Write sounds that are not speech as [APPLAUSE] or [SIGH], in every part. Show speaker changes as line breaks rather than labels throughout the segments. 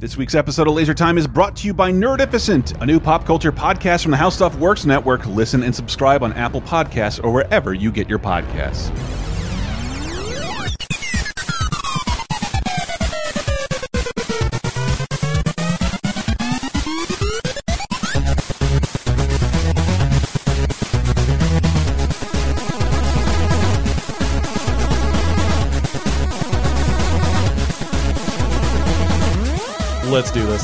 This week's episode of Laser Time is brought to you by Nerdificent, a new pop culture podcast from the How Stuff Works Network. Listen and subscribe on Apple Podcasts or wherever you get your podcasts.
Let's do this.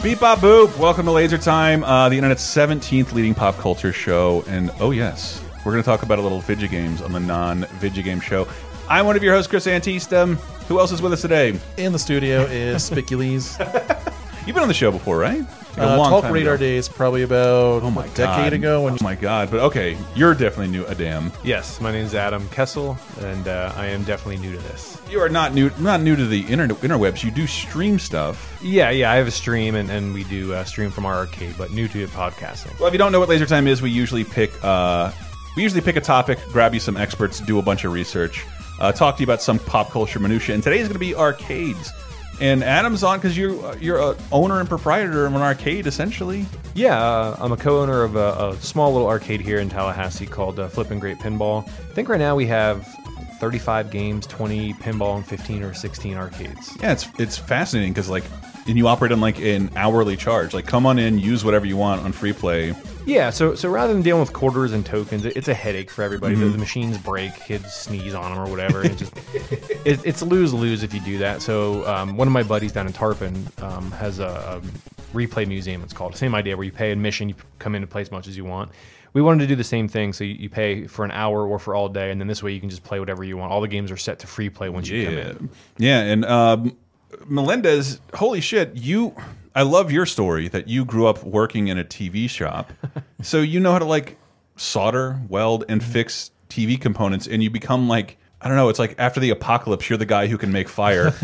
[LAUGHS]
Beep bop boop. Welcome to Laser Time, uh, the internet's 17th leading pop culture show. And oh, yes, we're going to talk about a little video games on the non video game show. I'm one of your hosts, Chris Antista. Who else is with us today?
In the studio is
[LAUGHS]
Spicules.
You've been on the show before, right? Like
Uh, Talk Radar
ago.
Days probably about
Oh my
a decade
God.
ago. When
oh my god! But okay, you're definitely new, Adam.
Yes, my name is Adam Kessel, and uh, I am definitely new to this.
You are not new, not new to the internet interwebs. You do stream stuff.
Yeah, yeah, I have a stream, and, and we do uh, stream from our arcade, but new to podcasting.
Well, if you don't know what laser time is, we usually pick uh, we usually pick a topic, grab you some experts, do a bunch of research, uh, talk to you about some pop culture minutia, and today is going to be arcades. And Adam's on because you're uh, you're a owner and proprietor of an arcade, essentially.
Yeah, uh, I'm a co-owner of a, a small little arcade here in Tallahassee called uh, Flippin' Great Pinball. I think right now we have 35 games, 20 pinball, and 15 or 16 arcades.
Yeah, it's it's fascinating because like, and you operate on like an hourly charge. Like, come on in, use whatever you want on free play.
Yeah, so so rather than dealing with quarters and tokens, it, it's a headache for everybody.
Mm-hmm.
The, the machines break, kids sneeze on them or whatever. And it just [LAUGHS] it, it's lose lose if you do that. So um, one of my buddies down in Tarpon um, has a, a replay museum. It's called same idea where you pay admission, you come in and play as much as you want. We wanted to do the same thing, so you, you pay for an hour or for all day, and then this way you can just play whatever you want. All the games are set to free play once you come
Yeah,
in.
yeah, and um, Melendez, holy shit, you! I love your story that you grew up working in a TV
[LAUGHS]
shop, so you know how to like solder, weld, and
Mm-hmm.
fix TV components, and you become like. I don't know. It's like after the apocalypse, you're the guy who can make
[LAUGHS]
fire.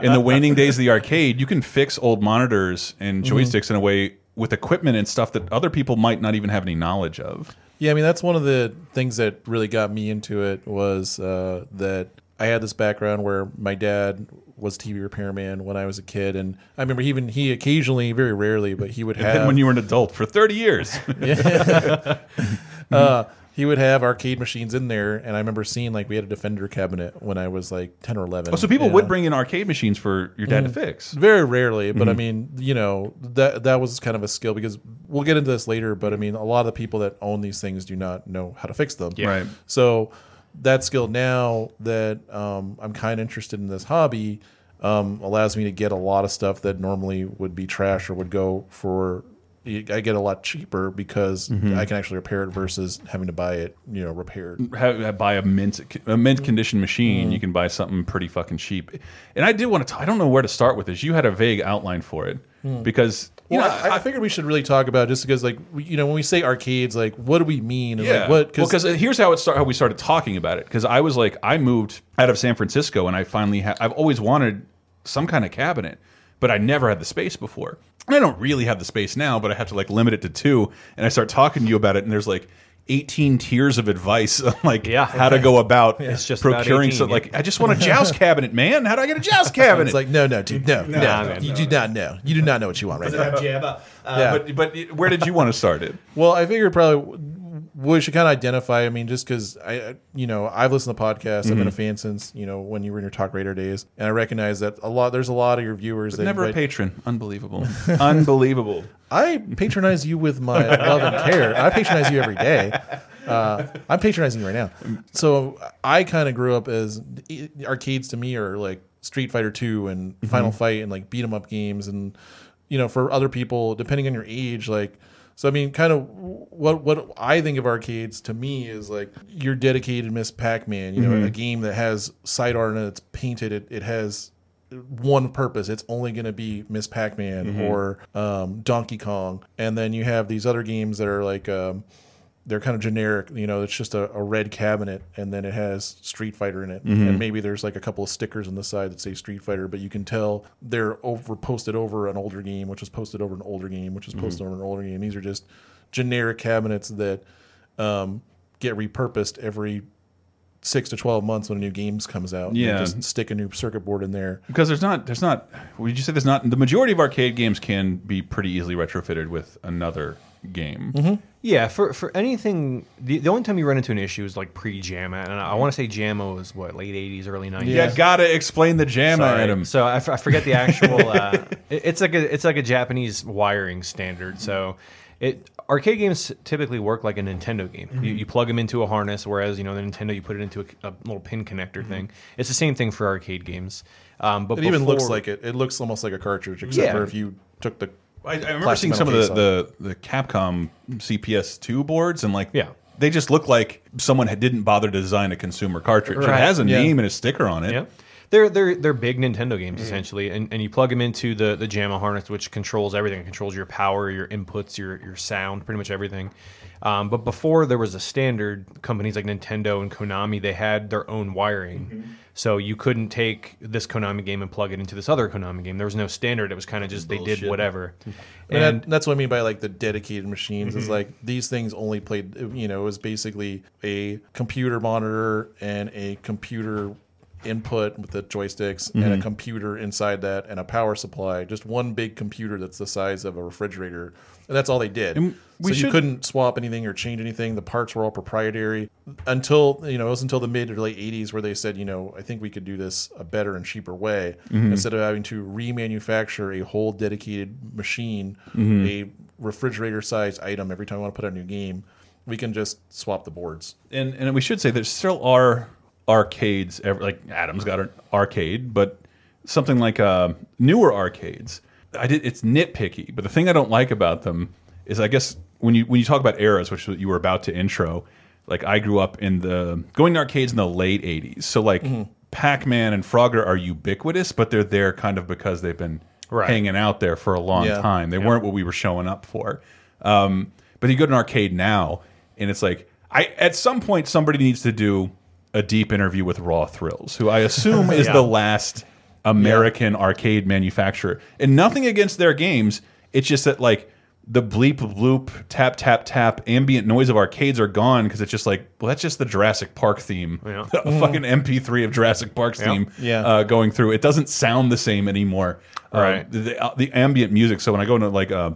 In the waning days of the arcade, you can fix old monitors and
Mm-hmm.
joysticks in a way with equipment and stuff that other people might not even have any knowledge of.
yeah, I mean that's one of the things that really got me into it was uh, that I had this background where my dad was TV repairman when I was a kid, and I remember he even he occasionally, very rarely, but he would have
And when you were an adult for 30
[LAUGHS]
years,
uh, he would have arcade machines in there, and I remember seeing like we had a Defender cabinet when I was like ten or eleven.
Oh, so people would
Yeah.
bring in arcade machines for your dad
Mm-hmm.
to fix.
Very rarely, but I mean, you know, that that was kind of a skill because we'll get into this later, but I mean, a lot of the people that own these things do not know how to fix them.
Yeah.
Right.
So that skill now that um, I'm kind of interested in this hobby um, allows me to get a lot of stuff that normally would be trash or would go for. I get a lot cheaper because I can actually repair it versus having to buy it, you know, repaired.
have, have- buy a mint a mint condition machine, you can buy something pretty fucking cheap. And I did want to. I don't know where to start with this. You had a vague outline for it because you
Well,
know,
I, I figured we should really talk about it just because, like, we, you know, when we say arcades, like, what do we mean? And,
yeah.
like, what?
because here's how it start, how we started talking about it. Because I was like, I moved out of San Francisco, and I finally ha I've always wanted some kind of cabinet, but I never had the space before. And I don't really have the space now, but I have to like limit it to two. And I start talking to you about it, and there's like. 18 tiers of advice on like
Yeah.
how to go about
It's just about
procuring
18,
some
yeah.
like I just want a joust cabinet, man. How do I get a joust
And
cabinet?
[LAUGHS] it's like, no, no, dude, no, no,
Nah, man,
you
no,
do not know. You do not know what you want right now.
uh,
Yeah.
but but where did you want to start it?
Well, I figured probably we should kind of identify. I mean, just because I, I- you know, I've listened to podcasts. I've been a fan since you know when you were in your Talk Radar days, and I recognize that a lot. There's a lot of your viewers that
Never a
like,
patron. Unbelievable. Unbelievable.
I patronize you with my love and care. I patronize you every day. Uh, [LAUGHS] I'm patronizing you right now. So I kind of grew up as e, arcades to me are like Street Fighter Two and Final Fight and like beat 'em up games and you know for other people depending on your age like so I mean kind of what what I think of arcades to me is like your dedicated Miss Pac Man you know a game that has side art and it's painted it it has one purpose. It's only going to be Miss Pac Man or um, Donkey Kong. And then you have these other games that are like, um, they're kind of generic. You know, it's just a, a red cabinet and then it has Street Fighter in it.
Mm-hmm.
And maybe there's like a couple of stickers on the side that say Street Fighter, but you can tell they're over posted over an older game, which is posted over an older game, which is posted
Mm-hmm.
over an older game. These are just generic cabinets that um, get repurposed every six to twelve months when a new games comes out.
Yeah.
you just stick a new circuit board in there.
because there's not there's not would you say there's not the majority of arcade games can be pretty easily retrofitted with another game
Yeah, for, for anything, the, the only time you run into an issue is like pre JAMA. And I, I want to say JAMA was what, late 80s, early 90s?
yeah gotta explain the jam
Sorry.
item
So I, f- I forget the
[LAUGHS]
actual. uh, it- it's like a it's like a Japanese wiring standard. So it arcade games typically work like a Nintendo game.
Mm-hmm.
You, you plug them into a harness, whereas you know the Nintendo you put it into a, a little pin connector thing. It's the same thing for arcade games. Um, but
Mm-hmm. It even looks
before-
like it. It looks almost like a cartridge, except
Yeah.
for if you took the.
I, I remember
plastic
seeing some of
metal
the, the the Capcom CPS two boards and like
Yeah.
they just look like someone had, didn't bother to design a consumer cartridge. It
Right.
has a
Yeah.
name and a sticker on it.
Yeah. They're, they're, they're big Nintendo
Mm-hmm.
games essentially, and, and you plug them into the, the JAMA harness, which controls everything. It controls your power, your inputs, your, your sound, pretty much everything. Um, but before there was a standard, companies like Nintendo and Konami, they had their own wiring.
Mm-hmm.
So you couldn't take this Konami game and plug it into this other Konami game. There was no standard. It was kind of just they did
Bullshit.
[LAUGHS]
whatever.
And, that- that's what I mean by like the dedicated machines. Is like these things only played. You know, it was basically a computer monitor and a computer input with the joysticks and a computer inside that and a power supply. Just one big computer that's the size of a refrigerator. And that's all they did.
we
so
should-
you couldn't swap anything or change anything. The parts were all proprietary until you know it was until the mid to late '80s where they said, you know, I think we could do this a better and cheaper way instead of having to remanufacture a whole dedicated machine, a refrigerator-sized item every time I want to put out a new game. We can just swap the boards.
and and we should say there still are arcades. ev- Like Adam's got an arcade, but something like uh, newer arcades. I did. It's nitpicky, but the thing I don't like about them is, I guess when you when you talk about eras, which you were about to intro, like I grew up in the going to arcades in the late '80s, so like Pac-Man and Frogger are ubiquitous, but they're there kind of because they've been
Right.
hanging out there for a long
Yeah.
time. They weren't what we were showing up for. Um, but you go to an arcade now, and it's like I at some point somebody needs to do a deep interview with Raw Thrills, who I
[LAUGHS]
assume is the last American arcade manufacturer. And nothing against their games. It's just that like the bleep bloop tap tap tap ambient noise of arcades are gone because it's just like well that's just the Jurassic Park theme,
Yeah.
[LAUGHS] a fucking MP3 of Jurassic Park's
Yeah.
theme
Yeah.
uh, going through. It doesn't sound the same anymore. Uh,
Right.
the, uh, the ambient music. So when I go into like uh,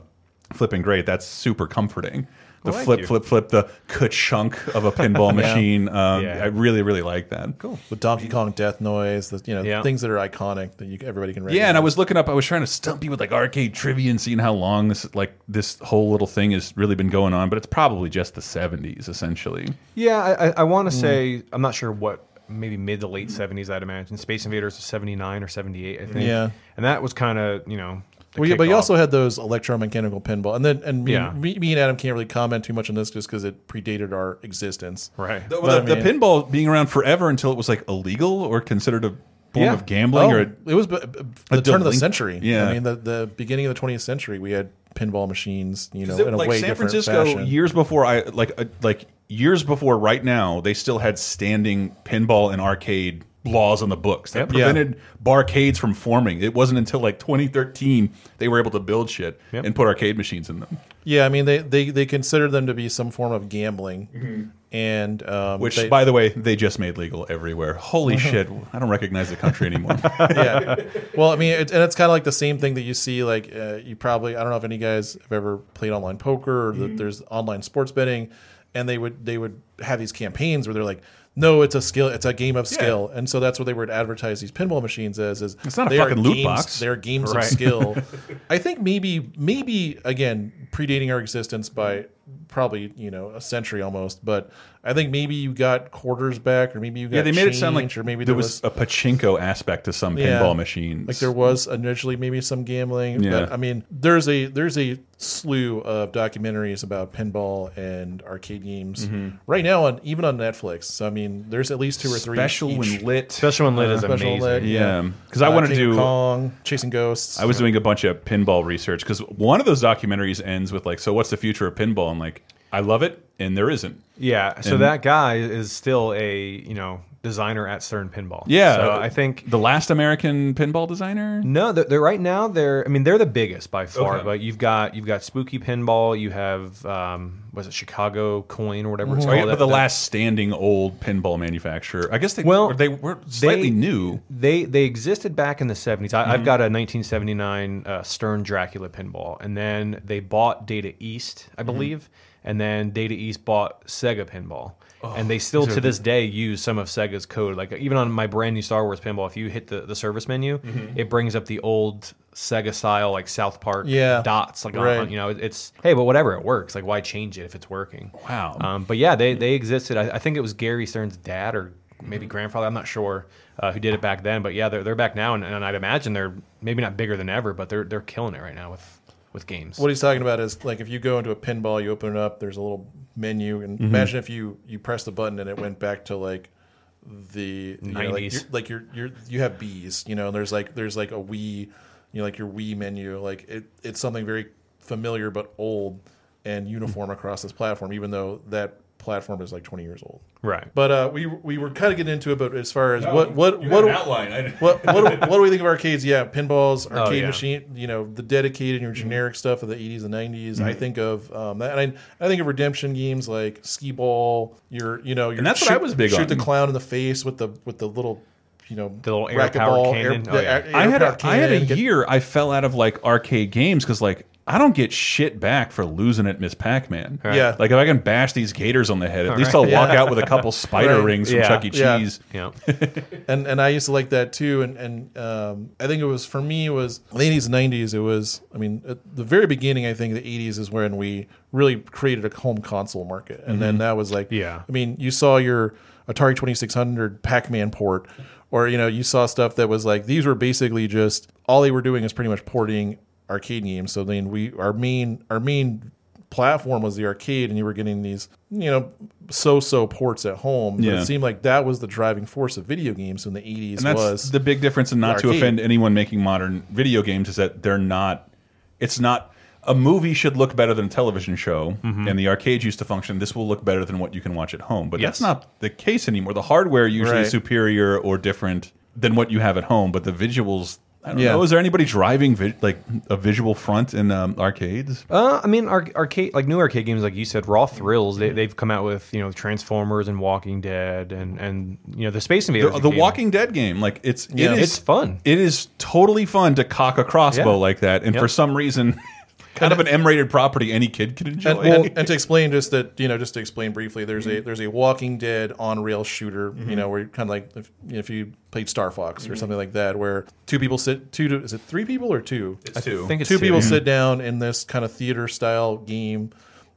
flipping great, that's super comforting. The
Well, thank
flip,
you.
flip, flip, the ka-chunk of a pinball machine. Um,
[LAUGHS]
I
Yeah.
really, really like that. Cool.
The Donkey Kong death noise, the you know
Yeah.
things that are iconic that you everybody can recognize.
Yeah, and I was looking up. I was trying to stump you with like arcade trivia and seeing how long this like this whole little thing has really been going on. But it's probably just the '70s, essentially.
Yeah, I, I, I want
Mm-hmm.
to say I'm not sure what maybe mid to late '70s. I'd imagine Space Invaders was '79 or '78, I think.
Yeah.
and that was kind of you know. the
Well, yeah, but you
kickoff.
also had those electromechanical pinball, and then and me,
Yeah.
me, me and Adam can't really comment too much on this just because it predated our existence.
right.
The,
But
the-
I
the
mean-
pinball being around forever until it was like illegal or considered a form
Yeah.
of gambling or
Oh,
a
it was b- b- the turn of the
delinquent-
century.
Yeah.
I mean the, the beginning of the 20th century, we had pinball machines. You know,
Is it,
in a
like
way
San
different
Francisco
fashion.
years before I like uh, like years before right now they still had standing pinball and arcade laws on the books that
Yep.
Yeah.
prevented barcades from forming. It wasn't until like 2013 they were able to build shit
Yep.
and put arcade machines in them,
yeah, I mean they, they they consider them to be some form of gambling,
Mm-hmm.
and um,
which
they- Uh-huh.
by the way they just made legal everywhere. Holy shit! I don't recognize the country
[LAUGHS]
anymore.
yeah. Well, I mean, it, and it's kind of like the same thing that you see. Like, uh, you probably I don't know if any guys have ever played online poker or that there's online sports betting, and they would they would have these campaigns where they're like, no, it's a skill, it's a game of skill, and so that's what they would advertise these pinball machines as. Is
It's not a
they are
fucking loot
games-
box.
They're games
Right.
[LAUGHS]
of skill. I think maybe maybe again predating our existence by probably you know a century almost, but. I think maybe you got quarters back, or maybe you got
yeah, they made it sound like
change, or maybe
there was a pachinko aspect to some
Yeah.
pinball machines.
like there was initially maybe some gambling
Yeah.
but i mean there's a there's a slew of documentaries about pinball and arcade games
Mm-hmm.
right now on even on netflix so i mean there's at least two or three
special
each.
when lit.
Special one lit is
Special
amazing.
Lit.
yeah, because I want to
King of
do
Kong, chasing ghosts
I was doing a bunch of pinball research because one of those documentaries ends with like, "So what's the future of pinball?" And like, I love it, and there isn't.
Yeah. So
And-
that guy is still a you know designer at Stern Pinball.
Yeah,
so I think
the last American pinball designer.
No, they're, they're right now. They're I mean they're the biggest by far.
Okay.
But you've got you've got Spooky Pinball. You have um, was it Chicago Coin or whatever it's
Oh,
called.
yeah, but
that-
the
that-
last standing old pinball manufacturer. I guess they
Well,
they were slightly new.
They they existed back in the 70s. I,
Mm-hmm.
I've got a 1979 uh, Stern Dracula pinball, and then they bought Data East, I
Mm-hmm.
believe, and then Data East bought Sega pinball,
Oh,
and they still to this day use some of Sega's code. Like even on my brand new Star Wars pinball, if you hit the, the service menu,
Mm-hmm.
it brings up the old Sega style like South Park
Yeah.
dots. Like on-
Right.
on, you know, it's hey, but whatever, it works. Like why change it if it's working?
Wow.
Um, but yeah,
Mm-hmm.
they they existed. I, I think it was Gary Stern's dad or maybe grandfather. I'm not sure uh, who did it back then. But yeah, they're, they're back now, and, and I'd imagine they're maybe not bigger than ever, but they're they're killing it right now with with games.
What he's talking about is like if you go into a pinball, you open it up, there's a little menu, and imagine if you you press the button and it went back to like the you know, like,
90s.
you're, like you're you're you have bees, you know, and there's like there's like a Wii, you know, like your Wii menu, like it it's something very familiar but old and uniform across this platform, even though that platform is like 20 years old.
right.
But uh, we we were kind of getting into it, but as far as what what
You
what
had an outline? I didn't- [LAUGHS]
what what do, what do we think of arcades? Yeah, pinballs,
Oh,
arcade
yeah.
machine. You know, the dedicated and your
Mm-hmm.
generic stuff of the eighties and 90s I think of um, that, and I, I think of redemption games like skee ball. Your you know, your
And that's what I was big
shoot
on.
the clown in the face with the with the little you know
The little air powered
racquetball,
cannon. Oh,
the
yeah.
air-
I had a,
air-powered
I had a
cannon, get-
year I fell out of like arcade games because like I don't get shit back for losing at Miss Pac Man.
Right.
Yeah.
Like if I can bash these gators on the head, at
All
least
right.
I'll walk
Yeah.
out with a couple spider
Right.
rings from
Yeah.
Chuck E.
Yeah.
Cheese.
Yeah.
[LAUGHS]
and and I used to like that too. And and um, I think it was for me it was the eighties and nineties. It was I mean at the very beginning. I think the eighties is when we really created a home console market, and
Mm-hmm.
then that was like
Yeah.
I mean you saw your Atari twenty six hundred Pac Man port, or you know you saw stuff that was like these were basically just all they were doing is pretty much porting arcade games. So then we our main our main platform was the arcade and you were getting these you know so-so ports at home but
Yeah.
it seemed like that was the driving force of video games in the 80s
And that's
was
the big difference, and not to
arcade.
offend anyone making modern video games, is that they're not. It's not a movie should look better than a television show,
Mm-hmm.
and the arcade used to function. This will look better than what you can watch at home, but that's
Yes.
not the case anymore. The hardware usually is
Right.
superior or different than what you have at home, but the visuals. I don't
Yeah.
know. Is there anybody driving vi like a visual front in um, arcades?
Uh, I mean, arc arcade like new arcade games, like you said, Raw Thrills.
Mm-hmm.
They, they've come out with you know Transformers and Walking Dead, and and you know the Space
The,
Invaders.
the
game.
Walking Dead game, like it's
Yeah.
it is
It's fun.
It is totally fun to cock a crossbow
Yeah.
like that, and
Yep.
for some reason, [LAUGHS] kind of an M-rated property any kid can enjoy. [LAUGHS]
and, well, and to explain just that you know just to explain briefly there's a there's a walking dead on rail shooter you know where you kind of like if, if you played star fox or something like that where two people sit two to, is it three people or two
It's two.
I think it's
two people sit down in this kind of theater style game.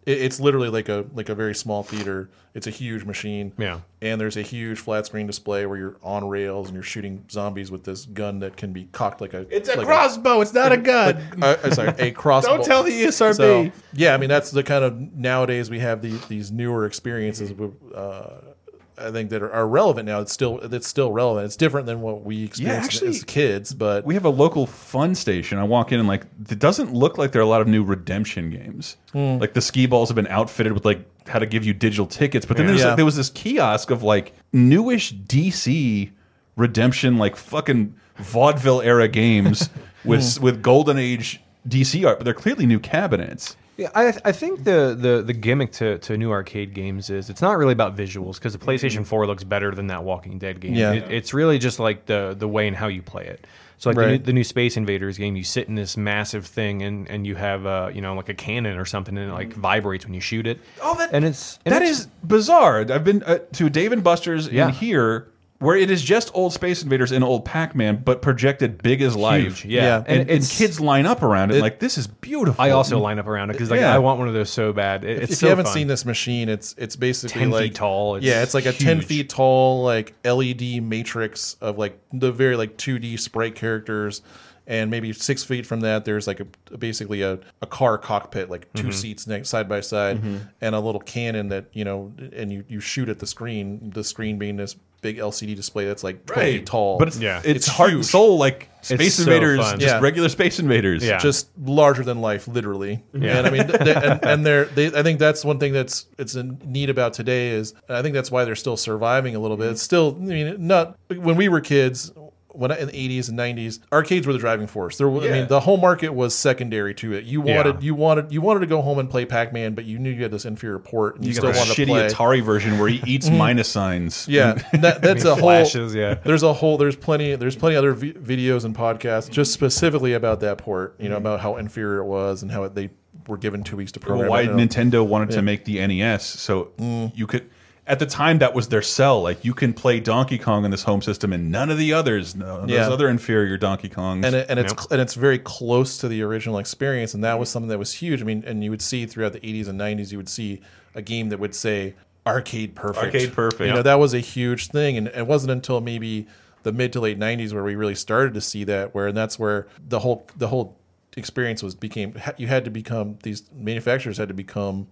It, it's literally like a like a very small theater. It's a huge machine.
Yeah.
And there's a huge flat screen display where you're on rails and you're shooting zombies with this gun that can be cocked like a. like
crossbow. It's not a gun.
[LAUGHS] uh, uh, sorry, a crossbow.
the E ESRB.
So yeah, I mean that's the kind of nowadays we have these these newer experiences. Uh, I think that are, are relevant now. It's still it's still relevant. It's different than what we experienced
actually,
as kids, but
we have a local fun station. I walk in and like it doesn't look like there are a lot of new redemption games. Like the skee balls have been outfitted with like how to give you digital tickets, but then there's
Yeah.
like, there was this kiosk of like newish DC redemption like fucking vaudeville era [LAUGHS] games with with golden age DC art, but they're clearly new cabinets.
Yeah, I, I think the, the, the gimmick to, to new arcade games is it's not really about visuals because the PlayStation 4 looks better than that Walking Dead game.
Yeah.
It, it's really just like the, the way and how you play it. So like the, new,
Right.
the new Space Invaders game, you sit in this massive thing and, and you have uh, you know like a cannon or something and it like vibrates when you shoot it.
Oh, that-
and it's and
That
it's-
is bizarre. I've been uh, to Dave and Buster's
Yeah.
in here, where it is just old Space Invaders and old Pac Man, but projected big as life.
yeah.
Yeah.
and, and,
it's-
kids line up around it, like this is beautiful.
I also line up around it because like
Yeah.
I want one of those so bad. It- it's
if
so
you haven't
fun.
seen this machine, it's it's basically
10 feet
like
tall, it's
yeah, it's like a ten
huge.
feet tall like LED matrix of like the very like two D sprite characters, and maybe six feet from that, there's like a basically a, a car cockpit like
Mm-hmm.
2 seats next side by side, and a little cannon that you know, and you you shoot at the screen, the screen being this big LCD display that's like 12
Right.
feet tall.
But it's,
Yeah.
it's,
It's
heart and
huge.
soul like Space
so
Invaders,
fun.
just
Yeah.
regular Space Invaders.
Yeah.
just larger than life, literally.
Yeah.
And I mean, th- they, and, and they're they, I think that's one thing that's it's in neat about today is I think that's why they're still surviving a little bit. It's still, I mean, not when we were kids. When I, in the eighties and nineties, arcades were the driving force. There, was I
Yeah.
mean, the home market was secondary to it. You
Yeah.
wanted, you wanted, you wanted to go home and play Pac Man, but you knew you had this inferior port, and you,
You
still
got the
wanted to
shitty
play.
Atari version where he eats
Mm.
minus signs.
Yeah, [LAUGHS] that, that's a whole.
flashes, yeah.
There's a whole. There's plenty. There's plenty other vi- videos and podcasts just specifically about that port. You know about how inferior it was and how it, Mm-hmm. they were given two weeks to
Well,
program.
why
it.
Nintendo wanted to make the NES, so you could. At the time, that was their sell. Like you can play Donkey Kong on this home system, and none of the others, no, those
Yeah.
other inferior Donkey Kongs.
and it, and it's and it's very close to the original experience, and that was something that was huge. I mean, and you would see throughout the 80s and 90s, you would see a game that would say arcade perfect,
Arcade perfect.
You
Yeah.
know, that was a huge thing, and it wasn't until maybe the mid to late 90s where we really started to see that. Where and that's where the whole the whole experience was became ha- you had to become these manufacturers had to become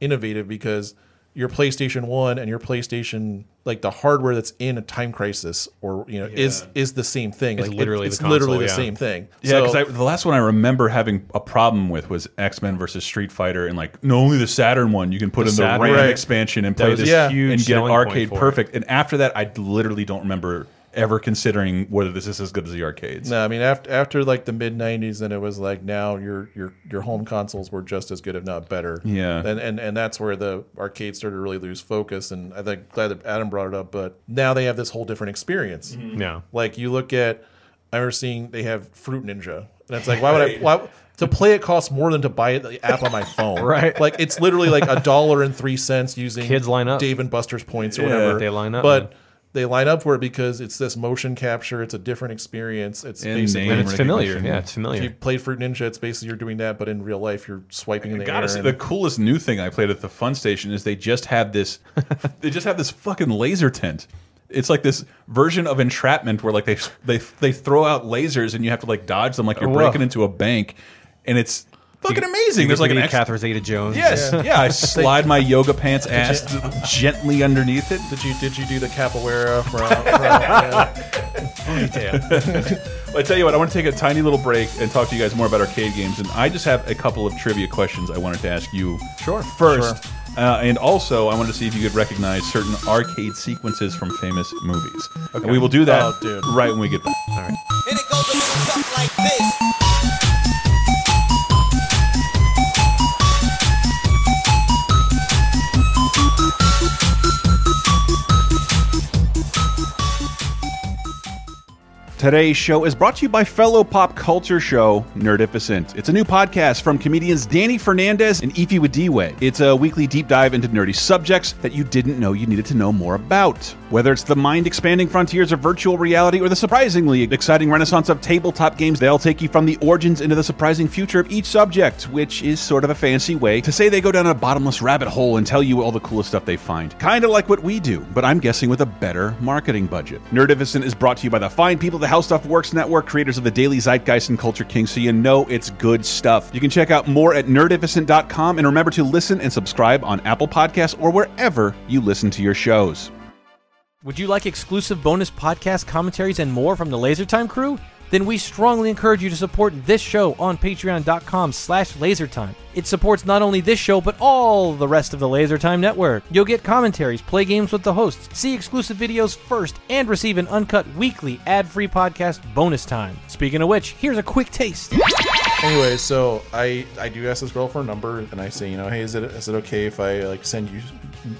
innovative because your PlayStation 1 and your PlayStation like the hardware that's in a time crisis or you know is is the same thing
It's
like,
literally
it's
the
literally the
console, yeah.
same thing.
Yeah,
So-
because the last one I remember having a problem with was X Men versus Street Fighter, and like no, only the Saturn one you can put in the
Saturn.
RAM
Right.
expansion and play
was a
this
Yeah.
huge and
huge
get
selling point
arcade
for it.
perfect. And after that, I literally don't remember ever considering whether this is as good as the arcades.
No, I mean after after like the mid '90s, then it was like now your your your home consoles were just as good, if not better.
Yeah.
and and and that's where the arcade started to really lose focus. And I think glad that Adam brought it up, but now they have this whole different experience.
Yeah.
Like you look at, I remember seeing they have Fruit Ninja, and it's like why would I why to play it costs more than to buy it, the app on my phone,
[LAUGHS] Right.
Like it's literally like a dollar and three cents using
Kids line up.
Dave and Buster's points or whatever.
they line up,
but.
man.
They line up for it because it's this motion capture. It's a different experience. It's
And
basically
name
And it's familiar.
recognition.
Yeah, it's
if you
familiar.
played Fruit Ninja, it's basically you're doing that, but in real life, you're swiping in the
Gotta
air.
say,
and-
the coolest new thing I played at the fun station is they just had
[LAUGHS]
this. they just have this fucking laser tent. It's like this version of entrapment where like they they they throw out lasers and you have to like dodge them like you're
Oh,
Whoa.
breaking into a bank, and it's fucking amazing. There's like an extra
Catherine Zeta Jones.
Yes, yeah.
[LAUGHS]
I slide my yoga pants ass gently underneath it.
did you [LAUGHS] did you do the capoeira from? uh, from yeah.
[LAUGHS]
Yeah.
I tell you what, I want to take a tiny little break and talk to you guys more about arcade games. And I just have a couple of trivia questions I wanted to ask you.
Sure.
First, uh, and also I wanted to see if you could recognize certain arcade sequences from famous movies. And we will do that
Oh, dude.
right when we get back.
All right.
And it goes a little something like this.
Today's show is brought to you by fellow pop culture show Nerdificent. It's a new podcast from comedians Danny Fernandez and Ify Wadiwe. It's a weekly deep dive into nerdy subjects that you didn't know you needed to know more about. Whether it's the mind-expanding frontiers of virtual reality or the surprisingly exciting renaissance of tabletop games, they'll take you from the origins into the surprising future of each subject, which is sort of a fancy way to say they go down a bottomless rabbit hole and tell you all the coolest stuff they find. Kind of like what we do, but I'm guessing with a better marketing budget. Nerdificent is brought to you by the fine people at the How Stuff Works Network, creators of the Daily Zeitgeist and Culture King, so you know it's good stuff. You can check out more at nerdificent.com and remember to listen and subscribe on Apple Podcasts or wherever you listen to your shows.
Would you like exclusive bonus podcast commentaries and more from the LaserTime crew? Then we strongly encourage you to support this show on patreon.com slash lasertime. It supports not only this show, but all the rest of the LaserTime network. You'll get commentaries, play games with the hosts, see exclusive videos first, and receive an uncut weekly ad-free podcast bonus time. Speaking of which, here's a quick taste.
Anyway, so I I do ask this girl for a number, and I say, you know, hey, is it is it okay if I like send you,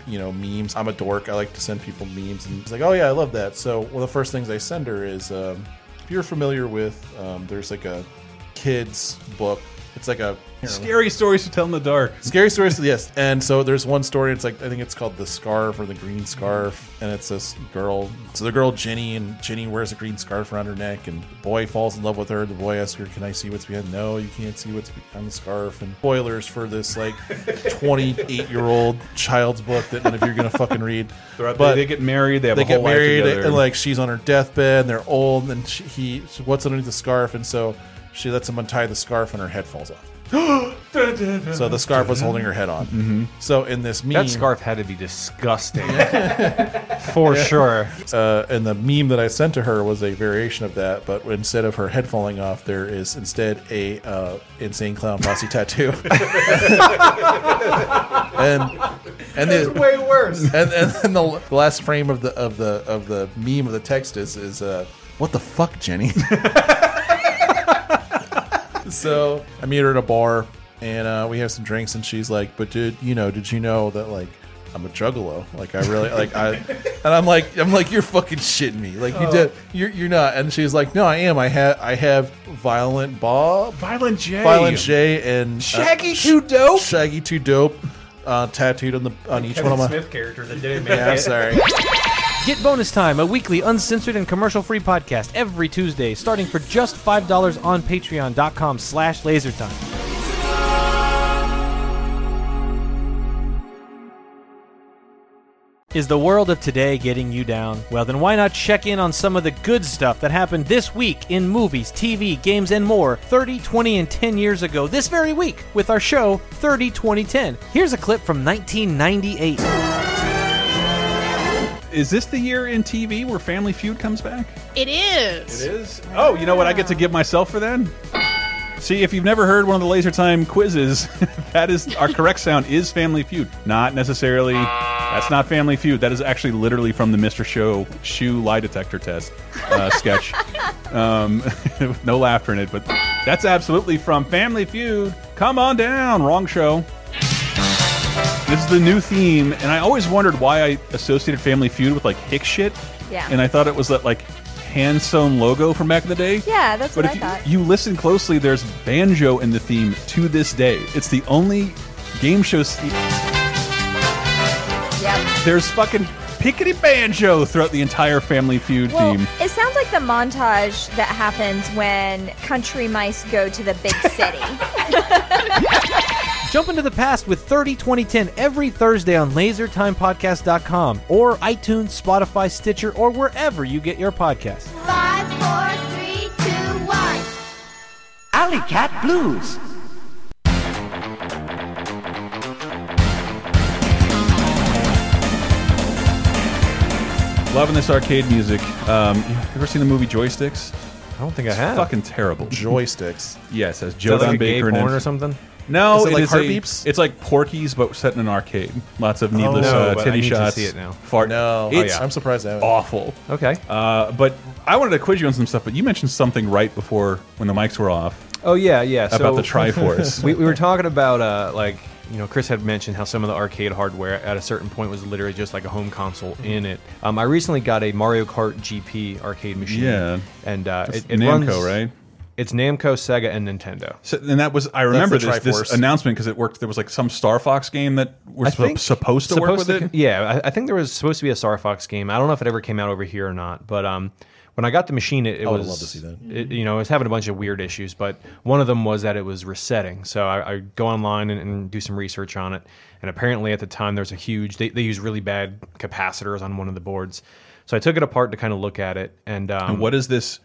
you know, memes? I'm a dork. I like to send people memes, and she's like, oh yeah, I love that. So one of the first things I send her is, um, if you're familiar with, um, there's like a kids book. It's like a
Scary stories to tell in the dark.
Scary stories, yes. And so there's one story. It's like I think it's called the scarf or the green scarf, and it's this girl. So the girl Jenny, and Jenny wears a green scarf around her neck, and the boy falls in love with her. The boy asks her, "Can I see what's behind?" No, you can't see what's behind the scarf. And spoilers for this like 28 year old child's book that none of you are gonna
[LAUGHS]
fucking read.
But they, get married, they have
They
a whole
get
[LAUGHS]
married,
life together.
and like she's on her deathbed, and they're old, and she, he what's underneath the scarf, and so she lets him untie the scarf, and her head falls off. so the scarf was holding her head on. So in this meme,
Mm-hmm. That scarf had to be disgusting. [LAUGHS] For sure.
uh, and the meme that I sent to her was a variation of that, but instead of her head falling off, there is instead a uh, insane clown posse [LAUGHS] tattoo. and and the, way worse. And and then the l- last frame of the of the of the meme of the text is is uh, what the fuck, Jenny. [LAUGHS] so I meet her at a bar, and uh, we have some drinks, and she's like, "But did you know? Did you know that like I'm a juggalo? Like I really like I." And I'm like, I'm like, you're fucking shitting me. Like you did, you're, you're not. And she's like, no, I am. I have, I have violent Bob,
Violent J.
Violent J, and uh,
Shaggy
Sh-
Too Dope?
Shaggy Too Dope, uh, tattooed on the on each one of my.
character
[LAUGHS]
that didn't make
Yeah, I'm sorry.
Get Bonus Time, a weekly, uncensored, and commercial-free podcast every Tuesday, starting for just $5 on patreon.com slash lasertime. Is the world of today getting you down? Well, then why not check in on some of the good stuff that happened this week in movies, TV, games, and more 30, 20, and 10 years ago this very week with our show 30, 20, 10. Here's a clip from 1998.
Is this the year in TV where Family Feud comes back?
It is.
is. Oh, you know what I get to give myself for then? See, if you've never heard one of the Laser Time quizzes, [LAUGHS] that is our correct sound is Family Feud. Not necessarily. That's not Family Feud. That is actually literally from the Mr. Show shoe lie detector test uh, sketch. Um, [LAUGHS] with no laughter in it, but that's absolutely from Family Feud. Come on down. Wrong show. This is the new theme, and I always wondered why I associated Family Feud with like hick shit.
Yeah.
And I thought it was that like hand sewn logo from back in the day.
Yeah, that's
But
what I
if you,
thought.
you listen closely, there's banjo in the theme to this day. It's the only game show. s-
Yep.
There's fucking pickety banjo throughout the entire Family Feud
Well,
theme.
it sounds like the montage that happens when country mice go to the big city.
Jump into the past with 30 2010 every Thursday on lasertimepodcast.com or iTunes, Spotify, Stitcher, or wherever you get your podcasts.
Five, four, three, two, one.
Alley Cat Blues.
Loving this arcade music. Um, you ever seen the movie Joysticks?
I don't think I have.
Fucking terrible.
Joysticks.
Yes, has
Is that
Joe
like a gay
Baker in
porn
it.
or something?
No,
Is it like
a-
Heartbeats?
it's like Porky's, but set in an arcade. Lots of needless
Oh, No,
uh,
but I
titty
need to
shots.
see it now. Oh,
Fart.
No,
it's
I'm surprised I haven't.
awful.
Okay.
Uh, but I wanted to quiz you on some stuff. But you mentioned something right before when the mics were off
Oh yeah, yeah. So
about the Triforce.
[LAUGHS] we, we were talking about uh, like you know Chris had mentioned how some of the arcade hardware at a certain point was literally just like a home console
Mm-hmm.
in it. Um, I recently got a Mario Kart GP arcade machine.
Yeah.
and uh,
That's
it, it
Namco,
runs-
right?
It's Namco, Sega, and Nintendo.
So, and that was I remember
the
this, this
Triforce.
announcement because it worked. There was like some Star Fox game that we're
I think-
supposed to work with
supposed
it.
to- Yeah, I, I think there was supposed to be a Star Fox game. I don't know if it ever came out over here or not, but um, when I got the machine, it, it
would
was
love to see that.
It, you know, it was having a bunch of weird issues, but one of them was that it was resetting. So I, I go online and, and do some research on it, and apparently at the time there was a huge. They, they use really bad capacitors on one of the boards, so I took it apart to kind of look at it, and, um,
And what is this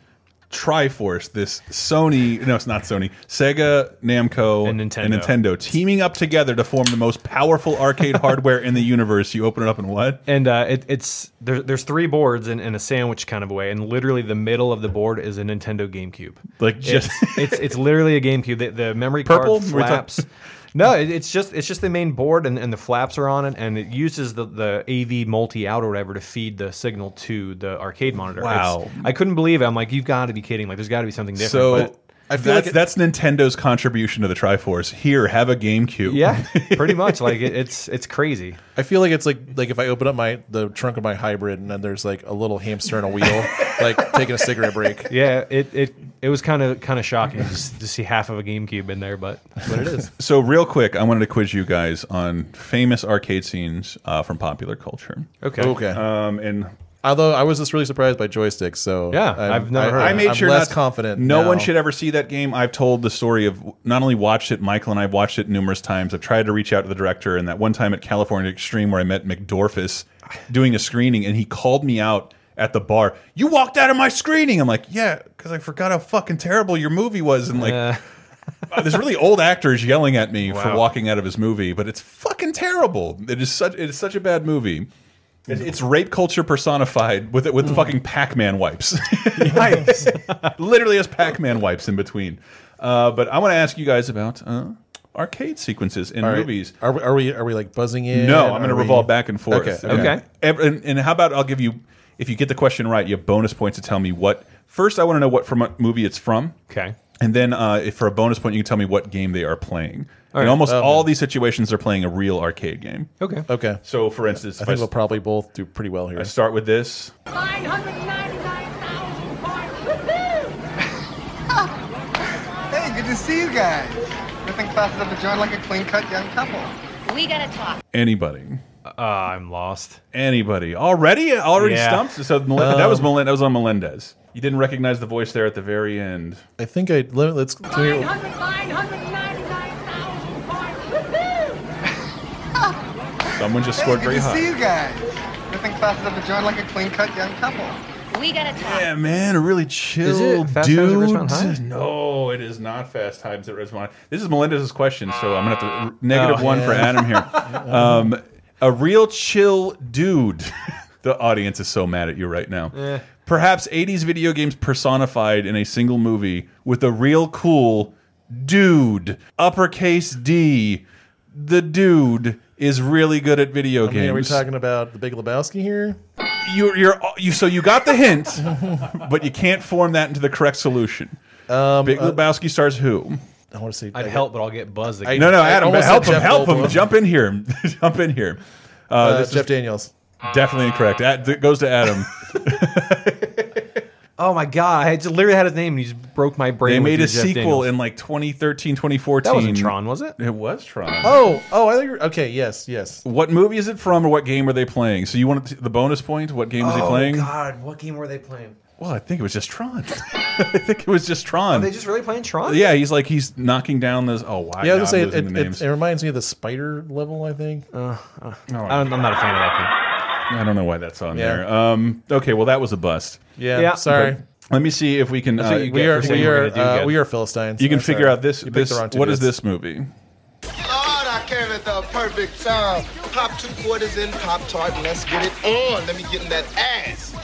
Triforce? This Sony? No, it's not Sony. Sega, Namco,
And Nintendo.
teaming up together to form the most powerful arcade hardware in the universe. You open it up and what?
and uh, it, it's there, there's three boards in, in a sandwich kind of way, and literally the middle of the board is a Nintendo GameCube.
Like just
[LAUGHS] it's, it's it's literally a GameCube. The, the memory
Purple?
card
Were we talk-
flaps. No, it, it's just it's just the main board and, and the flaps are on it, and it uses the, the AV multi out or whatever to feed the signal to the arcade monitor. It's-
Wow.
I couldn't believe it. I'm like, you've got to be kidding! Like, there's got to be something different.
so.
but-
I feel
that's,
like it-
that's Nintendo's contribution to the Triforce. Here, have a GameCube.
yeah, pretty much. Like it, it's it's crazy.
I feel like it's like like if I open up my the trunk of my hybrid and then there's like a little hamster and a
[LAUGHS]
wheel, like taking a cigarette break.
Yeah, it it, it was kind of kind of shocking [LAUGHS] just to see half of a GameCube in there, but that's what it is.
[LAUGHS] So, real quick, I wanted to quiz you guys on famous arcade scenes uh, from popular culture.
Okay.
Okay.
Um, and
Although I was just really surprised by joysticks, so
Yeah,
I'm-
I've never
I,
heard of
I
it.
made
am
sure
less
not-
confident.
No
now.
one should ever see that game. I've told the story of not only watched it, Michael and I've watched it numerous times. I've tried to reach out to the director, and that one time at California Extreme where I met McDorfus doing a screening, and he called me out at the bar. You walked out of my screening. I'm like, yeah, because I forgot how fucking terrible your movie was, and like. [LAUGHS] Uh, There's really old actors yelling at me for
Wow.
walking out of his movie, but it's fucking terrible. It is such it is such a bad movie. It's, it's rape culture personified with it with fucking Pac-Man wipes. [LAUGHS] Literally has Pac-Man wipes in between. Uh, but I want to ask you guys about uh, arcade sequences in
All right.
movies.
Are we, are we are we like buzzing in?
No, I'm going
Are
to
we-
revolve back and forth.
Okay,
And-
okay.
ev- And, and how about I'll give you, if you get the question right, you have bonus points to tell me what. First, I want to know what from a movie it's from.
Okay.
And then, uh, if for a bonus point, you can tell me what game they are playing.
All
In
right.
almost all these situations, they're playing a real arcade game.
Okay.
um, Okay.
So, for instance,
I
if
think
I,
we'll probably both do pretty well here.
I start with this,
999,000 points.
Hey, good to see you guys. Nothing passes up a joint like a clean-cut young couple.
We gotta talk.
anybody.
Uh, I'm lost.
Anybody already? Already
Yeah.
stumped. So Mel- that was Mel- that was on Melendez. You didn't recognize the voice there at the very end.
I think I let, let's. Can we,
900, 999,000 points.
Someone just
Hey,
scored
good
very
to see
high.
you guys. Nothing passes up a joint like a clean-cut young couple.
[LAUGHS] We gotta talk.
Yeah, man, a really chill
Fast
dude.
Times at Ridgemont High?
[LAUGHS] No, it is not Fast Times at Ridgemont. High. This is Melendez's question, so I'm gonna have
Oh,
to negative one for Adam
[LAUGHS]
here. Um, a real chill dude. [LAUGHS] the audience is so mad at you right now. Perhaps 80s video games personified in a single movie with a real cool dude. Uppercase D. The dude is really good at video
I
games
mean, are we talking about the Big Lebowski here?
you you're you so you got the hint, [LAUGHS] but you can't form that into the correct solution.
Um,
Big
uh,
Lebowski stars who?
Um, uh, I uh, want to see.
I'd
I-
help, but I'll get buzzed again.
No, no, Adam,
almost
help
said
him,
Jeff
help him,
Goldblum.
jump in here, [LAUGHS] jump in here. Uh,
Uh,
this
Jeff
is
Daniels.
definitely incorrect. That that goes to
[LAUGHS]
Adam.
Oh my god! I just literally had his name, and he just broke my brain.
they
with
made
you,
a
Jeff
sequel
Daniels.
in like 2013, 2014.
that wasn't Tron, was it?
It was Tron.
Oh, oh, I think. you're- Okay, yes, yes.
What movie is it from, or what game are they playing? So you wanted the bonus point? What game was he playing?
Oh, God, what game were they playing?
Well, I think it was just Tron. [LAUGHS] I think it was just Tron.
Are they just really playing Tron?
yeah, he's like he's knocking down those. Oh wow!
Yeah, I was
I'm
gonna say
losing
it,
the
it,
names.
it, it reminds me of the spider level. I think.
I don't, I'm not a fan of that
I don't know why that's on
Yeah.
there. Um, okay, well that was a bust.
yeah,
yeah,
Sorry.
but-
Let me see if we can. Uh,
what you
we
We
get
are,
are
for saying
we
we're
are
gonna do
uh,
good.
we are Philistines.
you can
I'm
figure
sorry.
out this.
You picked
this
the wrong two
what is
dudes.
this movie? [LAUGHS]
Lord, I came at the perfect time. Pop two quarters in Pop-Tart and let's get it on. Let me get in that ass.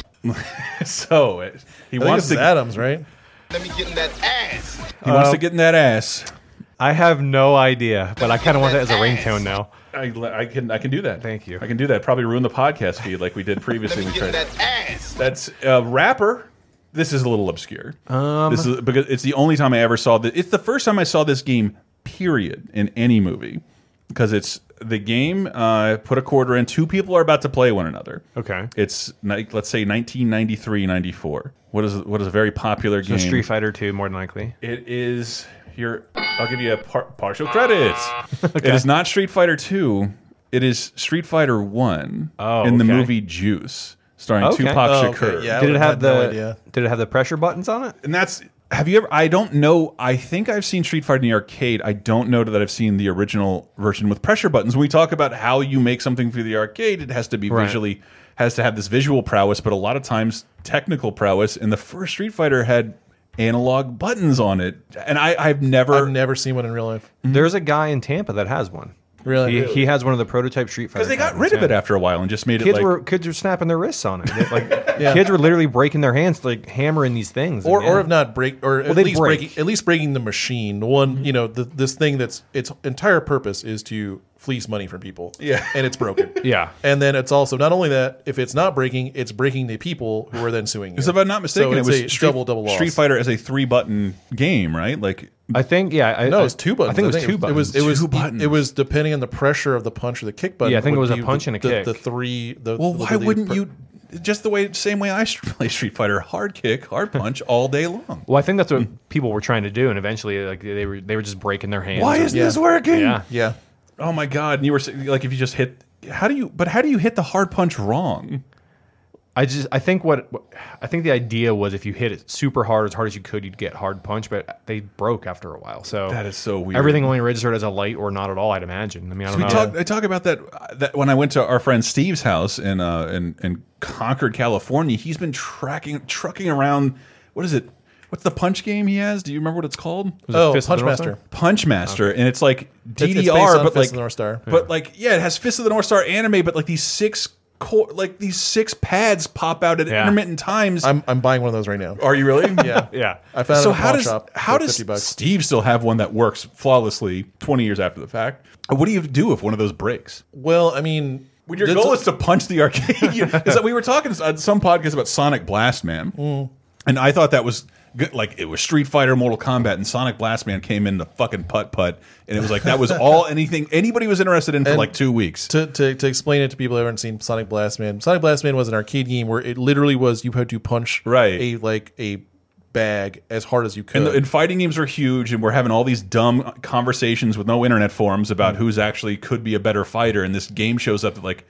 so it, he
I think
wants
this
to
is Adams, right?
Let me get in that ass.
he wants to get in that ass.
I have no idea, but I kind of want that as a ringtone now.
I, I can I can do that.
Thank you.
I can do that. Probably ruin the podcast feed like [LAUGHS] we did previously.
Let
we
me get in
tried.
that ass.
That's a rapper. This is a little obscure. Um, this is because it's the only time I ever saw this. It's the first time I saw this game, period, in any movie, because it's the game. Uh, put a quarter in. Two people are about to play one another.
Okay.
It's like let's say 1993, 94. What is what is a very popular
So
game?
Street Fighter 2, more than likely.
It is your. I'll give you a par partial
[LAUGHS]
credits. It is not Street Fighter Two. It is Street Fighter One
Oh,
in the
okay.
movie Juice, starring
Okay.
Tupac
Oh,
Shakur.
okay, yeah. I
Did it
would've
have
had no
the
idea.
Did it have the pressure buttons on it?
And that's. Have you ever? I don't know. I think I've seen Street Fighter in the arcade. I don't know that I've seen the original version with pressure buttons. When we talk about how you make something for the arcade, it has to be
Right.
visually, has to have this visual prowess, but a lot of times technical prowess. And the first Street Fighter had analog buttons on it, and I, I've never,
I've never seen one in real life.
Mm-hmm.
There's a guy in Tampa that has one.
Really?
He, he has one of the prototype Street Fighter.
because they got
cabinets,
rid of
yeah.
it after a while and just made it
Kids
like
were kids were snapping their wrists on it. They- like kids were literally breaking their hands, like hammering these things.
Or,
man.
or if not break, or at
they'd
least
break.
breaking, at least breaking the machine. The one, you know, the, this thing that's its entire purpose is to fleece money from people.
Yeah.
and it's broken. [LAUGHS]
Yeah.
and then it's also not only that. If it's not breaking, it's breaking the people who are then suing.
Because if I'm not mistaken,
so
it
it's
was
a
Street,
double double loss.
Street Fighter as a three button game, right? Like
I think yeah, I,
No,
I-
it was two buttons.
I think it was two
It
buttons.
was it was
Two buttons.
It was depending on the pressure of the punch or the kick button.
Yeah, I think it
would
was a
be
punch
the,
and a
the,
kick.
The three. The,
Well,
the-
why
the- the
wouldn't
pr-
you? Just the way, same way I st- [LAUGHS] play Street Fighter: hard kick, hard punch all day long.
Well, I think that's what people were trying to do, and eventually, like they were they were just breaking their hands.
Why isn't this working?
yeah?
Yeah.
Oh my god! And you were saying, like, if you just hit, how do you? But how do you hit the hard punch wrong?
I just I think what I think the idea was if you hit it super hard as hard as you could you'd get hard punch but they broke after a while so
That is so weird.
everything only registered as a light or not at all I'd imagine I mean I don't
We
know
talk, I talk about that uh, that when I went to our friend Steve's house in uh, in, in Concord, California. He's been tracking trucking around. What is it? What's the punch game he has? Do you remember what it's called? Uh,
it
Oh,
Fist of the North
Punchmaster.
Punch Master, and it's like DDR,
it's based on
E but
Fist
like
of the North Star.
But like, yeah, it has Fist of the North Star anime, but like these six core, like these six pads pop out at
Yeah.
intermittent times.
I'm I'm buying one of those right now.
[LAUGHS] Are you really?
[LAUGHS] Yeah.
yeah
I found it
so
at a
how
pawn
does
shop
how
for
does
50 bucks.
Steve still have one that works flawlessly twenty years after the fact? What do you do if one of those breaks?
Well, I mean,
When your
that's-
goal is to punch the [LAUGHS] arcade, you- is that we were talking on some podcast about Sonic Blast Man, and I thought that was good. Like it was Street Fighter, Mortal Kombat, and Sonic Blast Man came in to fucking putt putt, and it was like that was all [LAUGHS] anything anybody was interested in for
And
like two weeks.
to, to, to explain it to people who haven't seen Sonic Blast Man, Sonic Blast Man was an arcade game where it literally was you had to punch
Right.
a like a bag as hard as you could.
And, the, and fighting games are huge, and we're having all these dumb conversations with no internet forums
Mm.
about who's actually could be a better fighter. And this game shows up that like,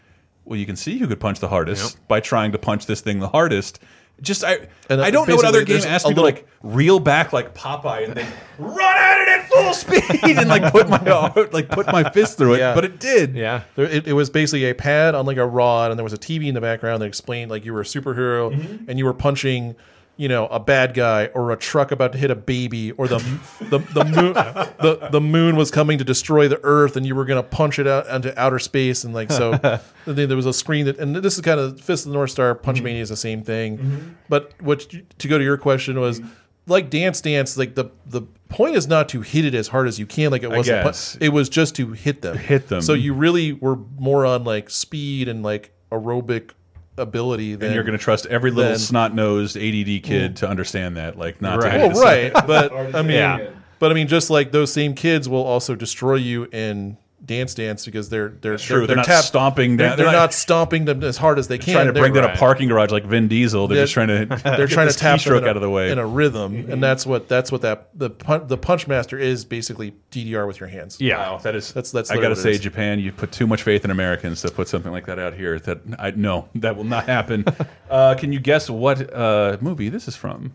well, you can see who could punch the hardest by trying to punch this thing the hardest. Just I,
And, uh,
I don't know what other
basically,
game
there's
asked
a
me to
little-
like reel back like Popeye and then run at it at full speed and like put my [LAUGHS] like put my fist through it,
Yeah.
but it did.
yeah
There- it, it was basically a pad on like a rod, and there was a TV in the background that explained like you were a superhero
Mm-hmm.
and you were punching, you know, a bad guy or a truck about to hit a baby or the the, the moon the, the moon was coming to destroy the Earth and you were gonna punch it out into outer space and like
[LAUGHS]
so. and then there was a screen that, and this is kind of Fist of the North Star. Punch
Mm-hmm.
Mania is the same thing, but what to go to your question was. Like dance, dance. Like the the point is not to hit it as hard as you can, like it was. in Pun-
guess.
It was just to hit them.
Hit them.
So you you really were more on like speed and like aerobic ability than
And you're going to trust every little
Then-
snot nosed ADD kid to understand that, like not
Right.
to [LAUGHS]
well,
hate us.
Oh, right but i mean
Yeah.
but i mean just like those same kids will also destroy you in dance dance because they're they're
true. They're not stomping
they're,
down-
they're
they're
not,
not-
stomping them as hard as they
[LAUGHS]
can
Trying to
They're-
bring down
right.
a parking garage like Vin Diesel, they're, just trying [LAUGHS] to
they're trying to tap them in
stroke
a-
out of the way Mm-hmm.
in a rhythm and that's what that's what that the punch the punch master is basically ddr with your hands
yeah
Wow, that is
That's- that's
I
literally
gotta
what it
say,
is.
Japan, you put too much faith in Americans to put something like that out here. That I no, that will not [LAUGHS] happen. uh, can you guess what uh, movie this is from?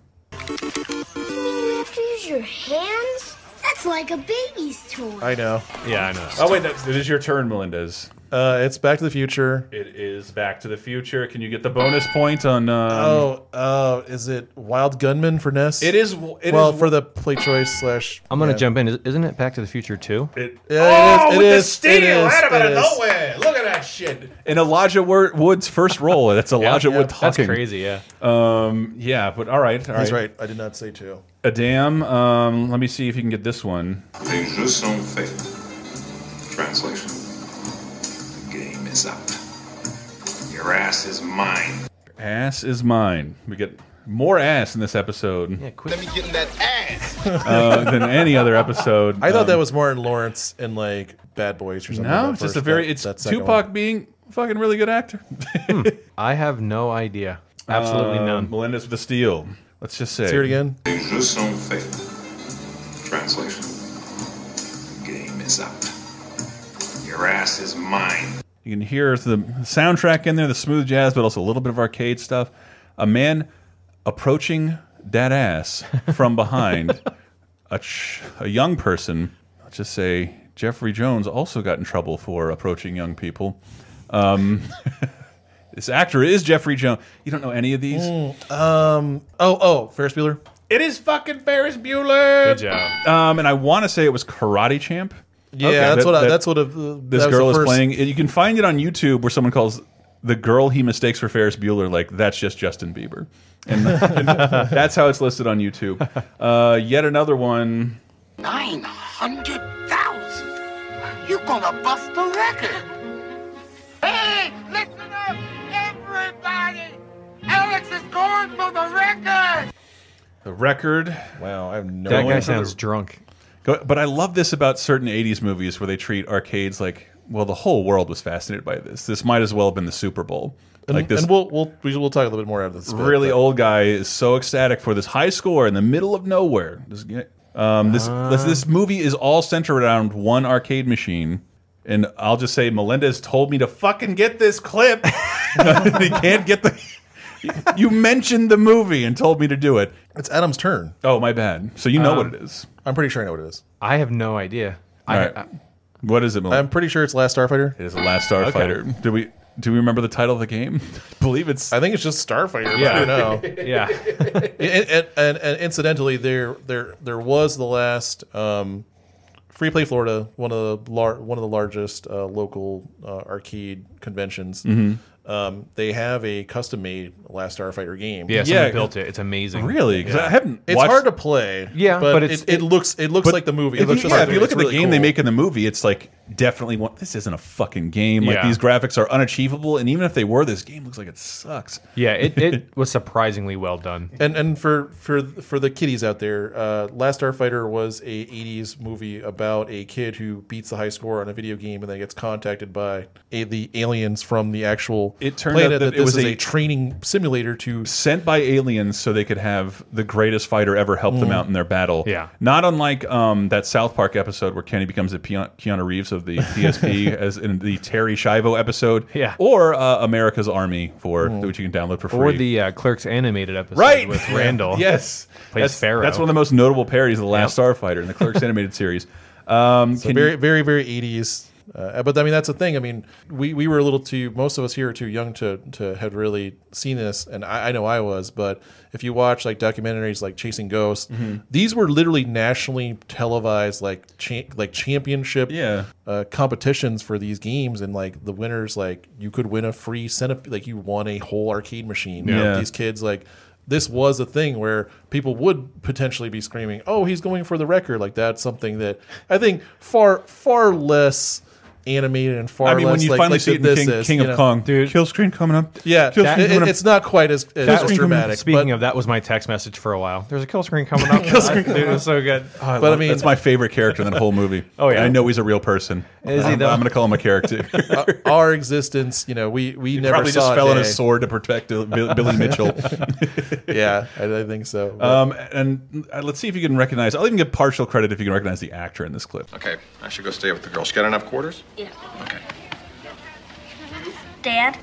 You have to use your hands? That's like a baby's toy.
i know
yeah I know
Oh wait, that's, it is your turn, Melendez.
uh it's back to the future
It is Back to the Future. Can you get the bonus point on? Uh,
oh uh is it wild gunman for ness
it is. It
well,
is-
for the play choice slash,
I'm gonna
yeah.
jump in Is- isn't it Back to the Future too
It,
Yeah, it is,
oh,
it
with
is,
the
it
steel
is,
out of
it
out of
is.
nowhere! Look at that shit. In Elijah Wo- Wood's first role, that's Elijah
yeah,
Wood
that's
talking.
that's crazy yeah
Um, yeah, but all right, all
He's
right.
right. I did not say two.
Adam, um, let me see if you can get this one.
Les jeux sont faits. Translation. The game is up. Your ass is mine.
Ass is mine. We get more ass in this episode
Let me get in that ass.
uh, than any other episode.
[LAUGHS] I thought that
Um,
was Martin Lawrence in like Bad Boys or something.
no,
that
it's just
first-
a very.
that-
It's
that second
Tupac
one.
being a fucking really good
[LAUGHS]
actor.
I have no idea absolutely
Uh,
none
Melinda's with the steel. Let's just say.
Let's hear it again.
Les jeux sont faits. Translation. The game is up. Your ass is mine.
You can hear the soundtrack in there, the smooth jazz, but also a little bit of arcade stuff. A man approaching that ass from
[LAUGHS]
behind. a, ch a young person, let's just say Jeffrey Jones, also got in trouble for approaching young people. Um, [LAUGHS] this actor is Jeffrey Jones. You don't know any of these?
Mm. Oh, oh, Ferris Bueller.
It is fucking Ferris Bueller.
Good job.
Um, and I want to say it was Karate Champ.
Yeah,
Okay.
that's
That-
what. I,
that-
that's what. A, uh,
this girl is playing. You can find it on YouTube where someone calls the girl he mistakes for Ferris Bueller like that's just Justin Bieber, and, [LAUGHS] and that's how it's listed on YouTube. Uh, yet another one.
900,000. You gonna bust the record.
[LAUGHS] Hey, listen up, everybody! Alex is going for the record!
The record,
Wow, I have no.
that
going
guy
for
sounds
the-
drunk
Go- but I love this about certain '80s movies where they treat arcades like, well, the whole world was fascinated by this. This might as well have been the Super Bowl. like this
and we'll we'll we- we'll talk a little bit more out of this. bit,
really
but-
old guy is so ecstatic for this high score in the middle of nowhere. This, um, this, this this movie is all centered around one arcade machine, and [LAUGHS] I'll just say Melendez told me to fucking get this clip. he can't get the. [LAUGHS] you mentioned the movie and told me to do it.
It's Adam's turn.
Oh, my bad. So you know
Um,
what it is.
I'm pretty sure I know what it is.
I have no idea.
All
I,
right. what is it, Melinda?
I'm pretty sure it's Last Starfighter.
It is the Last Starfighter. Do we do we remember the title of the game? [LAUGHS] I believe it's
I think it's just Starfighter.
Yeah.
Yeah. I
[LAUGHS]
don't know.
I- yeah.
and, and, and, and incidentally, there there there was the last um, Free Play Florida, one of the lar- one of the largest uh, local uh, arcade conventions. Um, they have a custom made Last Starfighter game.
Yeah. Someone
Yeah.
built it. It's amazing.
really because I haven't.
It's
watched,
hard to play.
Yeah,
but,
but
it,
it's-
it, looks it looks like the movie. It
If
looks
you,
just
yeah,
like
if you look at
It's
the
really
game they
cool.
make in the movie, it's like definitely one. This isn't a fucking game. Like
Yeah.
these graphics are unachievable, and even if they were, this game looks like it sucks.
Yeah. It, it was surprisingly well done.
And and for for for the kiddies out there, uh, Last Starfighter was a '80s movie about a kid who beats the high score on a video game and then gets contacted by a, the aliens from the actual
It turned out
planet
that
that,
it
this
was
is
a-
a, training simulator to.
Sent by aliens so they could have the greatest fighter ever help them out in their battle.
Mm. Yeah.
not unlike um, that South Park episode where Kenny becomes a Keanu Keanu Reeves of the
[LAUGHS]
PSP, as in the Terry Shivo episode.
Yeah. Mm.
or uh, America's Army for which you can download for free.
Or the uh, Clerks animated
[LAUGHS]
episode
Right.
with
[LAUGHS]
Randall.
yes,
Plays
that's,
Pharaoh.
that's one of the most notable parodies of the Last Starfighter in the
[LAUGHS]
Clerks animated series. Um,
So
can
very,
you-
very, very '80s. Uh, but I mean, that's the thing. I mean, we, we were a little too. Most of us here are too young to to had really seen this, and I, I know I was. But if you watch like documentaries like Chasing Ghosts,
Mm-hmm.
these were literally nationally televised like cha- like championship
Yeah.
uh, competitions for these games, and like the winners, like you could win a free centipede, like you won a whole arcade machine. You know,
Yeah.
these kids, like this was a thing where people would potentially be screaming, "Oh, he's going for the record!" Like that's something that I think far far less animated and far.
I mean,
less,
when you
like,
finally
like
see it in
this
King,
is,
King
you
of
know?
Kong,
Dude.
kill screen coming up.
Yeah,
kill
that-
screen coming
it-
up.
it's not quite as, as
That was
dramatic.
Speaking
but,
of, that was my text message for a while. There's a kill screen coming up. Dude, it was so good.
but I mean,
That's my favorite character in that whole
[LAUGHS]
movie.
Oh, yeah.
I know he's a real person.
Is he,
I'm,
though?
I'm gonna call him a
[LAUGHS]
character.
our existence, you know, we
[LAUGHS]
we never
Probably
saw
just
a
fell on
day.
his sword to protect uh, Bill-
[LAUGHS]
Billy Mitchell.
Yeah, I, I think so. But-
um, and uh, let's see if you can recognize. I'll even give partial credit if you can recognize the actor in this clip.
Okay, I should go stay with the girl. She got enough quarters?
Yeah.
Okay.
Dad?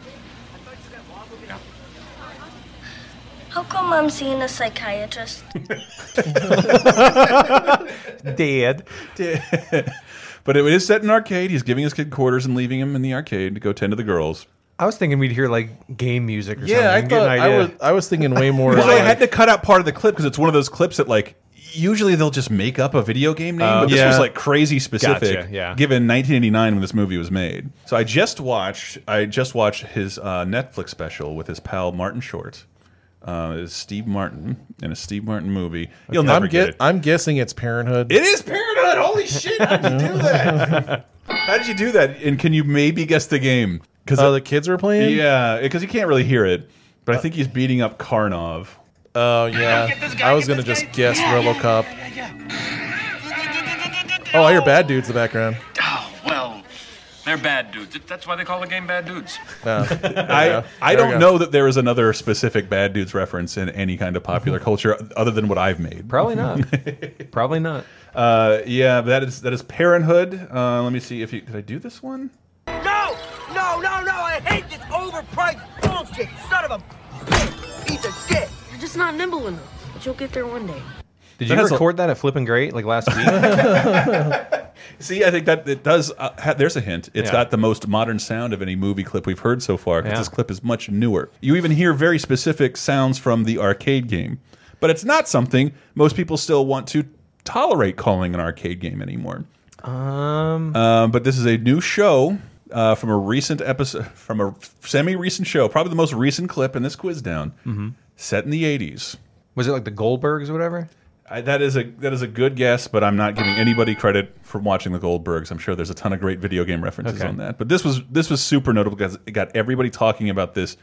How come I'm seeing a [LAUGHS] psychiatrist?
Dead.
But it is set in an arcade. He's giving his kid quarters and leaving him in the arcade to go tend to the girls.
I was thinking we'd hear like game music or
yeah, I
something.
thought
get an
I
idea.
was I was thinking way more.
Well, I
like-
had to cut out part of the clip because it's one of those clips that like usually they'll just make up a video game name, but this
yeah.
was like crazy specific.
Gotcha, yeah.
Given 1989 when this movie was made, so I just watched I just watched his uh, Netflix special with his pal Martin Short. Uh, it's Steve Martin in a Steve Martin movie. You'll never
I'm
get, it.
I'm guessing it's
[LAUGHS]
Parenthood.
it is Parenthood. Holy shit! How did you do that? [LAUGHS] How did you do that? And can you maybe guess the game? Because
Oh, the kids were playing.
yeah, because you can't really hear it. But I think he's beating up Karnov.
Oh yeah. I was gonna just guess RoboCop. Oh, I hear bad dudes in the background.
Oh, well, they're bad dudes. That's why they call the game Bad Dudes.
I, I
There we
don't
go.
know that there is another specific bad dudes reference in any kind of popular
Mm-hmm.
culture other than what I've made.
Probably not. Probably not.
Uh, yeah, that is that is Parenthood. Uh, let me see if you did I do this one.
No! No, no, no! I hate this overpriced bullshit! Son of a bitch! Eat the shit!
You're just not nimble enough, but you'll get there one day.
Did
That
you
has a-
record that at Flippin' Great like last week?
See, I think that it does. Uh, ha, there's a hint. It's
Yeah.
got the most modern sound of any movie clip we've heard so far. 'cause
Yeah.
This clip is much newer. You even hear very specific sounds from the arcade game, but it's not something most people still want to tolerate calling an arcade game anymore.
um,
Um, but this is a new show uh, from a recent episode, from a semi-recent show, probably the most recent clip in this quiz down,
Mm-hmm.
set in the '80s.
was it like the Goldbergs or whatever?
I, that is a that is a good guess, but I'm not giving anybody credit for watching the Goldbergs. I'm sure there's a ton of great video game references
Okay.
on that, but this was this was super notable because it got everybody talking about this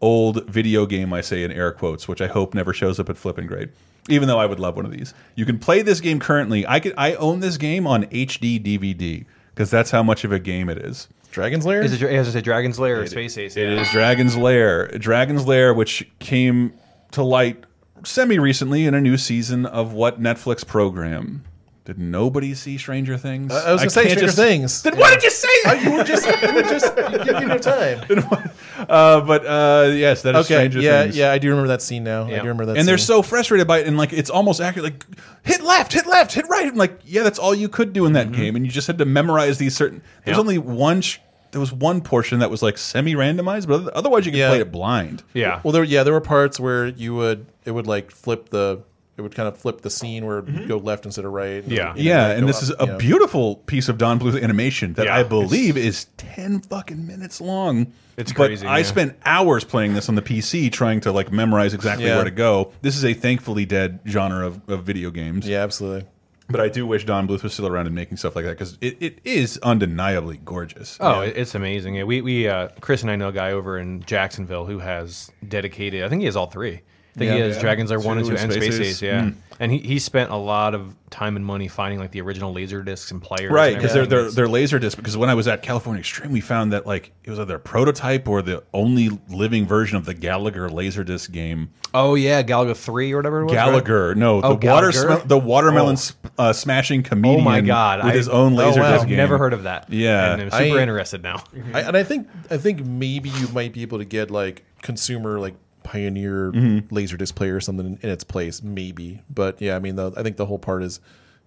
old video game. I say in air quotes, which I hope never shows up at Flipping Grade, even though I would love one of these. You can play this game currently. I could I own this game on HD DVD because that's how much of a game it is.
Dragon's Lair.
Is it as I said, Dragon's Lair or Space Ace?
It is Dragon's Lair. Dragon's Lair, which came to light semi recently in a new season of what Netflix program? Did nobody see Stranger Things?
Uh, I was gonna say
can't
Stranger
just-
Things. Oh,
Then what did you say?
you were just you were just giving no time.
Then what- Uh, but uh, yes, that is
Okay,
Stranger
yeah,
Things.
yeah, I do remember that scene now. I do remember that.
And they're
scene.
so frustrated by it, and like it's almost accurate. Like hit left, hit left, hit right. I'm like, yeah, that's all you could do in that
Mm-hmm.
game, and you just had to memorize these certain. There's
Yeah.
only one. Sh there was one portion that was like semi-randomized, but oth- otherwise you could play it blind.
Yeah.
Well, there yeah, there were parts where you would it would like flip the it would kind of flip the scene where you go left instead of right. and, you know,
yeah,
like,
and
go
this
up,
is a
yeah.
beautiful piece of Don Bluth animation that
Yeah,
I
it's-
believe is ten fucking minutes long. It's but
crazy,
I
yeah.
spent hours playing this on the PC, trying to like memorize exactly
Yeah.
where to go. This is a thankfully dead genre of, of video games.
Yeah, absolutely.
But I do wish Don Bluth was still around and making stuff like that because it, it is undeniably gorgeous.
Oh,
Yeah.
it it's amazing. Yeah, we we uh, Chris and I know a guy over in Jacksonville who has dedicated. I think he has all three. I think he
Yeah.
has
Yeah.
Dragons Are One and
Two
Two
and
and Space
Space
Ace.
Ace.
Yeah,
Mm.
and he, he spent a lot of time and money finding like the original laser discs and players.
right
and
because they're,
everything.
they're they're laser disc because when i was at california extreme we found that like it was either a prototype or the only living version of the gallagher laser disc game
Oh yeah, Galaga Three or whatever. it was, right?
gallagher no
Oh,
the water
Gallagher?
smel- the watermelon
Oh.
s uh, smashing comedian
God,
with
I-
his own
oh,
laser
wow.
disc game
Never heard of that.
yeah
And I'm super interested now.
I, and I think I think maybe you might be able to get like consumer like pioneer
Mhm.
laser disc player or something in, in its place, maybe. But yeah, I mean, the, I think the whole part is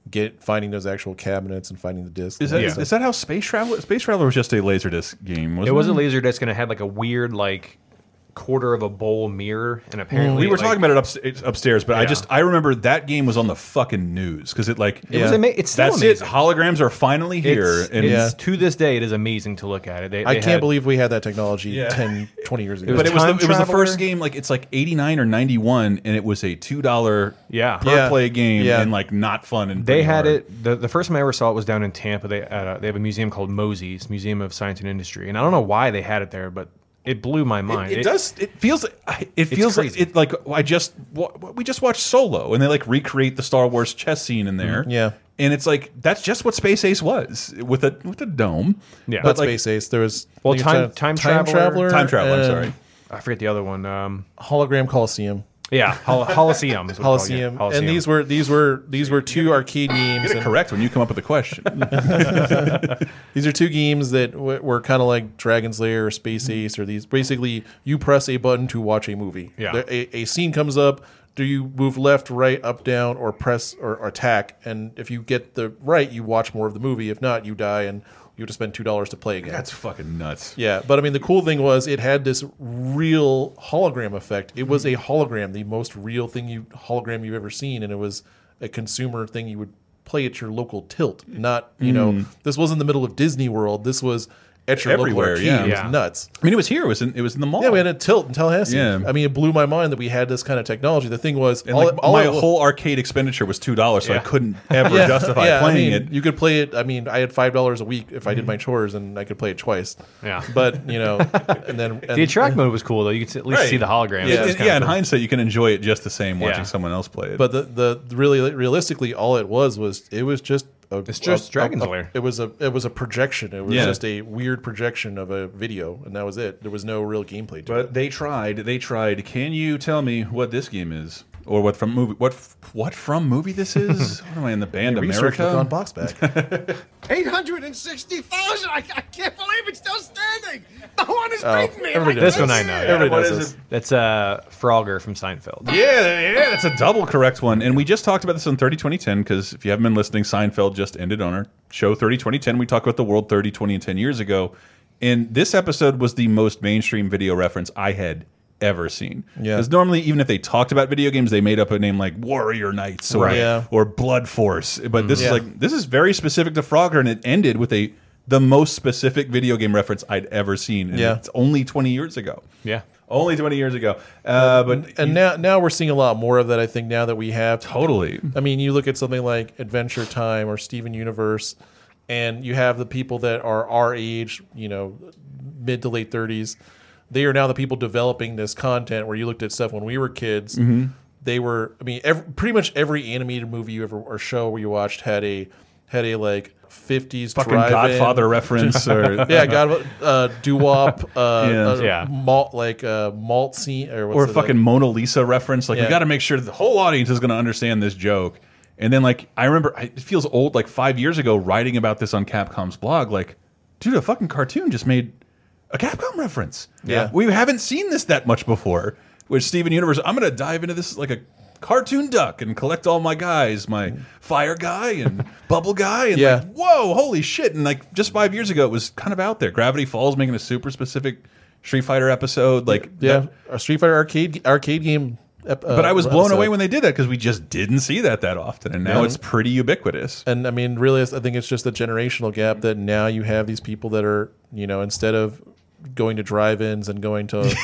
get finding those actual cabinets and finding the discs.
is
and
that,
all
is that how space traveler space traveler was just a laser disc game wasn't
it was a laser disc and it had like a weird like quarter of a bowl mirror and apparently
we were
like,
talking about it ups, it's upstairs, but I
Yeah.
just I remember that game was on the fucking news because it like
It was ama- it's still
that's
amazing.
it. Holograms are finally here,
It's, it's- to this day, it is amazing to look at it. They,
I
they
can't
had-
believe we had that technology
Yeah.
10, 20 years ago.
but it was the, it was the first
game.
game like it's like 89 or 91 and it was a $2
yeah.
per
Yeah.
play game
Yeah.
and like not fun and
They
pretty
had
hard.
it. The, the first time I ever saw it was down in Tampa. They uh, they have a museum called Mosey's Museum of Science and Industry, and I don't know why they had it there, but it blew my mind.
it does- it feels it feels like it like I just wa- we just watched Solo and they like recreate the Star Wars chess scene in there.
Mhm. Yeah.
And it's like that's just what Space Ace was with a with a dome.
Yeah.
But
Not
like,
Space Ace. There was
well,
I think
time
it's a
time, traveler,
Time Traveler, I'm
and
sorry.
I forget the other one. Um,
Hologram Coliseum.
yeah, Hol- Holosseum. is what it's called, yeah.
Coliseum.
Holosseum.
And these were these were these were two arcade games.
Get it
and-
correct when you come up with a
[LAUGHS]
question.
these are two games that w- were kind of like Dragon's Lair or Space Ace or these. Basically, you press a button to watch a movie.
Yeah.
There- A, a scene comes up. Do you move left, right, up, down, or press or, or attack? And if you get the right, you watch more of the movie. If not, you die and you have to spend two dollars to play again.
that's fucking nuts.
Yeah, but I mean, the cool thing was it had this real hologram effect. It
Mm-hmm.
was a hologram, the most real thing you hologram you've ever seen, and it was a consumer thing you would play at your local tilt. Not you know,
Mm.
this wasn't the middle of Disney World. This was at your
Everywhere,
local arcade.
yeah.
It was
Yeah.
nuts.
I mean, it was here. It was in it was in the mall.
Yeah, we had a tilt in Tallahassee.
Yeah.
I mean, it blew my mind that we had this kind of technology. The thing was,
And
all-
like
all
my
it was-
whole arcade expenditure was two dollars, so I
[LAUGHS] Yeah.
couldn't ever
[LAUGHS] Yeah,
justify
yeah, I
playing
mean,
it. Mm-hmm.
You could play it. I mean, I had five dollars a week if I did my chores, and I could play it twice.
Yeah.
but you know,
[LAUGHS]
and then and,
the attract mode was cool though. You could at least
Right.
see the holograms.
Yeah,
It was
in-
kinda
yeah, in
cool.
hindsight, you can enjoy it just the same watching
Yeah.
someone else play it.
But the, the really realistically, all it was was it was just a, it's
just Dragon's
a,
Lair.
It was a it was a projection. It was
Yeah.
just a weird projection of a video, and that was it. There was no real gameplay. To it.
But they tried. They tried. Can you tell me what this game is, or what from movie? What f- what from movie this
[LAUGHS]
is? what am I in the band
Research
America?
look on Boxback.
860,000! I, I can't believe it's still standing! The horn is
Oh,
beating me!
everybody
I
this
can't
one I
see
know.
it.
Everybody knows this. That's uh, Frogger from Seinfeld.
yeah, yeah, that's a double correct one. And we just talked about this on 30 2010 because if you haven't been listening, Seinfeld just ended on our show 30 2010. We talked about the world 30, 20, and 10 years ago. And this episode was the most mainstream video reference I had ever seen.
Yeah.
Because normally, even if they talked about video games, they made up a name like Warrior Knights or,
Right. Yeah.
or Blood Force. But this
Yeah.
is like, this is very specific to Frogger, and it ended with a. The most specific video game reference I'd ever seen. And
Yeah.
It's only 20 years ago.
Yeah.
Only 20 years ago. Uh, but
[LAUGHS] and now now we're seeing a lot more of that. I think now that we have
totally.
I mean, you look at something like Adventure Time or Steven Universe, and you have the people that are our age, you know, mid to late thirties. They are now the people developing this content. Where you looked at stuff when we were kids,
Mhm.
they were. I mean, every, pretty much every animated movie you ever or show where you watched had a had a like. 50s
Fucking
drive-in-
Godfather reference
[LAUGHS]
or- [LAUGHS]
yeah, God, uh, doo wop, uh,
Yeah.
uh,
Yeah.
malt like uh, malt scene or what's
or a
it,
fucking
like-
Mona Lisa reference. Like we
Yeah.
got to make sure that the whole audience is going to understand this joke. And then like I remember, I- it feels old. Like five years ago, writing about this on Capcom's blog. Like, dude, a fucking cartoon just made a Capcom reference.
Yeah.
we haven't seen this that much before. With Steven Universe, I'm gonna dive into this like a cartoon duck and collect all my guys, my fire guy and [LAUGHS] bubble guy, and
Yeah.
like, whoa, holy shit! And like just five years ago, it was kind of out there. Gravity Falls making a super specific Street Fighter episode, like [LAUGHS]
Yeah, a Street Fighter arcade arcade game. ep-
but
uh,
I was blown
episode.
away when they did that because we just didn't see that that often, and now
Yeah.
it's pretty ubiquitous.
And I mean, really, I think it's just the generational gap that now you have these people that are, you know, instead of going to drive-ins and
[LAUGHS]
going to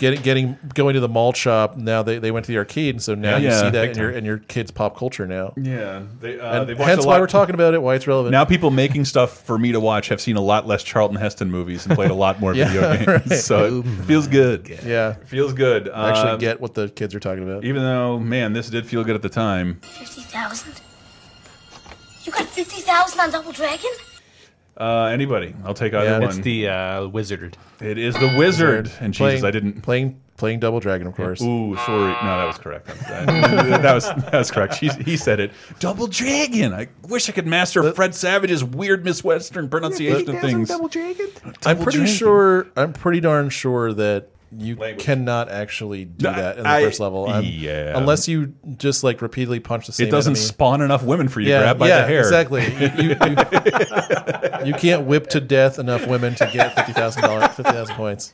getting getting going to the mall shop, now they, they went to the arcade, and so now you
Yeah,
see that
big
in your
time.
in your kids' pop culture now.
Yeah, they, uh,
and
they've watched
hence
a
why
lot-
we're talking about it, why it's relevant.
Now people making stuff for me to watch have seen a lot less Charlton Heston movies and played a lot more
[LAUGHS] Yeah,
video games, [LAUGHS]
right.
so it feels good.
yeah,
feels good.
Actually,
Um,
get what the kids are talking about.
Even though, man, this did feel good at the time.
50,000? You got 50,000 on Double Dragon?
Uh, anybody, I'll take either
Yeah.
one.
It's
the uh, wizard. It is the wizard. And Jesus,
playing,
I didn't
playing playing Double Dragon, of course.
Ooh, sorry. No, that was correct. That, that was that was correct. He, he said it. Double Dragon. I wish I could master Fred Savage's weird Miss Western pronunciation of things.
Dragon?
I'm
Double
pretty
Dragon.
sure. I'm pretty darn sure that you cannot actually do
No,
that in the
I-
first level. I'm-
yeah.
Unless you just like repeatedly punch the same.
It doesn't
enemy.
spawn enough women for you to
Yeah,
grab by
yeah,
the hair.
Exactly. You, you-
[LAUGHS]
you- you can't whip to death enough women to get fifty thousand dollars, fifty thousand points.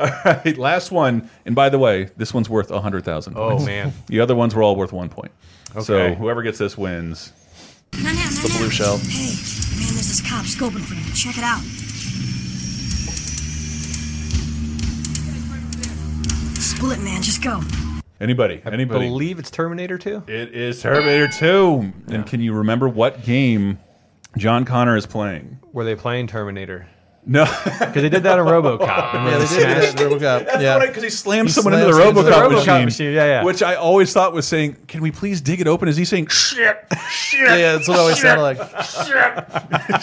All right, last one. And by the way, this one's worth a hundred thousand.
Oh, man.
the other ones were all worth one point. So
Okay.
whoever gets this wins. The blue shell.
Hey, man, there's this cop scoping for them. Check it out. Split, man. Just go.
Anybody? Anybody?
believe it's Terminator 2.
It is Terminator Two. And can you remember what game John Connor is playing?
Were they playing Terminator?
No, [LAUGHS]
because they did that in RoboCop. Remember
Yeah, they
the
did that
smash?
in RoboCop.
That's
yeah,
right, because he slammed
He
someone
slams
into the
into the
RoboCop,
RoboCop
machine,
machine, yeah, yeah.
Which I always thought was saying, "Can we please dig it open?" Is he saying, "Shit, shit"?
Yeah, [LAUGHS] yeah,
[LAUGHS]
that's what it always
shit,
sounded like.
Uh,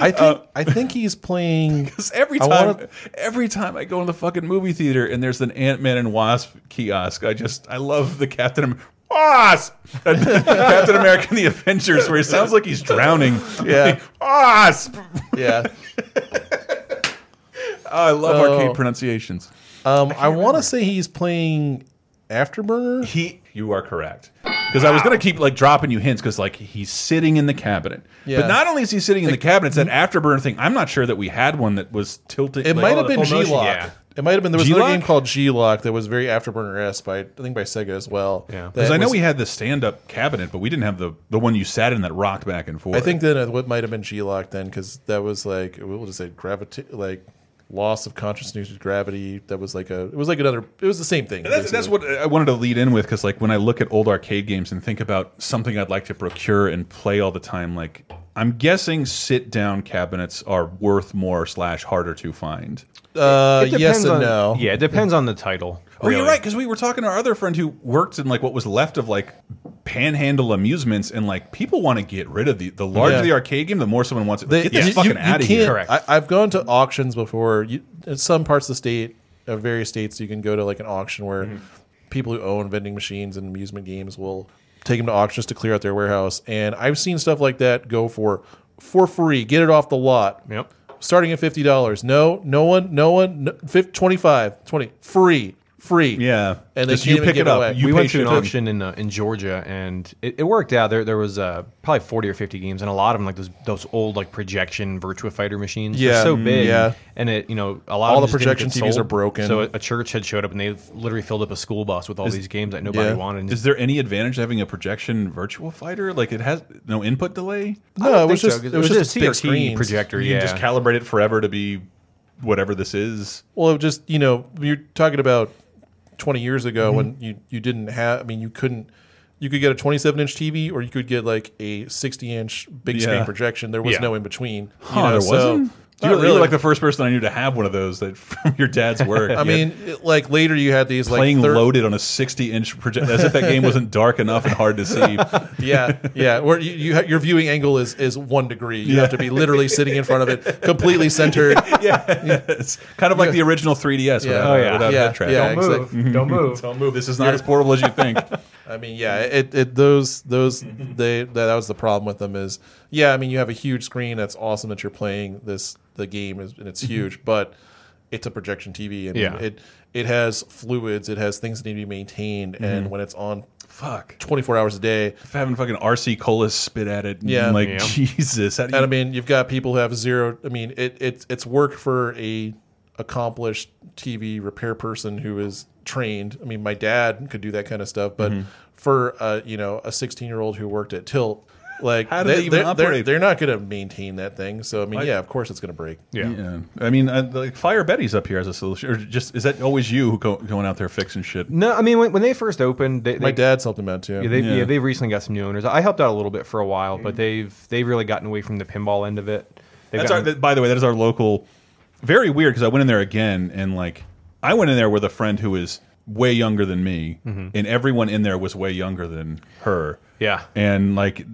I think I think
[LAUGHS]
he's playing
Because every
I
time,
wanna-
every time I go in the fucking movie theater and there's an Ant Man and Wasp kiosk, I just I love the Captain Am- Wasp, [LAUGHS] And Captain America and the Avengers, where he sounds like he's drowning.
Yeah.
Like, [LAUGHS] Wasp.
yeah.
I love
Oh.
arcade pronunciations.
Um, I, want to say he's playing Afterburner.
He, you are correct. Because I was gonna keep like dropping you hints because like he's sitting in the cabinet,
Yeah.
but not only is he sitting in the cabinet, it's that afterburner thing. I'm not sure that we had one that was tilted.
It
like- oh,
might have been G Lock. It might have been there was another
G-Lock?
game called G Lock that was very Afterburner esque by I think by Sega as well. Yeah,
Because I know we had the stand-up cabinet, but we didn't have the the one you sat in that rocked back and forth.
I think then it what might have been G Lock then because that was like we'll just say gravity like loss of consciousness with gravity. That was like a it was like another it was the same thing.
that's, that's what I wanted to lead in with because, like, when I look at old arcade games and think about something I'd like to procure and play all the time, like, I'm guessing sit-down cabinets are worth more slash harder to find.
Uh,
It depends
yes and
on-
no.
Yeah, it depends on the title.
Oh, you're right because we were talking to our other friend who worked in like what was left of like Panhandle Amusements, and like people want to get rid of the the larger
Yeah.
the arcade game, the more someone wants it. Like,
They-
get this
you-
fucking
you- you
out of here.
can't- I, I've gone to auctions before. You, in some parts of the state, of various states, you can go to like an auction where people who own vending machines and amusement games will take them to auctions to clear out their warehouse. And I've seen stuff like that go for for free. Get it off the lot.
Yep.
Starting at fifty dollars. No, no one, no one. No, 50, 25, 20, free, free.
Yeah.
and they can't even give away.
we went to an auction in uh, in Georgia, and it, it worked out. There there was uh, probably forty or fifty games, and a lot of them like those those old like projection Virtua Fighter machines. They're
Yeah,
so
mm,
big.
yeah.
and it you know a lot
All
of
the
them just didn't
projection
get
TVs are
sold.
broken.
So a, a church had showed up, and they literally filled up a school bus with all
Is-
these games that nobody
Yeah.
wanted.
Is there any advantage to having a projection virtual fighter? Like it has no input delay.
No, I don't it was think so, just- 'cause it it was was just just big CRT screens.
projector,
You can
yeah.
just calibrate it forever to be whatever this is.
Well, it just you know, you're talking about twenty years ago
Mm-hmm.
when you you didn't have. I mean, you couldn't. You could get a 27 inch TV, or you could get like a 60 inch big screen
Yeah.
projection. There was
Yeah.
no in between.
Huh, there wasn't.
So,
you were you
Oh, Not
were
really.
like the first person I knew to have one of those that [LAUGHS] from your dad's work.
[LAUGHS] I
You had
mean, it- like later you had these like
playing
thir-
loaded on a 60 inch projector as if that game wasn't dark enough and hard to
[LAUGHS]
see.
[LAUGHS] yeah, yeah. Where you, you ha- your viewing angle is is one degree. You have to be literally sitting in front of it,
[LAUGHS]
completely centered.
It's kind of like the original 3DS
Yeah.
without,
Oh, yeah.
without
Yeah,
head tracking.
yeah, Don't move. exactly. [LAUGHS] Don't move.
Don't move. This is not
You're-
as portable as you
[LAUGHS]
think.
I mean, yeah, it, it those those they that, that was the problem with them is yeah, I mean you have a huge screen that's awesome that you're playing this the game is and it's huge, but it's a projection TV and
Yeah.
it it has fluids, it has things that need to be maintained, and
Mhm.
when it's on
fuck
24 hours a day,
having fucking RC Cola spit at it. and,
yeah,
like Jesus. How do
and I
you-
mean, you've got people who have zero. I mean, it, it's it's work for a accomplished TV repair person who is trained. I mean, my dad could do that kind of stuff, but
Mhm.
for uh, you know a 16 year old who worked at Tilt, like
How do they even
they're- they're,
operate?
They're not going to maintain that thing. So I mean,
I-
yeah, of course it's going to break.
I mean, I, like fire Betty's up here as a solution, or just is that always you who go, going out there fixing shit?
No, I mean when, when they first opened, they,
My
they-
dad's helped them out too.
Yeah, they
Yeah. Mm.
yeah. they recently got some new owners. I helped out a little bit for a while, but they've they've really gotten away from the pinball end of it. They've
That's our,
gotten-
that, by the way, that is our local. Very weird because I went in there again and like I went in there with a friend who is way younger than me,
Mhm.
and everyone in there was way younger than her.
Yeah.
and like.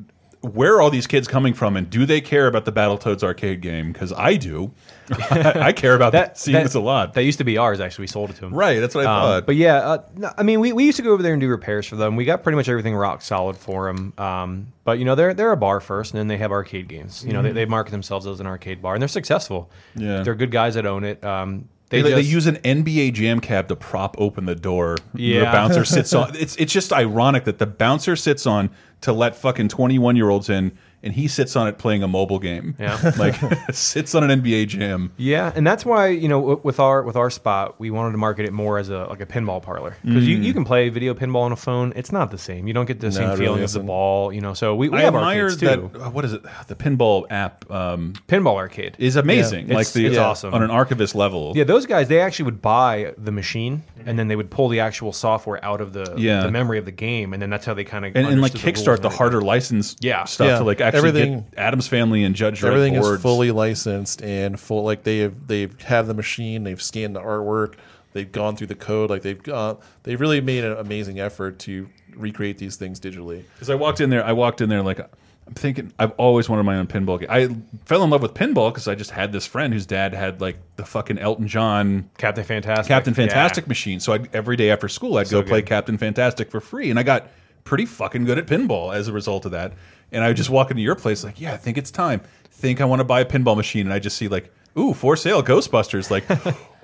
Where are all these kids coming from, and do they care about the Battletoads arcade game? Because I do. [LAUGHS] I care about that, seeing
[LAUGHS] that-
this a lot.
That used to be ours, actually. We sold it to them.
Right, that's what I
Um,
thought.
But yeah, uh, no, I mean, we, we used to go over there and do repairs for them. We got pretty much everything rock solid for them. Um, but you know, they're they're a bar first, and then they have arcade games. You know,
Mhm.
they, they market themselves as an arcade bar, and they're successful.
Yeah.
they're good guys that own it. Um,
They, they,
just-
use an NBA Jam cab to prop open the door. The
Yeah.
bouncer sits
[LAUGHS]
on. It's it's just ironic that the bouncer sits on to let fucking twenty one year olds in, and he sits on it playing a mobile game.
Yeah.
[LAUGHS] like sits on an NBA Jam.
Yeah, and that's why you know w- with our with our spot, we wanted to market it more as a like a pinball parlor because you,
Mm.
you can play video pinball on a phone. It's not the same. You don't get the
No,
same
it really
feeling of the
isn't.
ball. You know, so we, we
I
have
admire
arcades too.
that. uh, What is it? The pinball app. Um,
pinball arcade
is amazing.
Yeah.
Like
It's-
the
it's
yeah,
awesome.
on an archivist level.
Yeah, those guys they actually would buy the machine and then they would pull the actual software out of the
Yeah.
the memory of the game, and then that's how they kind of
And, and like kickstart the harder license
Yeah.
stuff
Yeah.
to like actually
Everything-
get Adam's Family and Judge Dredd
Everything
boards.
is fully licensed and full. Like they've they've had the machine, they've scanned the artwork, they've gone through the code. Like they've uh, they really made an amazing effort to recreate these things digitally.
Because I walked in there, I walked in there like I'm thinking I've always wanted my own pinball game. I fell in love with pinball because I just had this friend whose dad had like the fucking Elton John
Captain Fantastic,
Captain
Yeah.
Fantastic machine. So I'd, every day after school, I'd go play Captain Fantastic for free, and I got pretty fucking good at pinball as a result of that. And I would just walk into your place like, yeah, I think it's time. Think I want to buy a pinball machine, and I just see like, ooh, for sale, Ghostbusters. Like,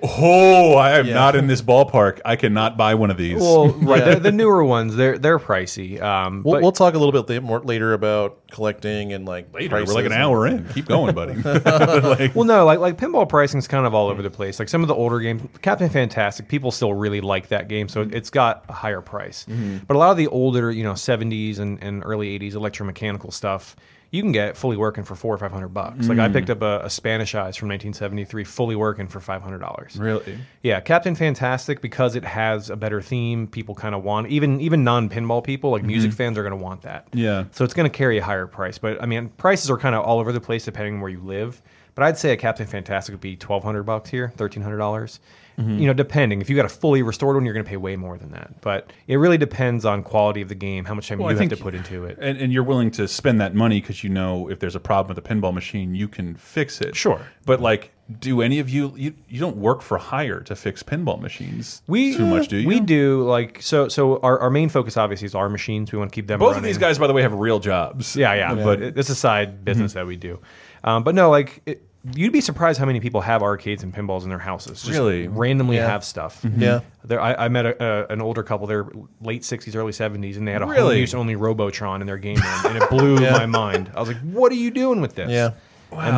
oh, I am not in this ballpark. I cannot buy one of these.
Well, right, the, the newer ones they're they're pricey. Um,
We'll,
but-
we'll talk a little bit la- more later about collecting and like
Later, we're like an
[LAUGHS]
hour in. Keep going, buddy. [LAUGHS]
well, no, like like pinball pricing is kind of all over the place. Like some of the older games, Captain Fantastic, people still really like that game, so it's got a higher price. But a lot of the older, you know, seventies and, and early eighties electromechanical stuff, you can get fully working for four or five hundred bucks. Like I
Mm.
picked up a, a Spanish Eyes from nineteen seventy three, fully working for five hundred dollars.
Really?
Yeah, Captain Fantastic because it has a better theme. People kind of want even even non pinball people like music
Mhm.
fans are going to want that.
Yeah.
So it's going to carry a higher price. But I mean, prices are kind of all over the place depending on where you live. But I'd say a Captain Fantastic would be twelve hundred bucks here, thirteen hundred dollars.
Mhm.
You know, depending if you got a fully restored one, you're going to pay way more than that. But it really depends on quality of the game, how much time
Well, I
you have
think-
to put into it.
And, and you're willing to spend that money because you know if there's a problem with the pinball machine, you can fix it. Sure. But like, do any of you you, you don't work for hire to fix pinball machines?
We
too much, do you?
We do like so. So our, our main focus obviously is our machines. We want to keep them.
Both of
running.
these guys, by the way, have real jobs.
Yeah, yeah.
Yeah.
But it, it's a side business
Mhm.
that we do. Um, but no, like it, you'd be surprised how many people have arcades and pinballs in their houses. Just
Really?
randomly
Yeah.
have stuff.
Mhm. Yeah.
There, I, I met a, a, an older couple. They're late '60s, early '70s, and they had a
Really?
home use only Robotron in their game room, and it blew
[LAUGHS] Yeah.
my mind. I was like, "What are you doing with this?"
Yeah.
And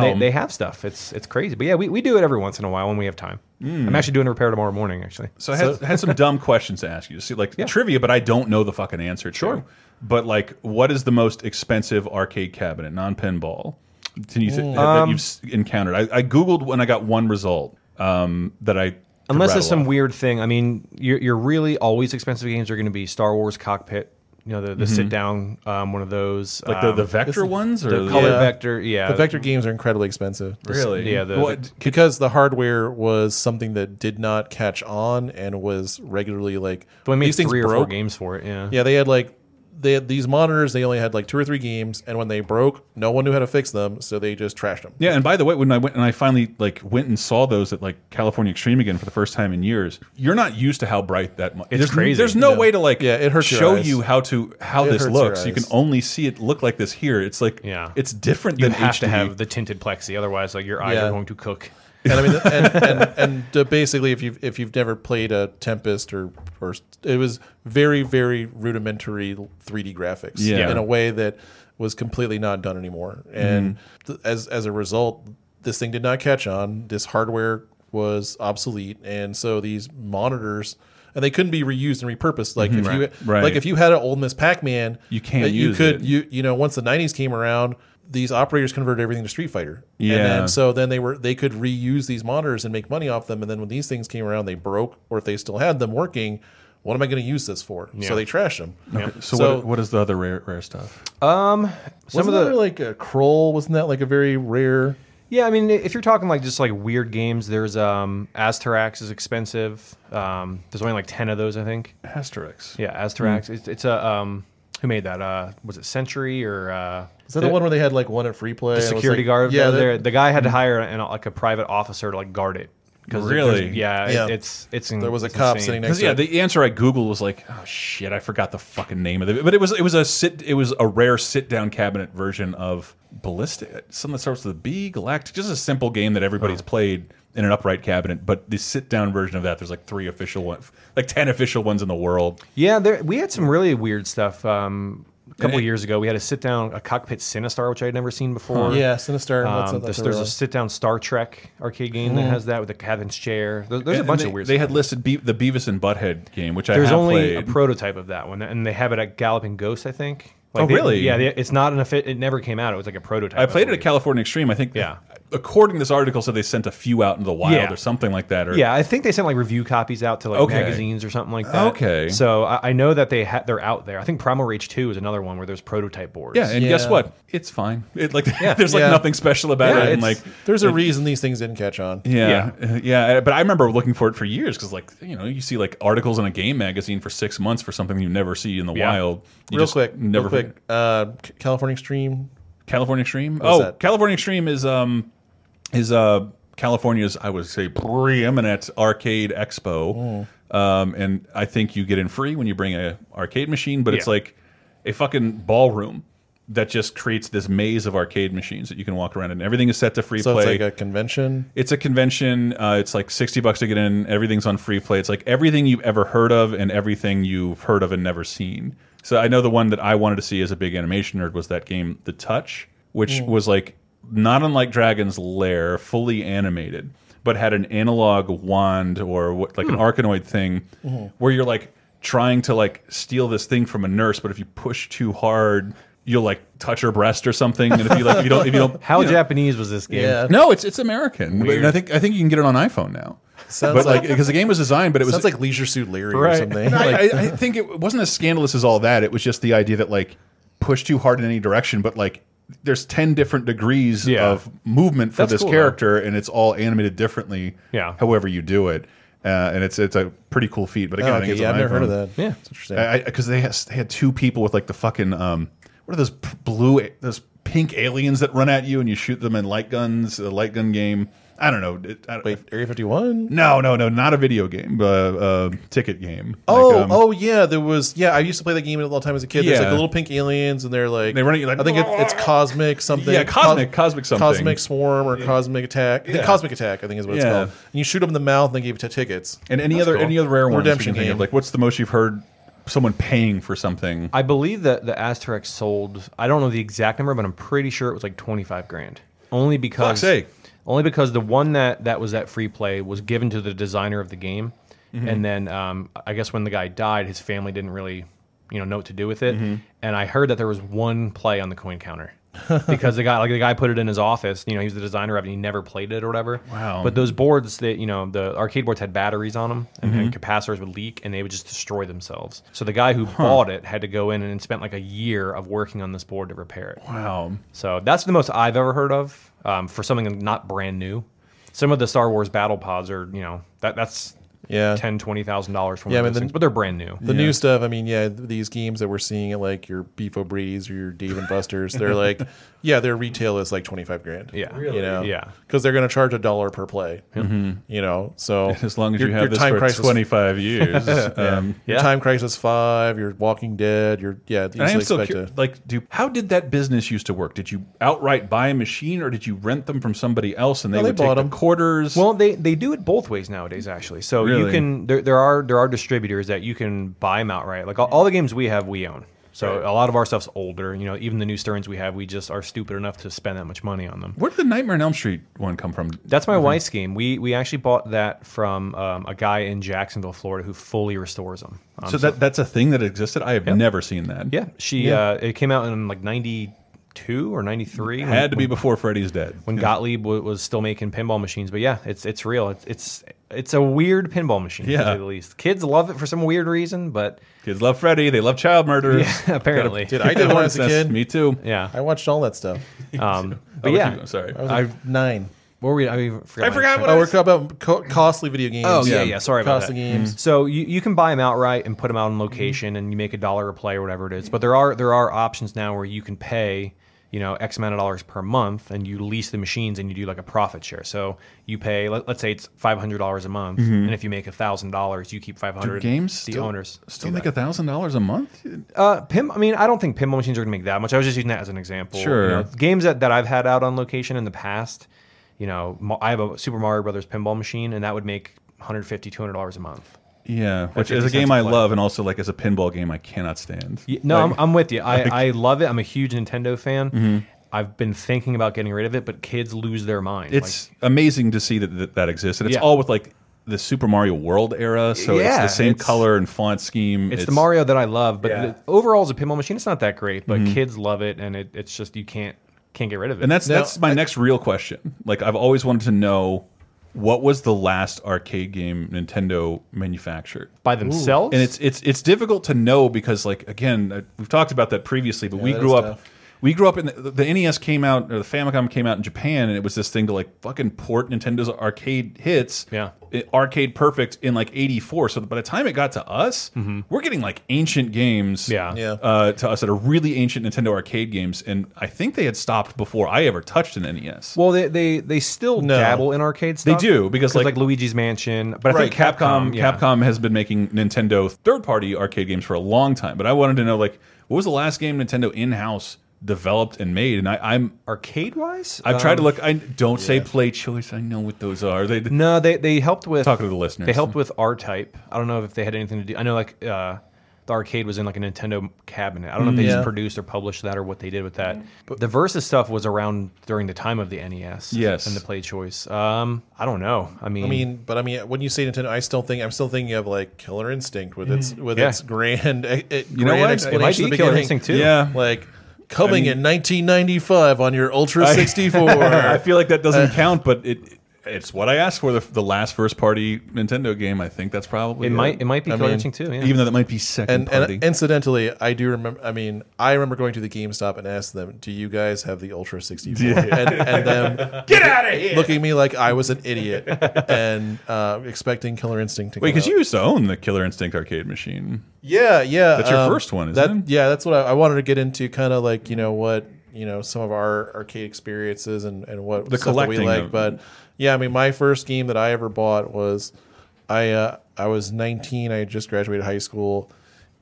Wow.
they, they have stuff. It's it's crazy. But yeah, we, we do it every once in a while when we have time.
Mm.
I'm actually doing a repair tomorrow morning. Actually,
So I had, had some dumb questions to ask you. See, like trivia, but I don't know the fucking answer. Sure. To. But like, what is the most expensive arcade cabinet, non-pinball? Can you th
Mm.
that
Um,
you've s- encountered? I, I googled when I got one result um, that I could
Unless there's
rattle
some
off.
weird thing. I mean, your, your really always expensive games are going to be Star Wars Cockpit. You know, the, the
Mhm.
sit down um, one of those.
Like the- the
um,
vector ones or
the
the-
color
Yeah.
vector. Yeah,
The vector games are incredibly expensive.
Really? Yeah, the- What-
because the hardware was something that did not catch on and was regularly like
They made
these things
three or four
broke.
games for it, yeah.
Yeah, they had like they had these monitors. They only had like two or three games, and when they broke, no one knew how to fix them, so they just trashed them.
Yeah, and by the way, when I went and I finally like went and saw those at like California Extreme again for the first time in years, you're not used to how bright that. Mu- there's,
crazy.
There's no
Yeah.
way to like
Yeah, it hurts your
show
eyes.
you how to how
It
this
hurts your
looks. You can
eyes.
only see it look like this here. It's like yeah, it's different
You
than
have
HD.
to have the tinted plexi, otherwise, like your eyes
Yeah.
are going to cook.
And I mean,
[LAUGHS]
and, and, and uh, basically, if you've if you've never played a Tempest or or it was very very rudimentary 3D graphics
Yeah.
in a way that was completely not done anymore. And
Mm-hmm.
th- as as a result, this thing did not catch on. This hardware was obsolete, and so these monitors. And they couldn't be reused and repurposed. Like
Mhm.
if
Right.
you,
Right.
like if you had an old Miss Pac-Man,
You can't
that You
use
could
it.
you you know once the '90s came around, these operators converted everything to Street Fighter. And
Yeah.
then, so then they were they could reuse these monitors and make money off them. And then when these things came around, they broke, or if they still had them working, what am I going to use this for?
Yeah.
So they trashed them.
Okay, So, what, what is the other rare rare stuff?
Um, some
wasn't
of the
there like a Kroll? Wasn't that like a very rare?
Yeah, I mean, if you're talking like just like weird games, there's um Asterix is expensive. Um, there's only like ten of those, I think.
Asterix.
Yeah, Asterix. It's, it's a um, who made that? Uh, was it Century or? Uh,
Is that the one where they had like one at free play?
the
and it was,
security
like- Mm-hmm.
guard? Yeah,
that-
the guy had to hire an, like a private officer to like guard it. 'Cause
Really?
there's- Yeah, it-
Yeah.
it's it's. in-
There was a
it's
cop
insane.
sitting next
Because yeah, the answer I googled was like, oh shit, I forgot the fucking name of it. But it was it was a sit it was a rare sit down cabinet version of Ballistic, something that starts with a B, Galactic, just a simple game that everybody's played in an upright cabinet. But the sit down version of that, there's like three official ones, like ten official ones in the world.
Yeah, there, we had some really weird stuff. Um, a couple
And it-
years ago, we had a sit down, a cockpit Sinistar, which I had never seen before.
Huh. Yeah, Sinistar,
Um,
that's- that's
there's
a
there's
real
a
one.
sit down Star Trek arcade game
Mm-hmm.
that
Mm.
has that with the captain's chair. There- there's
And-
a bunch
and
of
they-
weird.
They
stuff.
had listed Be the Beavis and Butthead game, which I
there's
have
only a
played.
prototype of that one, and they have it at Galloping Ghost, I think.
Oh,
they-
really?
yeah, they, it's not an. offi- It never came out. It was like a prototype.
I played it at California Extreme. I think. Yeah. According to this article, said they sent a few out into the wild
Yeah.
or something like that. Or
yeah, I think they sent like review copies out to like
Okay.
magazines or something like that.
Okay.
So I, I know that they ha- they're out there. I think Primal Rage Two is another one where there's prototype boards.
Yeah, and guess what? It's fine. It like [LAUGHS] there's like
Yeah.
nothing special about
Yeah,
it. And
it's-
like
There's a
it-
reason these things didn't catch on.
Yeah, yeah, But I remember looking for it for years because like you know you see like articles in a game magazine for six months for something you never see in the
Yeah.
wild. You
real
just
quick,
never
real quick. Uh, C- California Extreme.
California Extreme.
What's
oh,
that?
California Extreme is um is uh California's I would say preeminent arcade expo.
Oh.
Um, and I think you get in free when you bring a arcade machine, but it's
Yeah.
like a fucking ballroom that just creates this maze of arcade machines that you can walk around and everything is set to free
so
play.
it's like a convention.
It's a convention. Uh, it's like sixty bucks to get in. Everything's on free play. It's like everything you've ever heard of and everything you've heard of and never seen. So I know the one that I wanted to see as a big animation nerd was that game, The Touch, which
Mm.
was like not unlike Dragon's Lair, fully animated, but had an analog wand or what, like an arcanoid thing,
Mhm.
where you're like trying to like steal this thing from a nurse, but if you push too hard. You'll like touch her breast or something, and if you like, if you don't, if you
[LAUGHS]
don't,
How
you know-
Japanese was this game? [LAUGHS]
Yeah. No, it's it's American. But
Weird.
I think I think you can get it on iPhone now.
Sounds
but like
like-
because the game was designed, but it was
Sounds like Leisure Suit Larry or
Right.
something.
No, I-
Like-
I, I think it wasn't as scandalous as all that. It was just the idea that like push too hard in any direction, but like there's ten different degrees of movement for
That's
this
cool, though.
character, and it's all animated differently.
Yeah.
however you do it. Uh, and it's it's a pretty cool feat, but again,
Oh,
I think
okay.
it's
Yeah,
on
I've never heard of
iPhone.
that. Yeah. It's interesting.
because they had, they had two people with like the fucking um, what are those p- blue those pink aliens that run at you and you shoot them in light guns, the light gun game. I don't know. It- I, Wait,
Area Fifty One?
No, no, no, not a video game, uh, uh, ticket game.
Oh,
Like, um,
oh yeah, there was yeah. I used to play that game all the time as a kid. There's like
Yeah.
the little pink aliens, and they're like
They run at you like,
I think it, it's cosmic something.
Yeah, cosmic- cosmic something.
cosmic swarm or cosmic attack. The
Yeah.
cosmic attack, I think, is what
Yeah.
it's called. And you shoot them in the mouth, and they give you t- tickets.
and any other any other rare ones
redemption
you can think
game?
of? Like, what's the most you've heard someone paying for something?
I believe that the Asterix sold. I don't know the exact number, but I'm pretty sure it was like 25 grand. Only because
Fuck's sake.
only because the one that that was at free play was given to the designer of the game,
Mhm.
and then um, I guess when the guy died, his family didn't really you know know what to do with it. And I heard that there was one play on the coin counter. [LAUGHS] because the guy, like the guy, put it in his office. You know, he was the designer of it. And he never played it or whatever.
Wow.
But those boards that you know, the arcade boards had batteries on them, and, and
Mhm.
capacitors would leak, and they would just destroy themselves. So the guy who bought it had to go in and spent like a year of working on this board to repair it.
Wow.
So that's the most I've ever heard of um, for something not brand new. Some of the Star Wars battle pods are, you know, that that's
Yeah.
ten, twenty thousand dollars from
Yeah,
yeah,
I mean,
those
the-
things, but they're brand new.
The new stuff, I mean, yeah, th- these games that we're seeing at like your Beef O'Breeze or your Dave and Buster's,
[LAUGHS]
they're like, yeah, their retail is like twenty five grand.
Yeah.
you
Really?
know,
Yeah.
because they're going to charge a dollar per play.
Mhm.
You know, so
[LAUGHS] As long as you have this for 25 years,
[LAUGHS] yeah.
um,
Your
Yeah.
Time Crisis Five, your Walking Dead, your yeah,
And I am
easily
so
expect
curious.
to.
Like, do how did that business used to work? Did you outright buy a machine, or did you rent them from somebody else and they, would take the quarters?
Well, they they do it both ways nowadays, actually. So
Really?
you can there, there are there are distributors that you can buy them outright. Like all, all the games we have, we own. So a lot of our stuff's older. You know, even the new Sterns we have, we just are stupid enough to spend that much money on them.
Where did the Nightmare on Elm Street one come from?
That's
Mm-hmm.
my wife's game. We we actually bought that from um, a guy in Jacksonville, Florida, who fully restores them. Um,
so that that's a thing that existed. I have never seen that.
Yeah, she Uh, it came out in like '92 or '93.
Had to be before Freddy's Dead
when
Yeah.
Gottlieb w- was still making pinball machines. But yeah, it's it's real. It's it's it's a weird pinball machine, to
Yeah.
say the least. Kids love it for some weird reason, but
kids love Freddy. They love child murders.
Yeah, apparently,
Dude,
[LAUGHS]
I did one as a kid.
Me too.
Yeah,
I watched all that stuff.
Um,
Oh,
but
what
yeah,
you- I'm sorry.
I was like nine.
What were we? I, mean,
I forgot what. Oh, we're talking about co- costly video games.
Oh yeah, yeah. Sorry about
costly
that. Mm-hmm.
games.
So you, you can buy them outright and put them out on
Mm-hmm.
location, and you make a dollar a play or whatever it is. But there are there are options now where you can pay, you know, X amount of dollars per month, and you lease the machines and you do like a profit share. So you pay, let, us say it's five hundred dollars a month,
Mhm.
and if you make thousand dollars, you keep five
Do
hundred.
games
the
still,
owners
still make a thousand dollars a month?
uh, pin. I mean, I don't think pinball machines are going to make that much. I was just using that as an example. You
Sure.
know, games that, that I've had out on location in the past, you know, Ma- I have a Super Mario Brothers pinball machine, and that would make 150 $200 a month.
Yeah,
Or
which is
50
a game
cents a
I
play.
love, and also like as a pinball game, I cannot stand.
Y- No,
Like-
I'm, I'm with you. I,
like-
I love it. I'm a huge Nintendo fan.
Mhm.
I've been thinking about getting rid of it, but kids lose their mind.
it's amazing to see that that, that exists, and it's
Yeah.
all with like the Super Mario World era. So it's
Yeah,
the same
it's-
color and font scheme.
It's, the Mario that I love, but
Yeah.
the- overall as a pinball machine, it's not that great. But
Mhm.
kids love it, and it, it's just you can't can't get rid of it.
and that's that's my next real question. Like I've always wanted to know. What was the last arcade game Nintendo manufactured
By themselves?
And it's it's it's difficult to know because like again uh, we've talked about that previously, but
Yeah,
we
that
grew up
is tough.
we grew up in the, the NES came out or the Famicom came out in Japan, and it was this thing to like fucking port Nintendo's arcade hits, yeah, arcade perfect in like '84. So by the time it got to us, we're getting like ancient games, Mm-hmm. yeah,
Yeah.
Uh, to us that are really ancient Nintendo arcade games, and I think they had stopped before I ever touched an E NES.
Well, they they they still dabble in arcade
They
stuff.
do, because, like-
Luigi's Mansion, but I
Right,
think Capcom,
Capcom,
yeah.
Capcom has been making Nintendo third-party arcade games for a long time, but I wanted to know like what was the last game Nintendo in-house developed and made? And I, I'm
arcade-wise,
I've tried to
Um,
look. I don't say play choice. I know what those are. They
no, they they helped with
talking to the listeners.
They helped with R Type. I don't know if they had anything to do. I know like uh, the arcade was in like a Nintendo cabinet. I don't know if they
Mm. Yeah.
just produced or published that or what they did with that. But the Versus stuff was around during the time of the NES.
Yes.
and the Play Choice. Um, I don't know. I mean,
I mean, but I mean, when you say Nintendo, I still think I'm still thinking of like Killer Instinct with its
Mm.
with
Yeah.
its grand, [LAUGHS] it, it,
You know
grand
what? It
explanation.
might be
at the
Killer
beginning.
Instinct too. Yeah.
like coming
I
in 1995 on your Ultra
[LAUGHS]
64.
I feel like that doesn't count, but it it's what I asked for the, the last first-party Nintendo game. I think that's probably
It might- it might be
I
Killer
mean,
Instinct too, yeah.
Even though that might be second
and,
party.
and incidentally, I do remember. I mean, I remember going to the GameStop and asking them, "Do you guys have the Ultra 64?"
Yeah.
And, and them
Get
look-
outta here!
looking at me like I was an idiot and uh, expecting Killer Instinct to
Wait,
come
because
out.
you used to own the Killer Instinct arcade machine.
Yeah, yeah. um,
That's your first one, isn't
that, it? Yeah, that's what I, I wanted to get into. Kind of like you know what you know some of our arcade experiences and and what
The
stuff that we
collecting
like.
of-
But yeah, I mean, my first game that I ever bought was I uh, I was 19. I had just graduated high school,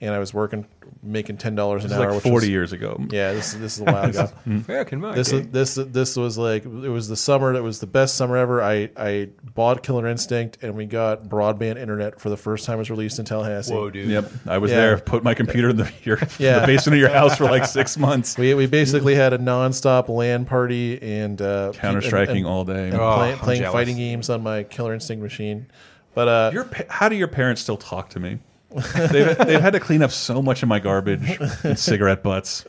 and I was working making ten dollars an
This is
hour.
like
which
40
was-
years ago.
Yeah, this is- this is a while
[LAUGHS]
ago.
Mm. American
this is
market.
this this was like it was the summer that was the best summer ever. I I bought Killer Instinct and we got broadband internet for the first time. It was released in Tallahassee.
Whoa, dude. Yep, I was
Yeah.
there. Put my computer in the, your, [LAUGHS] the basement of your house for like six months. [LAUGHS]
We, we basically had a nonstop LAN party and uh,
Counter-Striking
and- and-
all day.
and
Oh,
play-
I'm
playing
jealous.
fighting games on my Killer Instinct machine. But uh,
your pa- how do your parents still talk to
[LAUGHS]
me? they've, they've had to clean up so much of my garbage and cigarette butts,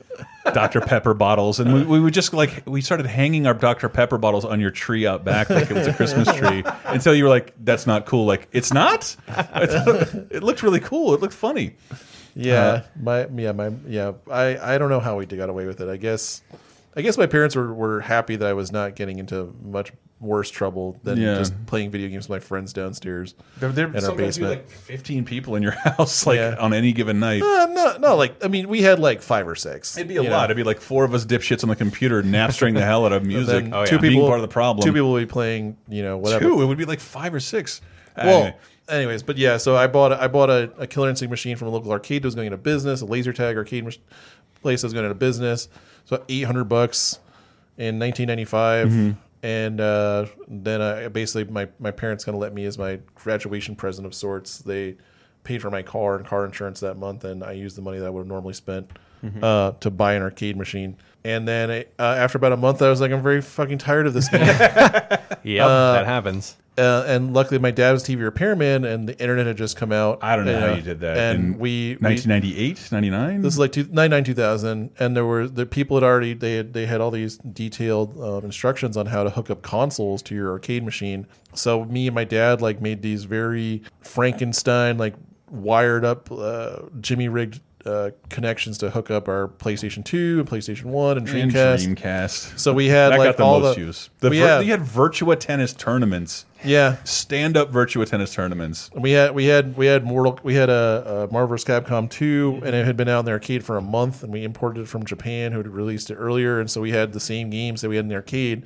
Dr. Pepper bottles. And we, we would just like, we started hanging our Dr. Pepper bottles on your tree out back like it was a
[LAUGHS]
Christmas tree until you were like, that's not cool. Like, it's not? I thought it looked really cool. It looked funny.
Yeah,
Uh,
my yeah my yeah. I I don't know how we got away with it. I guess I I guess my parents were, were happy that I was not getting into much worse trouble than
Yeah.
just playing video games with my friends downstairs
There, there
in our
sometimes you,
basement.
like fifteen people in your [LAUGHS] house, like on any given
[LAUGHS]
night.
Uh, no, no, like I mean, we had like five or six.
It'd be a lot. It'd be like four of us dipshits on the computer napstering the hell out [LAUGHS] of music.
Two
Two
people
oh, being part of the problem.
Two people will be playing, you know, whatever.
Two? It would be like five or six.
Well,
Anyway.
anyways, but yeah. So I bought a, I bought a, a Killer Instinct machine from a local arcade that was going into business. A laser tag arcade mach- place that was going into business. So eight hundred bucks in nineteen
Mhm.
And uh, then I basically my, my parents kind of let me as my graduation present of sorts. They paid for my car and car insurance that month, and I used the money that I would have normally spent
Mhm.
uh, to buy an arcade machine. And then it, uh, after about a month, I was like, I'm very fucking tired of this game.
Yep, that happens.
Uh, and luckily, my dad was TV repairman, and the internet had just come out.
I don't know how
uh,
you did that.
And
in
we, we
1998, 99.
this is like two, 99 2000 and there were the people had already they had they had all these detailed um, instructions on how to hook up consoles to your arcade machine so me and my dad like made these very frankenstein like wired up uh, jimmy rigged uh, connections to hook up our PlayStation 2 and PlayStation 1 and
And
Dreamcast.
Dreamcast.
So we had
that
like
got the
all
most
the
use. The
we
vir-
had-
they had Virtua tennis tournaments.
Yeah.
stand up Virtua tennis tournaments.
And we had we had we had Mortal we had a, a Marvel's Capcom 2 and it had been out in the arcade for a month and we imported it from Japan who had released it earlier and so we had the same games that we had in the arcade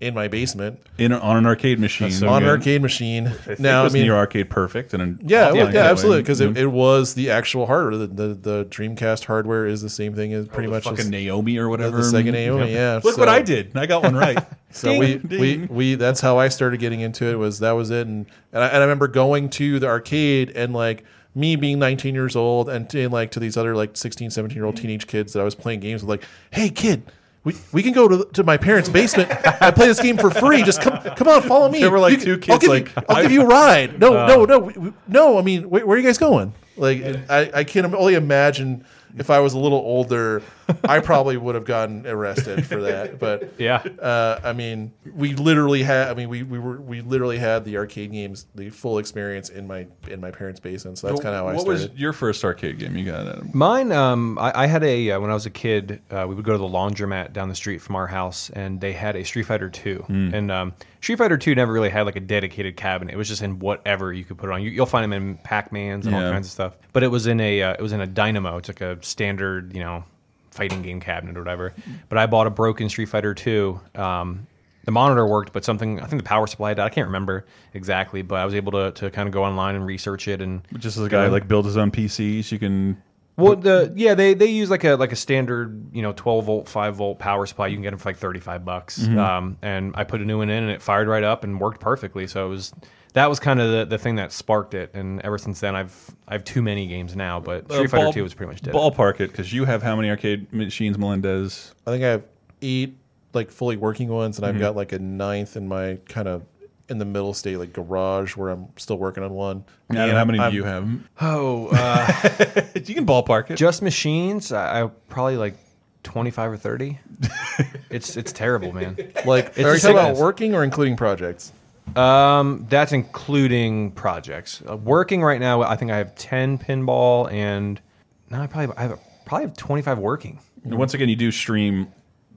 in my basement
In on an arcade machine,
so On an good. arcade machine. Now,
now
I
it was
mean-
near arcade perfect, and offline
yeah it was- yeah
anyway.
absolutely because
Mhm.
it, it was the actual hardware the, the the Dreamcast hardware is the same thing as pretty
the
much
fucking
as
Naomi or whatever.
the
[LAUGHS]
Sega
Yep.
Naomi yeah
Look what I did. I got one [LAUGHS] right.
so
Ding,
we,
ding.
we we that's how I started getting into it was that was it and and I, and I remember going to the arcade and like me being 19 years old and, and like to these other like 16 17
Mm-hmm.
year old teenage kids that I was playing games with like hey kid we, we can go to, to my parents' basement. I play this game for free. Just come come on, follow me.
There were, like,
You can-
two
I'll
kids,
give
like,
you, I'll
I-
give you a ride. No,
Uh.
no, no, we- we- no. I mean, where, where are you guys going? Like, I, I can only imagine if I was a little older, I probably would have gotten arrested for that. But
[LAUGHS]
Yeah.
uh, I mean, we literally had. I mean, we, we were we literally had the arcade games, the full experience in my in my parents' basement. So that's kind of how I
what
started.
was your first arcade game you got? Adam?
Mine, um, I, I had a uh, when I was a kid, uh, we would go to the laundromat down the street from our house, and they had a Street Fighter Two,
Mm.
and um, Street Fighter Two never really had like a dedicated cabinet. It was just in whatever you could put it on. You, you'll find them in Pac Mans and all
Yeah.
kinds of stuff, but it was in a uh, it was in a Dynamo. It's like a standard, you know, fighting game cabinet or whatever. But I bought a broken Street Fighter Two. Um, the monitor worked, but something I think the power supply died. I can't remember exactly, but I was able to, to kind of go online and research it and
Just as a guy like build his own PCs, you can
well, the yeah, they they use like a like a standard you know twelve volt, five volt power supply. You can get them for like thirty five bucks.
Mhm.
Um, and I put a new one in, and it fired right up and worked perfectly. So it was that was kind of the, the thing that sparked it. And ever since then, I've I have too many games now, but Street
Uh,
Fighter
ball-
Two was pretty much dead.
Ballpark it because you have how many arcade machines, Melendez?
I think I have eight like fully working ones, and
Mhm.
I've got like a ninth in my kind of in the middle state, like garage, where I'm still working on one.
Adam,
And
how many do
I'm-
you have?
Oh, uh,
[LAUGHS] you can ballpark it.
Just machines, I, I probably like twenty five or [LAUGHS] thirty. it's it's terrible, man.
Like,
[LAUGHS]
a
are you talking about
sickness.
working or including projects?
Um, that's including projects. Uh, working right now, I think I have ten pinball, and now I probably I have probably have twenty five working.
And once again, you do stream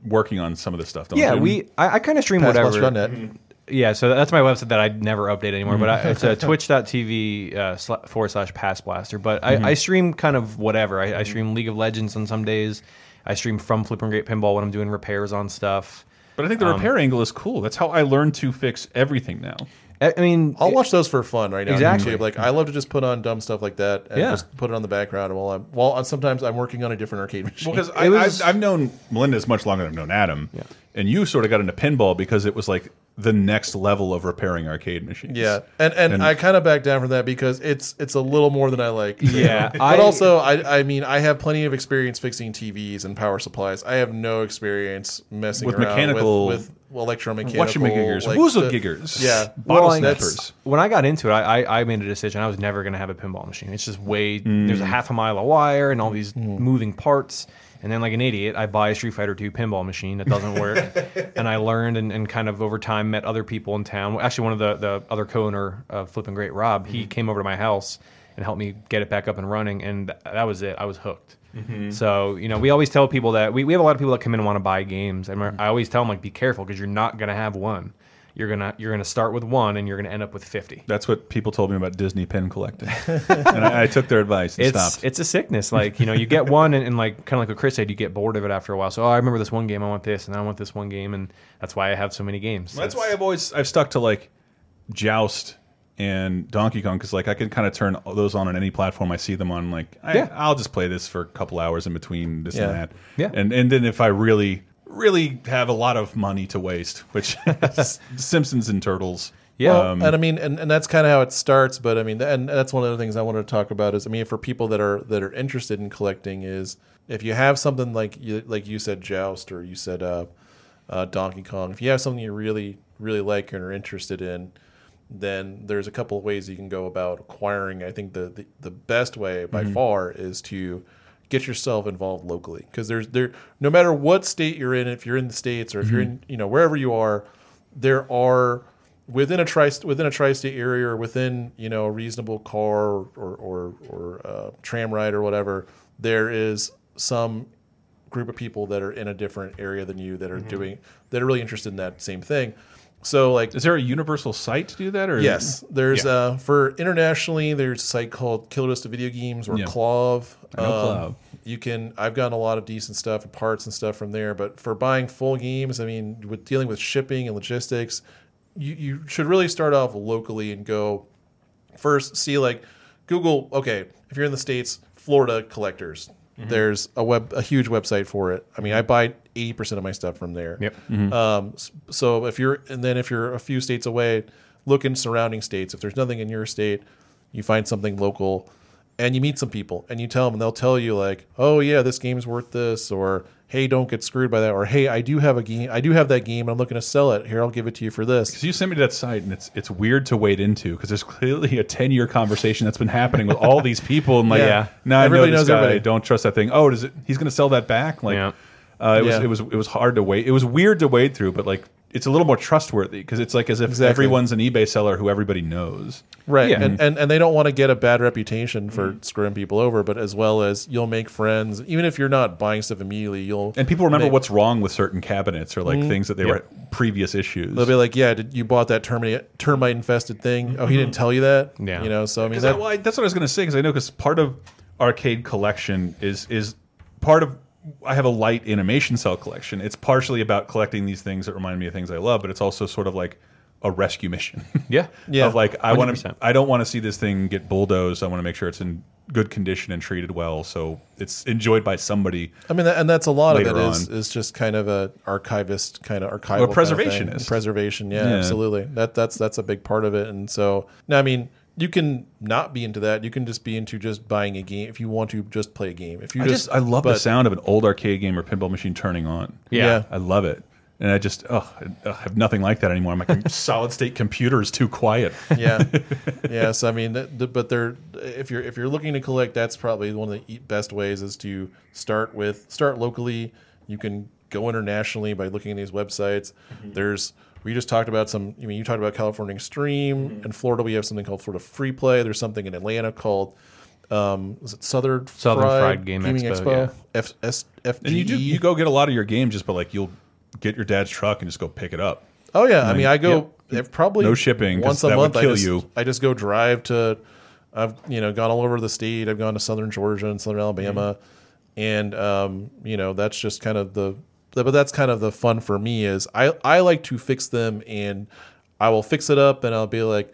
working on some of this stuff. Don't
yeah,
you?
we I, I kind of stream whatever.
Mhm.
Yeah, so that's my website that I never update anymore, but I, it's [LAUGHS] uh,
Mhm.
twitch.tv uh, sl- forward slash pass blaster. But I,
Mhm.
I stream kind of whatever. I, I stream League of Legends on some days. I stream from Flipping Great Pinball when I'm doing repairs on stuff.
But I think the repair angle is cool. That's how I learned to fix everything now.
I, mean,
I'll watch those for fun right now. on
Exactly.
YouTube. Like I love to just put on dumb stuff like that and
Yeah.
just put it on the background while I'm while I'm, sometimes I'm working on a different arcade [LAUGHS] machine.
Because I, I've, I've known Melinda as much longer than I've known Adam, and you sort of got into pinball because it was like the next level of repairing arcade machines.
Yeah, and and, I kind of back down from that because it's it's a little more than I like.
Yeah,
but
I-
also I I mean I have plenty of experience fixing TVs and power supplies. I have no experience messing
With
around
mechanical-
with, with electromechanical
Washmachigers,
like,
woozlegiggers,
the- Yeah,
Well,
bottle
like,
snappers.
When I got into it, I, I, I made a decision. I was never going to have a pinball machine. It's just way there's a
Mm.
half a mile of wire and all these moving parts. And then, like an idiot, I buy a Street Fighter II pinball machine that doesn't
[LAUGHS]
work. and I learned and, and kind of over time met other people in town. Actually, one of the, the other co-owner of Flipping
Mm-hmm.
Great, Rob, he came over to my house and helped me get it back up and running. And th- that was it. I was hooked.
Mm-hmm.
Mm-hmm.
Mhm.
So you know, we always tell people that we, we have a lot of people that come in and want to buy games, and
Mm-hmm.
I always tell them like, be careful because you're not gonna have one. You're gonna you're gonna start with one, and you're gonna end up with fifty.
That's what people told me about Disney pin
[LAUGHS]
collecting, and I, I took their advice and
it's,
stopped.
It's a sickness. Like you know, you get one, and, and like kind of like what Chris said, you get bored of it after a while. So oh, I remember this one game, I want this, and I want this one game, and that's why I have so many games.
Well, that's why I've always I've stuck to like Joust and Donkey Kong because like I can kind of turn those on on any platform I see them on. Like I,
Yeah.
I'll just play this for a couple hours in between this
Yeah.
and that.
Yeah.
and and then if I really really have a lot of money to waste, which [LAUGHS]
[LAUGHS]
is Simpsons and Turtles.
Well,
Um,
Oh, and I mean, and, and that's kind of how it starts. But I mean, and that's one of the things I wanted to talk about is, I mean, for people that are that are interested in collecting, is if you have something like you like you said, Joust, or you said uh, uh, Donkey Kong, if you have something you really really like and are interested in, then there's a couple of ways you can go about acquiring. I think the the, the best way by
Mhm.
far is to get yourself involved locally because there's there no matter what state you're in if you're in the states or if you're
Mhm.
in you know wherever you are there are within a tri within a tri-state area or within you know a reasonable car or or or uh, tram ride or whatever there is some group of people that are in a different area than you that are
Mhm.
doing that are really interested in that same thing so like
is there a universal site to do that or
yes there's uh for internationally there's a site called killer list of video games or
Yeah.
clove
I know
Um,
Clove.
you can i've gotten a lot of decent stuff and parts and stuff from there but for buying full games i mean with dealing with shipping and logistics you, you should really start off locally and go first see like google okay if you're in the states florida collectors
Mhm.
Mm-hmm.
there's a web a huge website for it i mean i buy 80% of my stuff from there
Yep.
Mm-hmm.
Mhm.
um, s- so if you're and then if you're a few states away look in surrounding states if there's nothing in your state you find something local and you meet some people and you tell them and they'll tell you like oh yeah this game's worth this or hey don't get screwed by that or hey i do have a game i do have that game i'm looking to sell it here i'll give it to you for this
Because you sent me to that site, and it's it's weird to wade into because there's clearly a ten year conversation that's been happening with all these people, and like,
Yeah.
now I know
Everybody
this
knows
guy.
everybody.
Don't trust that thing. Oh, does it? He's going to sell that back? Like, uh, it was
Yeah.
it was it was hard to wait. It was weird to wade through, but like, it's a little more trustworthy because it's like as if
Exactly.
everyone's an eBay seller who everybody knows.
Right. And, and and they don't want to get a bad reputation for
Mm-hmm.
screwing people over, but as well as you'll make friends. Even if you're not buying stuff immediately, you'll
and people remember
make-
what's wrong with certain cabinets or like
Mhm.
things that they
Yep.
were previous issues.
they'll be like, Yeah, did you bought that termite termite infested thing? Oh, he didn't tell you that?
Mm-hmm. Yeah.
You know, so I mean
'Cause
that,
I- well, I- that's what I was going to say because I know because part of arcade collection is is part of I have a light animation cell collection. It's partially about collecting these things that remind me of things I love, but it's also sort of like a rescue mission. [LAUGHS]
Yeah.
Of like I want
100%.
to I don't want to see this thing get bulldozed. I want to make sure it's in good condition and treated well so it's enjoyed by somebody.
I mean, and that's a lot of it
Later
is, is just kind of a archivist kind of archival
Or
kind of thing.
preservationist.
preservation. Yeah,
Yeah.
absolutely. That that's that's a big part of it. And so now, I mean, you can not be into that. You can just be into just buying a game if you want to just play a game. If you
I just, I love the
but-
sound of an old arcade game or pinball machine turning on.
Yeah. Yeah.
I love it. And I just oh, I I have nothing like that anymore. My [LAUGHS] solid state computer is too quiet. [LAUGHS]
yeah yeah so i mean th- th- but they're if you're if you're looking to collect that's probably one of the e- best ways is to start with start locally you can go internationally by looking at these websites
Mm-hmm.
there's we just talked about some i mean you talked about california extreme
Mm-hmm.
in florida we have something called florida free play there's something in atlanta called um is it southern
Southern
fried,
Fried Game Expo, yeah.
F- E. S-
And you do
FGE.
you go get a lot of your games just by like you'll get your dad's truck and just go pick it up.
Oh yeah, I
And
mean,
then-
I go
Yep.
if probably
no shipping 'cause
once a
that
month.
Would kill
I just,
you.
I just go drive to. I've you know gone all over the state. I've gone to southern Georgia and southern Alabama,
Mm-hmm.
and um, you know that's just kind of the. But that's kind of the fun for me is I I like to fix them and I will fix it up and I'll be like.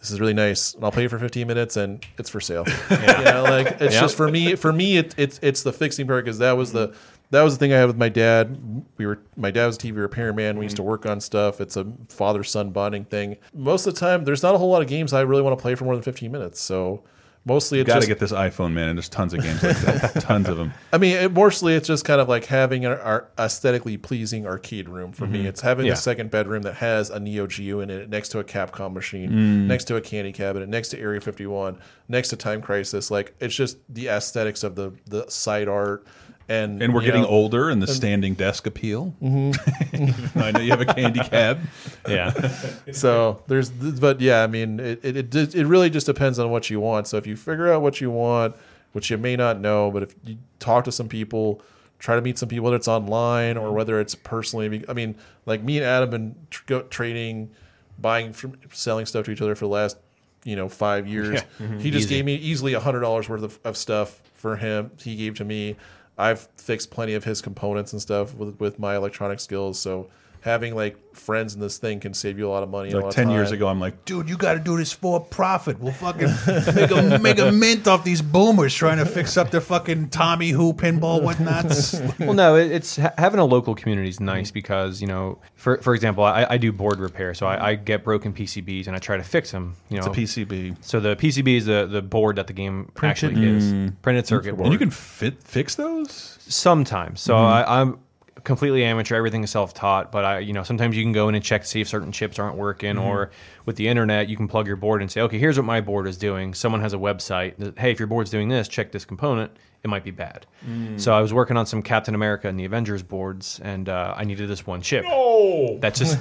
This is really nice, and I'll pay for 15 minutes, and it's for
[LAUGHS]
sale. You know, like it's
Yeah.
just for me. For me, it, it's it's the fixing part because that was the that was the thing I had with my dad. We were my dad was a TV repairman. We used to
Mm-hmm.
work on stuff. It's a father son bonding thing. Most of the time, there's not a whole lot of games I really want to play for more than 15 minutes. So mostly
You
it's
got to
just
get this iPhone, man. And there's tons of games like that. tons of them.
I mean, it, mostly it's just kind of like having an ar- aesthetically pleasing arcade room for me.
Mhm.
It's having
Yeah.
the second bedroom that has a Neo Geo in it, next to a Capcom machine,
Mm.
next to a candy cabinet, next to Area 51, next to Time Crisis. Like it's just the aesthetics of the the side art, and
And we're
you
getting
know,
older, and the
and-
standing desk appeal.
Mhm.
[LAUGHS] I know you have a candy cab. [LAUGHS]
so there's, th- but yeah, I mean, it it, it, d- it really just depends on what you want. So if you figure out what you want, which you may not know, but if you talk to some people, try to meet some people, whether it's online or whether it's personally. I mean, like me and Adam have been tr- go- trading, buying, from, selling stuff to each other for the last, you know, five
[LAUGHS]
years.
Yeah.
Mm-hmm.
Mhm.
He just
Easy.
gave me easily hundred dollars worth of, of stuff for him. He gave to me. I've fixed plenty of his components and stuff with, with my electronic skills. So having like friends in this thing can save you a lot of money. and a
Like
lot of
10 years
time.
ago, I'm like, dude, you got to do this for a profit. We'll fucking
make a-
make a mint off these boomers trying to fix up their fucking Tommy Who pinball whatnots.
[LAUGHS] well, no, it- it's ha- having a local community is nice
Mm-hmm.
because you know, for for example, I, I do board repair, so I, I get broken PCBs and I try to fix them. You
It's
know,
a PCB.
So the PCB is the, the board that the game
Printed.
actually is
Mm.
printed circuit board.
And you can fit fix those
sometimes. So
Mhm.
I, I'm completely amateur. Everything is self taught, but I you know sometimes you can go in and check to see if certain chips aren't working,
Mm-hmm.
Mhm.
or with the internet you can plug your board and say, okay, here's what my board is doing. Someone has a website. that, hey, if your board's doing this, check this component. It might be bad.
Mm.
So I was working on some Captain America and the Avengers boards, and uh, I needed this one chip.
No! [LAUGHS]
That just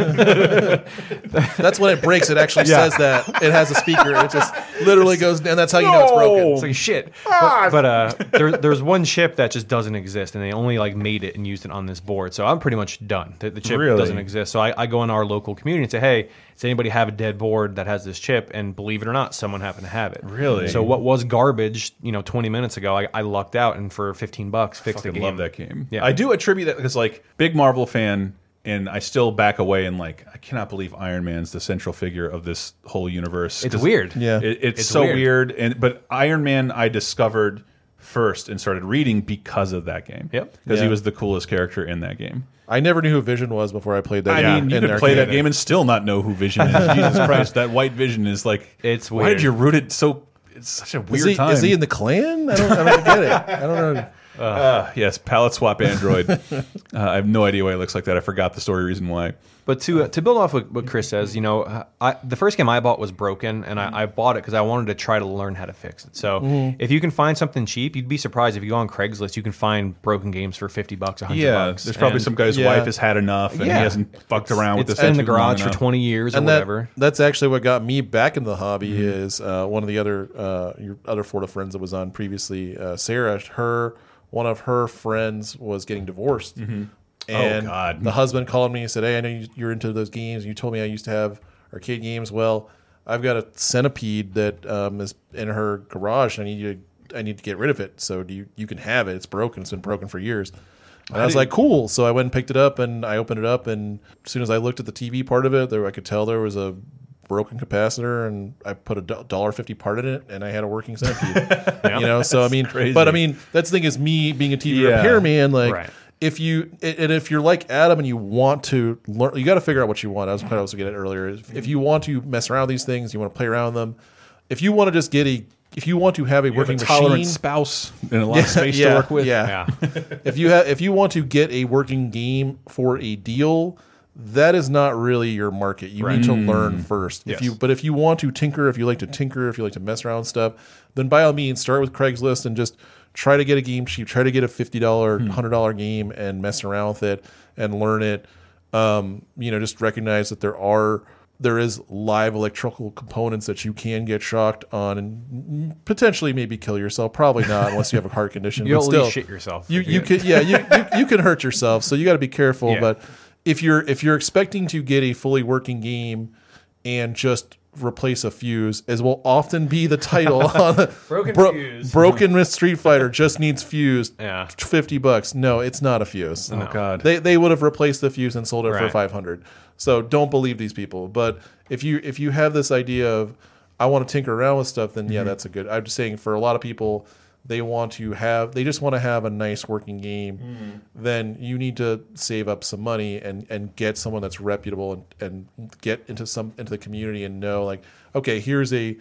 That's when it breaks. It actually
Yeah.
says that it has a speaker. It just literally goes, and that's how you know it's broken.
Oh.
It's like shit.
Ah.
But, but, uh, there, there's one chip that just doesn't exist, and they only like made it and used it on this board. So I'm pretty much done. The, the chip
Really?
doesn't exist. So I, I go in our local community and say, hey, does anybody have a dead board that has this chip? And believe it or not, someone happened to have it.
Really?
So what was garbage, you know, 20 minutes ago, I, I lucked out and for 15 bucks fixed the
fucking
game.
love that game.
Yeah.
I do attribute that because like big Marvel fan, and I still back away and like I cannot believe Iron Man's the central figure of this whole universe.
It's
'Cause
weird. Yeah.
it- it's,
It's
so
weird.
weird. And but Iron Man, I discovered first and started reading because of that game. Yep, because he
Yeah.
was the coolest character in that game.
I never knew who Vision was before I played that.
I
game
mean, you
in
could
the
play
arcade.
that game and still not know who Vision [LAUGHS] is. Jesus Christ, that white Vision is like
it's
Why
weird.
did you root it so? It's such a weird
Is he,
time.
is he in the clan? I don't, I don't get it. I don't know.
Uh, yes, palette swap Android. [LAUGHS] uh, I have no idea why it looks like that. I forgot the story reason why.
But to to build off what, what Chris says, you know, I, the first game I bought was broken, and I, I bought it because I wanted to try to learn how to fix it. So
Mhm.
if you can find something cheap, you'd be surprised if you go on Craigslist, you can find broken games for fifty bucks, hundred
Yeah,
bucks.
there's probably some guy's Yeah. wife has had enough, and he hasn't fucked around with
It's
this
in the
attitude long
garage for
enough.
twenty years or
[LAUGHS]
that-
whatever.
That's actually what got me back in the hobby.
Mhm.
Is uh, one of the other uh, your other Florida friends that was on previously, uh, Sarah. Her one of her friends was getting divorced,
Mhm.
Mm-hmm.
Oh,
and
God.
the husband called me and said, "Hey, I know you, you're into those games. You told me I used to have arcade games. Well, I've got a centipede that um, is in her garage, and I need you. To, I need to get rid of it. So do you? You can have it. It's broken. It's been broken for years." And I
How
was
do you-
like, cool. So I went and picked it up and I opened it up. And as soon as I looked at the TV part of it, there I could tell there was a broken capacitor and I put a dollar fifty part in it and I had a
[LAUGHS]
working centipede. You know, so I
That's
mean,
crazy.
but I mean, that's the thing is me being a TV
Yeah.
repairman, like.
Right.
If you and and if you're like Adam and you want to learn, you got to figure out what you want. I was kind of also get it earlier. If, if you want to mess around with these things, you want to play around with them. If you want to just get a, if you want to have a
have a
working
tolerant
machine,
spouse and a lot of space to work with.
Yeah,
Oh, Yeah.
if you have, if you want to get a working game for a deal, that is not really your market. You
Right.
need to
Mm.
learn first.
Yes.
If you, but if you want to tinker, if you like to tinker, if you like to mess around with stuff, then by all means, start with Craigslist and just try to get a game cheap. Try to get a fifty dollar, hundred dollar game and mess around with it and learn it. Um, you know, just recognize that there are there is live electrical components that you can get shocked on and potentially maybe kill yourself. Probably not unless you have a heart condition.
You'll
but
at
still,
least shit yourself.
You
if
you
you-
could yeah you, you you can hurt yourself. So you got to be careful.
Yeah.
But if you're if you're expecting to get a fully working game and just replace a fuse, as will often be the title
[LAUGHS]
on the
Broken fuse.
broken with Street Fighter just needs fuse.
Yeah.
fifty bucks. No, it's not a fuse.
Oh, No. God.
they they would have replaced the fuse and sold it for
Right.
five hundred. So don't believe these people. But if you if you have this idea of I want to tinker around with stuff, then yeah,
Mhm.
that's a good. I'm just saying for a lot of people, they want to have they just want to have a nice working game. Then you need to save up some money and and get someone that's reputable and and get into some into the community and know like okay, here's a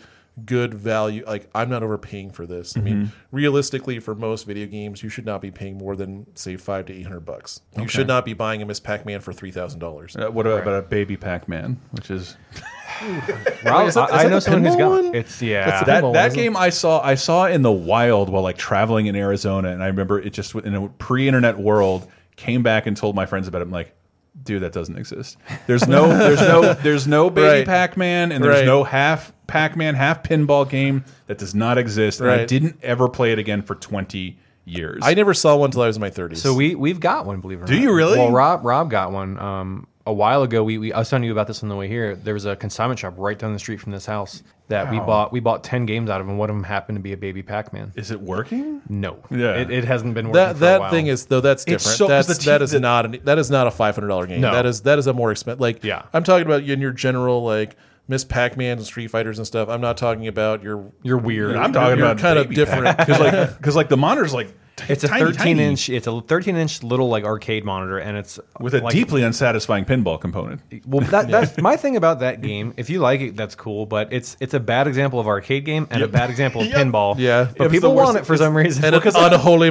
good value like i'm not overpaying for this i mean
Mhm.
realistically for most video games you should not be paying more than say five to eight hundred bucks you
Okay.
should not be buying a miss pac-man for three thousand dollars
Uh, what about, about a baby Pac-Man, which is
Rob, I- I know someone who's got- it's- yeah. That's the
that,
pinball
that
one, isn't it?
game I saw I saw in the wild while like traveling in Arizona, and I remember it just in a pre-internet world came back and told my friends about it. I'm like, dude, that doesn't exist. There's no there's no there's no baby
Right.
Pac-Man, and there's
Right.
no half Pac-Man, half pinball game that does not exist. And I
Right.
didn't ever play it again for 20 years.
I never saw one until I was in my 30s.
So we we've got one, believe it or
Do
not.
you really?
Well, Rob Rob got one um, a while ago. We, we I was telling you about this on the way here. There was a consignment shop right down the street from this house that we
Wow.
bought. We bought ten games out of, and one of them happened to be a baby Pac Man.
Is it working?
No.
Yeah.
It, it hasn't been working.
that
for a
that
while.
thing is though that's
It's
different.
so- 'cause
that's,
the
that
te-
is
the-
not an, that is not a five hundred dollar game.
No.
That is that is a more expensive. Like
Yeah.
I'm talking about in your general like Miss Pac Man and Street Fighters and stuff. I'm not talking about your
[LAUGHS]
You're weird.
your- your kind of different
because like
[LAUGHS]
because like the monitor's like t-
It's a
tiny,
13
tiny.
inch. It's a 13 inch little like arcade monitor, and it's
with a
like-
deeply unsatisfying pinball component.
[LAUGHS] Well, that, that's my thing about that game. If you like it, that's cool. But it's it's a bad example of arcade game and a bad example
[LAUGHS]
of pinball.
Yeah.
but
It's
people
the worst-
want it for
it's-
some reason.
and an
[LAUGHS] because of-
unholy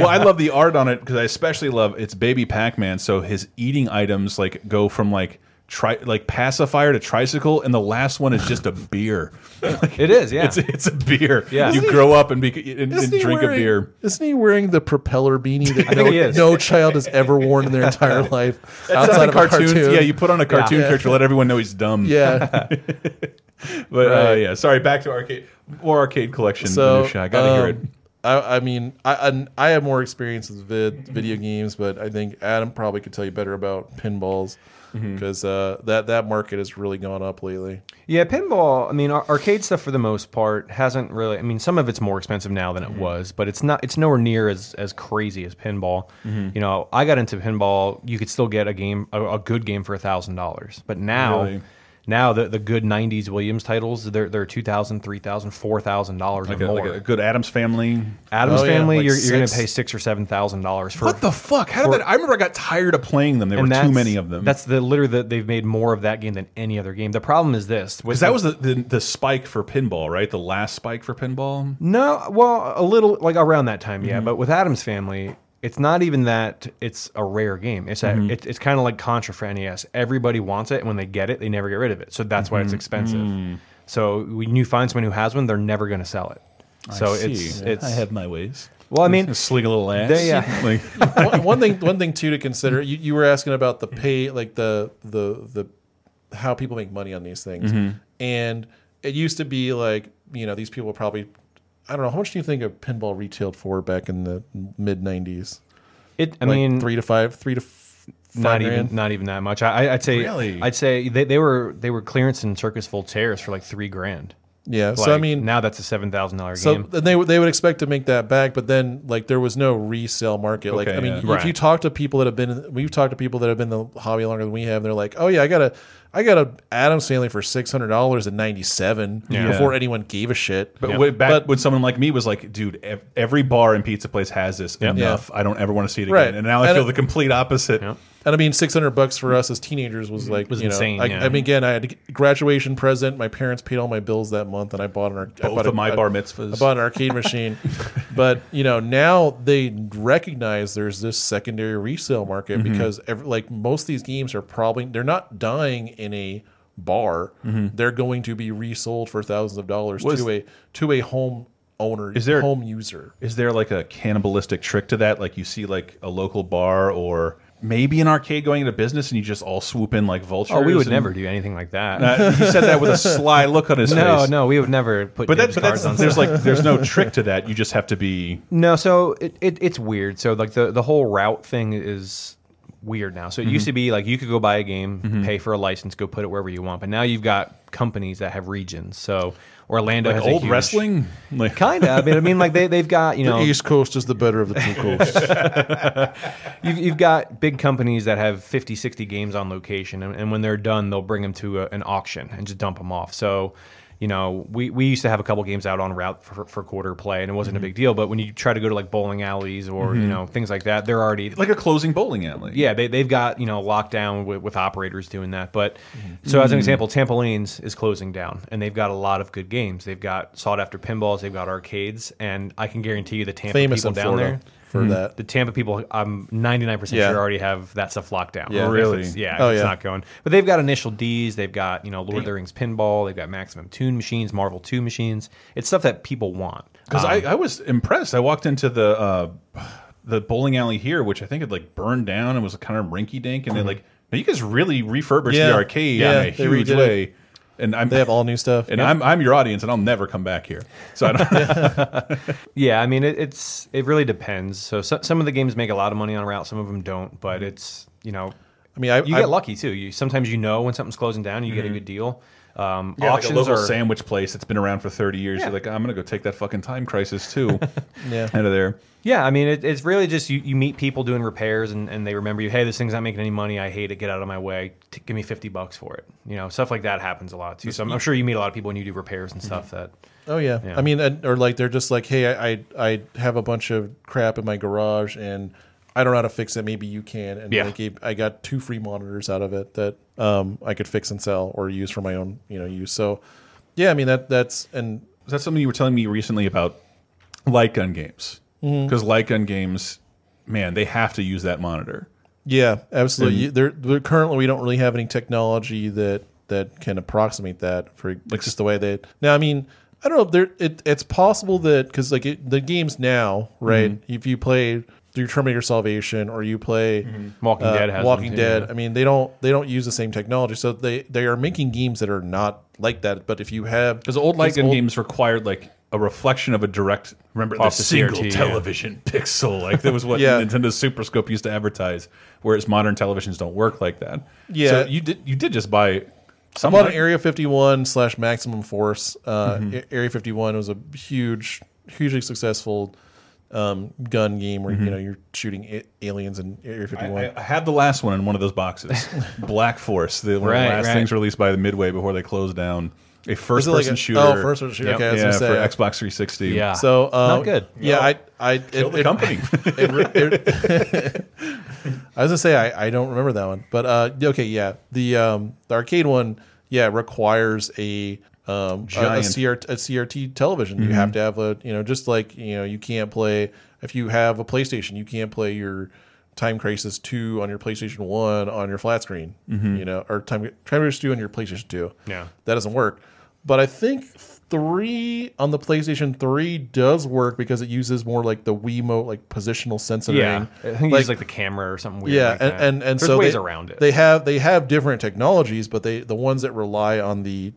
[LAUGHS] well, I love the art on it because I especially love it's baby Pac-Man. So his eating items like go from like tri like pacifier to tricycle, and the last one is just a beer.
it is, yeah.
It's, it's a beer.
Yeah.
you
Isn't he-
grow up and, be, and, and
Isn't he
drink
wearing-
a beer.
Isn't he wearing the propeller
[LAUGHS]
beanie that
think he
no,
is.
no child has ever worn in
[LAUGHS]
their entire life
That's
outside of a
cartoons.
cartoon?
Yeah, you put on a cartoon
Yeah.
character, let everyone know he's dumb. [LAUGHS]
Yeah. [LAUGHS]
but uh,
Right.
yeah, sorry. Back to arcade more arcade collection.
So
minutia. I gotta hear it.
um, I, I mean, I, I I have more experience with vid, video games, but I think Adam probably could tell you better about pinballs
Mm-hmm.
Mhm.
because uh, that that market has really gone up lately.
Yeah, pinball. I mean, ar- arcade stuff for the most part hasn't really. I mean, some of it's more expensive now
Mm-hmm.
than it was, but it's not. It's nowhere near as as crazy as pinball.
Mhm.
Mm-hmm.
You know, I got into pinball. You could still get a game, a, a good game for a thousand dollars. But now,
Really?
now the the good '90s Williams titles, they're they're two thousand, three thousand, four thousand dollars
Like
or
a,
more.
like a good Adams family.
Adam's
Oh, yeah,
family,
like
you're, you're going to
six.
pay six or seven thousand dollars for
What the fuck? How did
for-
that? I remember I got tired of playing them. There
and
were too
that's-
many of them.
That's the literally that they've made more of that game than any other game. The problem is this with
because that was the, the the spike for pinball, right? The last spike for pinball.
No, well, a little like around that time,
Mm-hmm.
yeah. But with Adam's Family, it's not even that it's a rare game. It's that
Mm-hmm.
Mhm.
it, it's kind of like Contra for NES. Everybody wants it, and when they get it, they never get rid of it. So that's why
Mm-hmm.
it's
Mhm.
expensive.
Mm.
So when you find someone who has one, they're never going to sell it.
I
So
see.
it's
Yeah.
it's
I have my ways.
Well, I
[LAUGHS]
mean,
sling a little ass. [LAUGHS]
They, uh,
one, one thing one thing too to consider you, you were asking about the pay like the the the how people make money on these things
Mhm.
and it used to be like you know these people probably i don't know how much do you think a pinball retailed for back in the mid 90s
it I
Like
mean-
three to five three to f- five
not
grand?
even not even that much. I, I- I'd say
Really?
I'd say they, they were they were clearance in Circus Voltaire's for like three grand.
Yeah, so I
Like,
mean-
now that's a seven thousand dollar
So
game.
then they would- they would expect to make that back, but then like there was no resale market. like
Okay,
I mean,
yeah.
if
Right.
you talk to people that have been, we've talked to people that have been in the hobby longer than we have. And they're like, oh yeah, I got a, I got a Adams Family for six hundred dollars in '97
Yeah.
before anyone gave a shit.
But way back when someone like me was like, dude, ev- every bar and pizza place has this enough. I don't ever want to see it again.
Right.
And now I
And
feel
it-
the complete opposite.
And I mean, six hundred bucks for us as teenagers was like
Mm-hmm. Was
you know,
insane,
I,
yeah.
I mean, again, I had a graduation present. My parents paid all my bills that month, and I bought an arc- I
Both
bought
of my
I-
bar mitzvahs.
I bought an
[LAUGHS]
arcade machine, but you know now they recognize there's this secondary resale market
Mhm.
because every, like most of these games are probably they're not dying in a bar.
Mhm.
They're going to be resold for thousands of dollars
Was-
to a to a home owner.
Is there
home user?
Is there like a cannibalistic trick to that? Like you see like a local bar or maybe an arcade going into business, and you just all swoop in like vultures.
Oh, we would
and-
never do anything like that.
Uh, he said that with a sly look on his
no,
face.
No, we would never put.
but that's,
dibs
but that's
cards on
there's
stuff.
like there's no trick to that. You just have to be
No, so it, it, it's weird. So like the the whole route thing is weird now. So it
Mm-hmm.
used
Mhm.
to be like you could go buy a game,
Mhm.
pay for a license, go put it wherever you want. But now you've got companies that have regions. So Orlando
Like
has a
old
huge-
wrestling? like
kind of. But I mean, like they they've got
[LAUGHS]
you
the
know
East Coast is the better of the two coasts.
you've, you've got big companies that have 50, 60 games on location, and, and when they're done, they'll bring them to a, an auction and just dump them off. So, you know, we, we used to have a couple games out on route for, for quarter play, and it wasn't
Mm-hmm.
Mhm.
a big deal. But when you try to go to like bowling alleys or, you
Mhm.
know, things like that, they're already
like a closing bowling alley.
yeah, they, they've got you know lockdown with, with operators doing that. But
Mm-hmm.
so as an
Mm.
example, Tampolines is closing down, and they've got a lot of good games. They've got sought after pinballs, they've got arcades, and I can guarantee you the Tampa
Famous
people
in
down
Florida
there
Mm-hmm.
for Mm. that.
The Tampa people, I'm 99 percent
Yeah.
sure already have that stuff locked down.
Yeah.
If
Really?
it's- yeah, if
Oh,
it's
yeah.
not going. But they've got initial D's, they've got you know Lord of the
Damn.
Rings pinball, they've got Maximum Tune machines, Marvel Two machines. It's stuff that people want.
Because
Um,
I, I was impressed. I walked into the uh, the bowling alley here, which I think had like burned down and was kind of rinky dink, and they like, now you guys really refurbished
Mm-hmm. Yeah.
the arcade
Yeah,
in a
they redid
huge
it.
way. And I'm,
they have all new stuff.
[LAUGHS] And I'm I'm your audience, and I'll never come back here. So
[LAUGHS]
I don't.
yeah, I mean, it, it's it really depends. So, so some of the games make a lot of money on route, some of them don't. But it's you know,
I mean, Mm-hmm. I, Mm-hmm.
you
I-
get lucky too. You sometimes you know when something's closing down, and you get
Mhm.
a good deal. Um,
Yeah, like a
auctions
local
are
sandwich place that's been around for 30 years.
Yeah.
You're like, I'm going to go take that fucking time crisis too
[LAUGHS] Yeah.
out of there.
Yeah, I mean, it, it's really just you, you meet people doing repairs and, and they remember you, hey, this thing's not making any money. I hate it. Get out of my way. T- give me 50 bucks for it. You know, stuff like that happens a lot too. So I'm, I'm sure you meet a lot of people when you do repairs and stuff that.
Oh yeah.
Yeah.
I mean, and- or like they're just like, hey, I, I I have a bunch of crap in my garage and I don't know how to fix it. Maybe you can. And
Yeah.
they gave, I got two free monitors out of it that um I could fix and sell or use for my own you know use. So yeah, I mean that that's and
Is that something you were telling me recently about light gun games?
Mhm.
Because light gun games, man, they have to use that monitor.
yeah, absolutely.
And-
You- There, there currently we don't really have any technology that that can approximate that for like just the way that. Now, I mean. I don't know. There, it, it's possible that because like it, the games now, right?
Mhm.
If you play through Terminator Salvation or you play
Mm-hmm.
uh,
Walking Dead has
Walking
them, too,
Dead,
yeah.
I mean they don't they don't use the same technology, so they they are making games that are not like that. But if you have
because old light gun
old-
games required like a reflection of a direct remember
Off
the,
the
single
CRT, yeah.
television [LAUGHS] pixel like that was what
Yeah.
Nintendo Super Scope used to advertise, whereas modern televisions don't work like that.
Yeah.
so you did you did just buy
I
some
bought an Area 51 slash Maximum Force. Uh,
Mhm.
A- Area 51 was a huge, hugely successful um, gun game where
Mhm.
you know you're shooting a- aliens in Area 51.
I, I had the last one in one of those
[LAUGHS]
boxes, Black Force, the one of
Right,
the last
right.
things released by the Midway before they closed down. A first person
like a-
shooter.
oh, first-person shooter, okay, I was
yeah,
gonna say,
for Ah.
yeah.
Xbox 360.
So um, Yeah,
No.
I, I
Kill
it-
the
it- [LAUGHS]
company.
it re- it-
[LAUGHS]
[LAUGHS] I was gonna say I, I don't remember that one, but uh, okay, yeah, the um, the arcade one, yeah, requires a um, a- a,
Giant.
CRT, a CRT television. You have
Mm-hmm.
Mhm.
to have a you know just like you know you can't play if you have a PlayStation, you can't play your Time Crisis Two on your PlayStation One on your flat screen,
Mhm.
you know, or Time Time Crisis Two on your PlayStation Two.
Mm-hmm. Yeah.
that doesn't work. But I think three on the PlayStation Three does work because it uses more like the Wiimote like positional sensoring.
Yeah. I think you use like the camera or something weird.
yeah,
like
and,
that.
and and
There's
so
ways
they,
around it.
They have they have different technologies, but they the ones that rely on the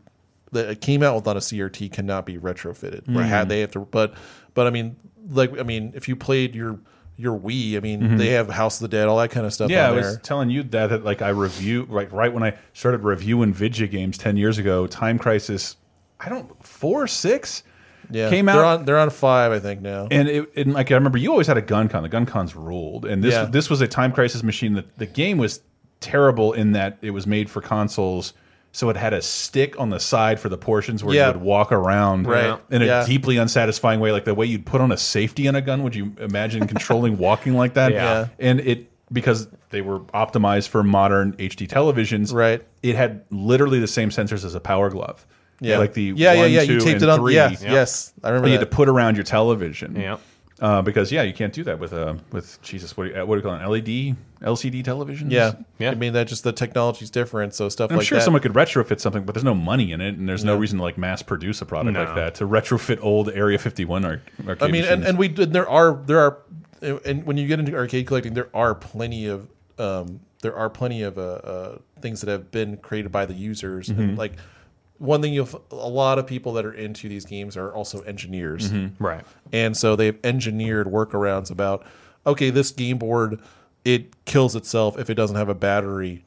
that it came out without a CRT cannot be retrofitted.
Mhm.
Right? Had- They have to, but but I mean, like I mean, if you played your your Wii, I mean,
Mhm.
they have House of the Dead, all that kind of stuff.
Yeah,
on
I
there.
was telling you that, that like I review like right when I started reviewing video games ten years ago. Time Crisis, I don't four six,
Yeah,
came
They're
out
on, they're on five, I think now.
and it and like I remember you always had a gun con. The gun cons ruled, and this
Yeah.
this was a Time Crisis machine. That the game was terrible in that it was made for consoles. So it had a stick on the side for the portions where
Yeah.
you would walk around
Right.
in a
Yeah.
deeply unsatisfying way, like the way you'd put on a safety on a gun. Would you
[LAUGHS]
imagine controlling walking like that?
Yeah.
And it because they were optimized for modern HD televisions,
right?
It had literally the same sensors as a power glove.
Yeah.
like the
Yeah, yeah,
one,
yeah, you
two,
taped
and
it on-
three.
yeah, yes, I remember
You had
that.
to put around your television.
Yeah.
Uh, because yeah, you can't do that with a with Jesus. What do you, uh, what do you call it? E LED, LCD television.
Yeah. I mean that just the technology's different, so stuff
I'm
like
sure
that.
someone could retrofit something, but there's no money in it, and there's no
Yeah.
reason to like mass produce a product
No.
like that to retrofit old Area 51 arc arcade
I mean, and,
machines.
and we did. There are there are, and when you get into arcade collecting, there are plenty of um, there are plenty of uh, uh, things that have been created by the users.
Mhm.
And like one thing you'll f- a lot of people that are into these games are also engineers,
Mhm.
Right.
And so they've engineered workarounds about okay, this game board it kills itself if it doesn't have a battery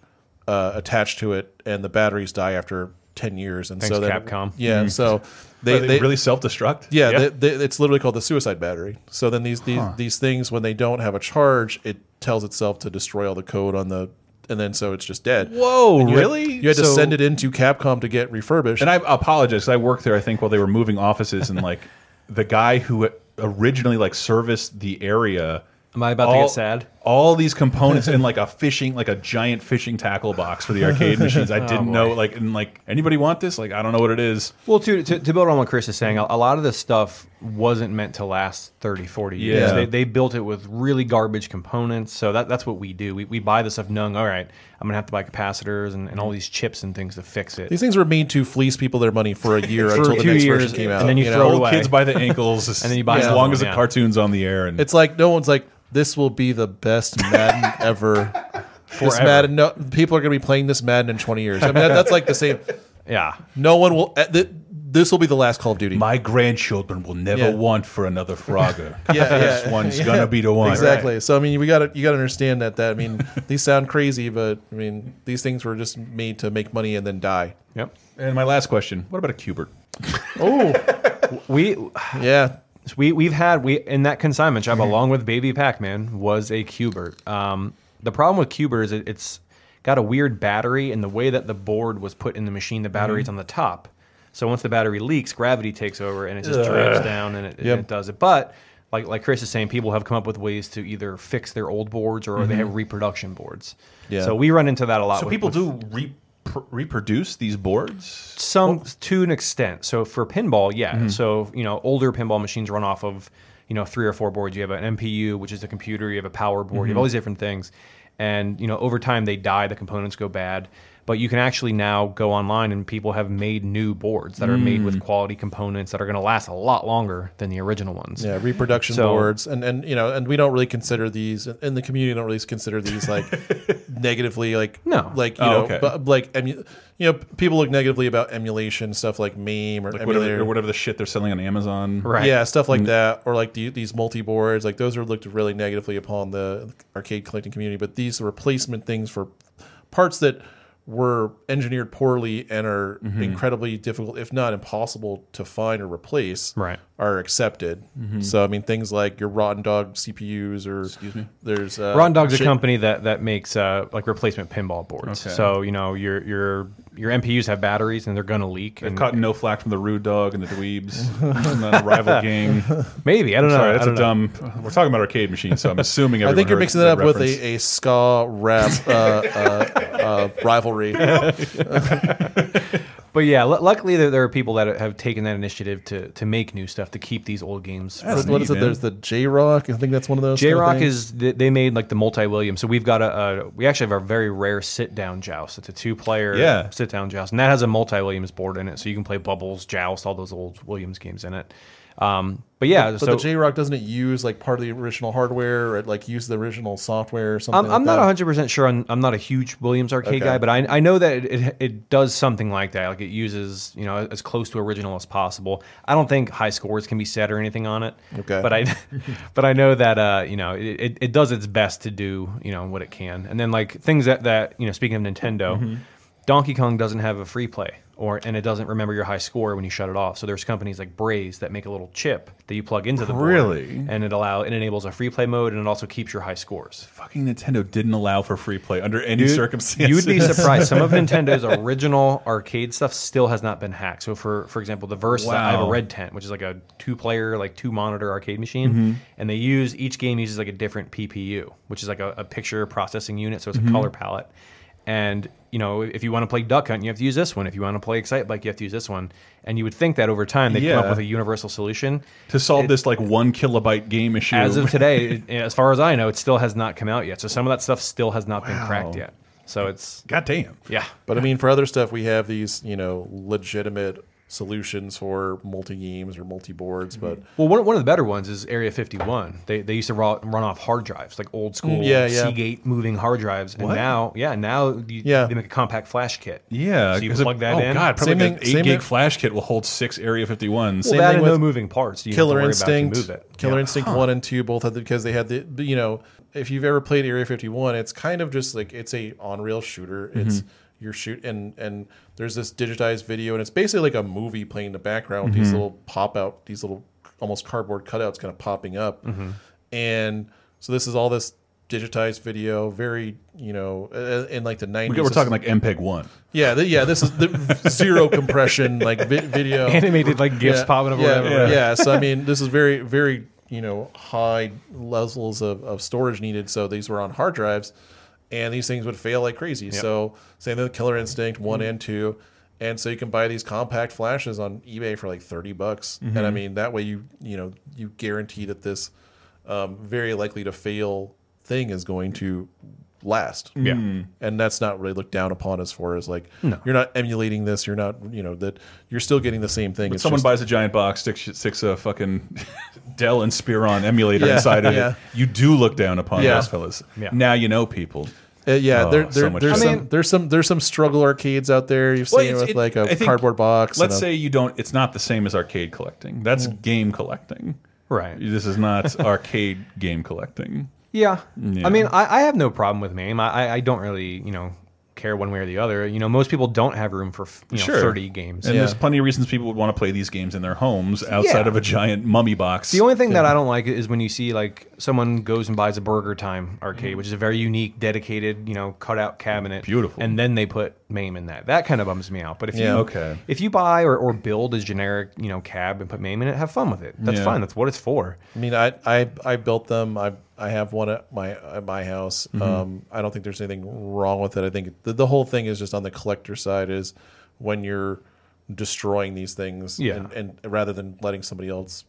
uh, attached to it, and the batteries die after. 10 years and
Thanks,
so then-
Capcom.
yeah
Mhm.
so
Are they really self-destruct?
yeah,
Yeah.
They, they, it's literally called the suicide battery. So then these these,
Huh.
these things when they don't have a charge, it tells itself to destroy all the code on the, and then so it's just dead.
Whoa,
And you had-
really?
you had to
So-
send it into Capcom to get refurbished.
And I apologize. 'cause I worked there. I think while they were moving offices, and like [LAUGHS] the guy who originally like serviced the area.
Am I about to get sad?
All these
[LAUGHS]
components in like a fishing, like a giant fishing tackle box for the arcade machines. I
[LAUGHS] Oh,
didn't
boy.
know. Like, and like anybody want this? Like, I don't know what it is.
Well, to, to, to build on what Chris is saying, a, a lot of this stuff wasn't meant to last 30, 40 years.
Yeah.
They, they built it with really garbage components. So that, that's what we do. We, we buy the stuff knowing, all right, I'm going to have to buy capacitors and, and all these chips and things to fix it.
these things were made to fleece people their money
[LAUGHS]
for a year until the next version came out.
And then you,
know?
throw it away.
kids by the
[LAUGHS]
ankles,
and then you buy
as
another
long
one,
as the
yeah.
cartoon's on the air. And
It's like no one's like this will be
[LAUGHS]
the best Madden ever. This
Forever. [LAUGHS]
Madden, no, people are going to be playing this Madden in twenty years. I mean, that, that's like the same.
Yeah.
No one will. eh, th- This will be the last Call of Duty.
My grandchildren will never
Yeah.
want for another
[LAUGHS]
Frogger.
yeah,
[LAUGHS]
yeah,
this one's
[LAUGHS] yeah.
gonna be the one.
Exactly. So I mean, we got to you got to understand that that
[LAUGHS]
I mean, these sound crazy, but I mean, these things were just made to make money and then die.
Yep.
And my last question: What about a Cubert?
Oh,
we
yeah
we we've had we in that consignment shop along with baby pac-man was a cubert um the problem with cubert is it, it's got a weird battery and the way that the board was put in the machine the battery's
Mhm.
on the top so once the battery leaks gravity takes over and it just drips
Ugh.
down and it, and
Yep.
it does it but like like chris is saying people have come up with ways to either fix their old boards or they
Mhm.
have reproduction boards
Yeah.
so we run into that a lot
So
with-
people
with-
do re reproduce these boards.
some to an extent. So for pinball, yeah.
Mhm.
So you know, older pinball machines run off of you know three or four boards. You have an MPU, which is a computer. You have a power board. You have all
Mhm.
these different things, and you know over time they die. The components go bad. But you can actually now go online and people have made new boards that are made with
Mm.
quality components that are going to last a lot longer than the original ones.
Yeah, reproduction
So-
boards, and and you know, and we don't really consider these, and the community don't really consider these
[LAUGHS]
like negatively, like
No.
like you
Oh,
know,
okay.
but like emu- you know, people look negatively about emulation stuff like MAME or
Like whatever-
emulator
or whatever the shit they're selling on Amazon,
Yeah, stuff like that, or like the, these multi boards, like those are looked really negatively upon the arcade collecting community. But these replacement things for parts that were engineered poorly and are
Mhm.
incredibly difficult, if not impossible, to find or replace,
right.
are accepted.
Mhm.
So I mean, things like your Rotten Dog CPUs, or excuse me, there's uh,
Ron Dog's
shit-
a company that that makes uh, like replacement pinball boards.
Okay.
So you know your your your MPUs have batteries and they're going to leak.
They've
and-
caught no flack from the Rude Dog and the Dweebs, [LAUGHS] and then a
[LAUGHS]
rival gang.
Maybe I don't know.
Sorry,
Uh, I
that's
don't
a
know.
dumb. We're talking about arcade machines, so I'm assuming.
[LAUGHS] I
everyone
think you're
heard
mixing that
that
up
reference.
with a, a ska rap uh, uh, uh, rivalry.
But yeah, lu luckily there, there are people that have taken that initiative to to make new stuff to keep these old games.
What- what is it? There's the J Rock. I think that's one of those. kind
J
of
Rock
things.
is th- they made like the multi William. So we've got a, a we actually have our very rare sit down joust. It's a two player
Yeah.
sit down joust, and that has a multi Williams board in it, so you can play bubbles, joust, all those old Williams games in it. Um, but yeah,
but,
so
but the J Rock doesn't it use like part of the original hardware or it like use the original software or something?
I'm, I'm
like
not
that?
100 percent sure. On, I'm not a huge Williams arcade
Okay.
guy, but I, I know that it, it it does something like that. Like it uses you know as close to original as possible. I don't think high scores can be set or anything on it.
Okay. [LAUGHS]
but I but I know that uh you know it, it, it does its best to do you know what it can. And then like things that that you know speaking of Nintendo.
Mm-hmm.
Mhm.
Donkey Kong doesn't have a free play, or and it doesn't remember your high score when you shut it off. So there's companies like Braze that make a little chip that you plug into the board,
Really?
and it allow it enables a free play mode, and it also keeps your high scores.
Fucking Nintendo didn't allow for free play under any
Dude,
circumstances.
You'd be surprised. Some of Nintendo's original arcade stuff still has not been hacked. So for for example, the Versa, I have a
Wow.
Red Tent, which is like a two player, like two monitor arcade machine,
Mhm.
and they use each game uses like a different PPU, which is like a, a picture processing unit. So it's
Mhm.
a color palette. And you know, if you want to play Duck Hunt, you have to use this one. If you want to play Excite Bike, you have to use this one. And you would think that over time they would come
Yeah.
up with a universal solution
[LAUGHS] to solve this like one kilobyte game issue.
as
[LAUGHS]
of today, it, as far as I know, it still has not come out yet. So some of that stuff still has not been cracked yet. So it's
goddamn.
Yeah,
But I mean, for other stuff, we have these you know legitimate solutions for multi games or multi boards, but
well, one, one of the better ones is Area 51. They, they used to ro- run off hard drives, like old school
Mm, yeah, yeah.
Seagate moving hard drives, and
What?
now yeah, now you,
Yeah.
they make a compact flash kit.
Yeah,
so you
'cause it-
plug that
oh
in.
god, probably
Same
like an
thing-
eight
same
gig
thing-
flash kit will hold six Area 51s.
Well, that and no moving parts. You don't have to
Killer
worry about if you
Instinct,
move it. [LAUGHS]
Killer
Yeah.
Instinct
Huh.
One and Two both had the, because they had the you know if you've ever played Area Fifty One, it's kind of just like it's a on rail shooter. It's
Mhm.
Mm-hmm.
your shoot and and there's this digitized video and it's basically like a movie playing in the background with
Mm-hmm.
Mhm.
these little pop out, these little almost cardboard cutouts kind of popping up,
Mm-hmm.
Mhm.
and so this is all this digitized video, very you know uh, in like the
We
nineties.
go- We're talking like MPEG one.
Yeah, th yeah. This is the [LAUGHS] zero compression, like vi- video,
[LAUGHS] Animated, like, GIFs
Yeah,
popping up or
Yeah,
whatever.
yeah.
Yeah.
yeah.
[LAUGHS]
So I mean, this is very, very you know high levels of, of storage needed. So these were on hard drives, and these things would fail like crazy.
Yep.
So same thing with Killer Instinct one
Mm-hmm.
and two, and so you can buy these compact flashes on eBay for like thirty bucks, and I
Mm-hmm.
Mhm.
mean that way you you know you guarantee that this um, very likely to fail thing is going to last
Yeah. Mm.
and that's not really looked down upon as far as like
No.
you're not emulating this you're not you know that you're still getting the same thing
But
it's
someone
just-
buys a giant box, sticks sticks a fucking [LAUGHS] Dell and Spearon emulator
Yeah,
inside of
yeah.
it. You do look down upon
Yeah.
those fellas.
Yeah.
Now you know people.
Uh, yeah,
Oh,
there, there,
so much
there's
better.
some
I mean-
there's some there's some struggle arcades out there. You've seen it
it's-
with like a
I think-
cardboard box.
Let's
and a- Hmm.
say you don't. It's not the same as arcade collecting. That's game collecting.
Right.
This is
[LAUGHS]
not arcade game collecting.
Yeah.
Yeah.
I mean, I, I have no problem with MAME. I, I- I don't really, you know, care one way or the other. You know, most people don't have room for f- you know, 30 games.
And there's plenty of reasons people would want to play these games in their homes outside
Yeah.
of a giant mummy box.
The only thing that I don't like is when you see like someone goes and buys a Burger Time
Mm-hmm.
arcade, which is a very unique, dedicated, you know, cutout cabinet, beautiful, and then they put Mame in that. That kind of bums me out. But if
Yeah.
you
Okay.
if you buy or, or build a generic, you know, cab and put Mame in it, have fun with it. That's
Yeah.
fine. That's what
[LAUGHS]
it's for.
I mean, I, I I built them. I I have one at my at my house.
Mhm.
Um, I don't think there's anything wrong with it. I think the, the whole thing is just on the collector side is when you're destroying these things,
Yeah.
and, and rather than letting somebody else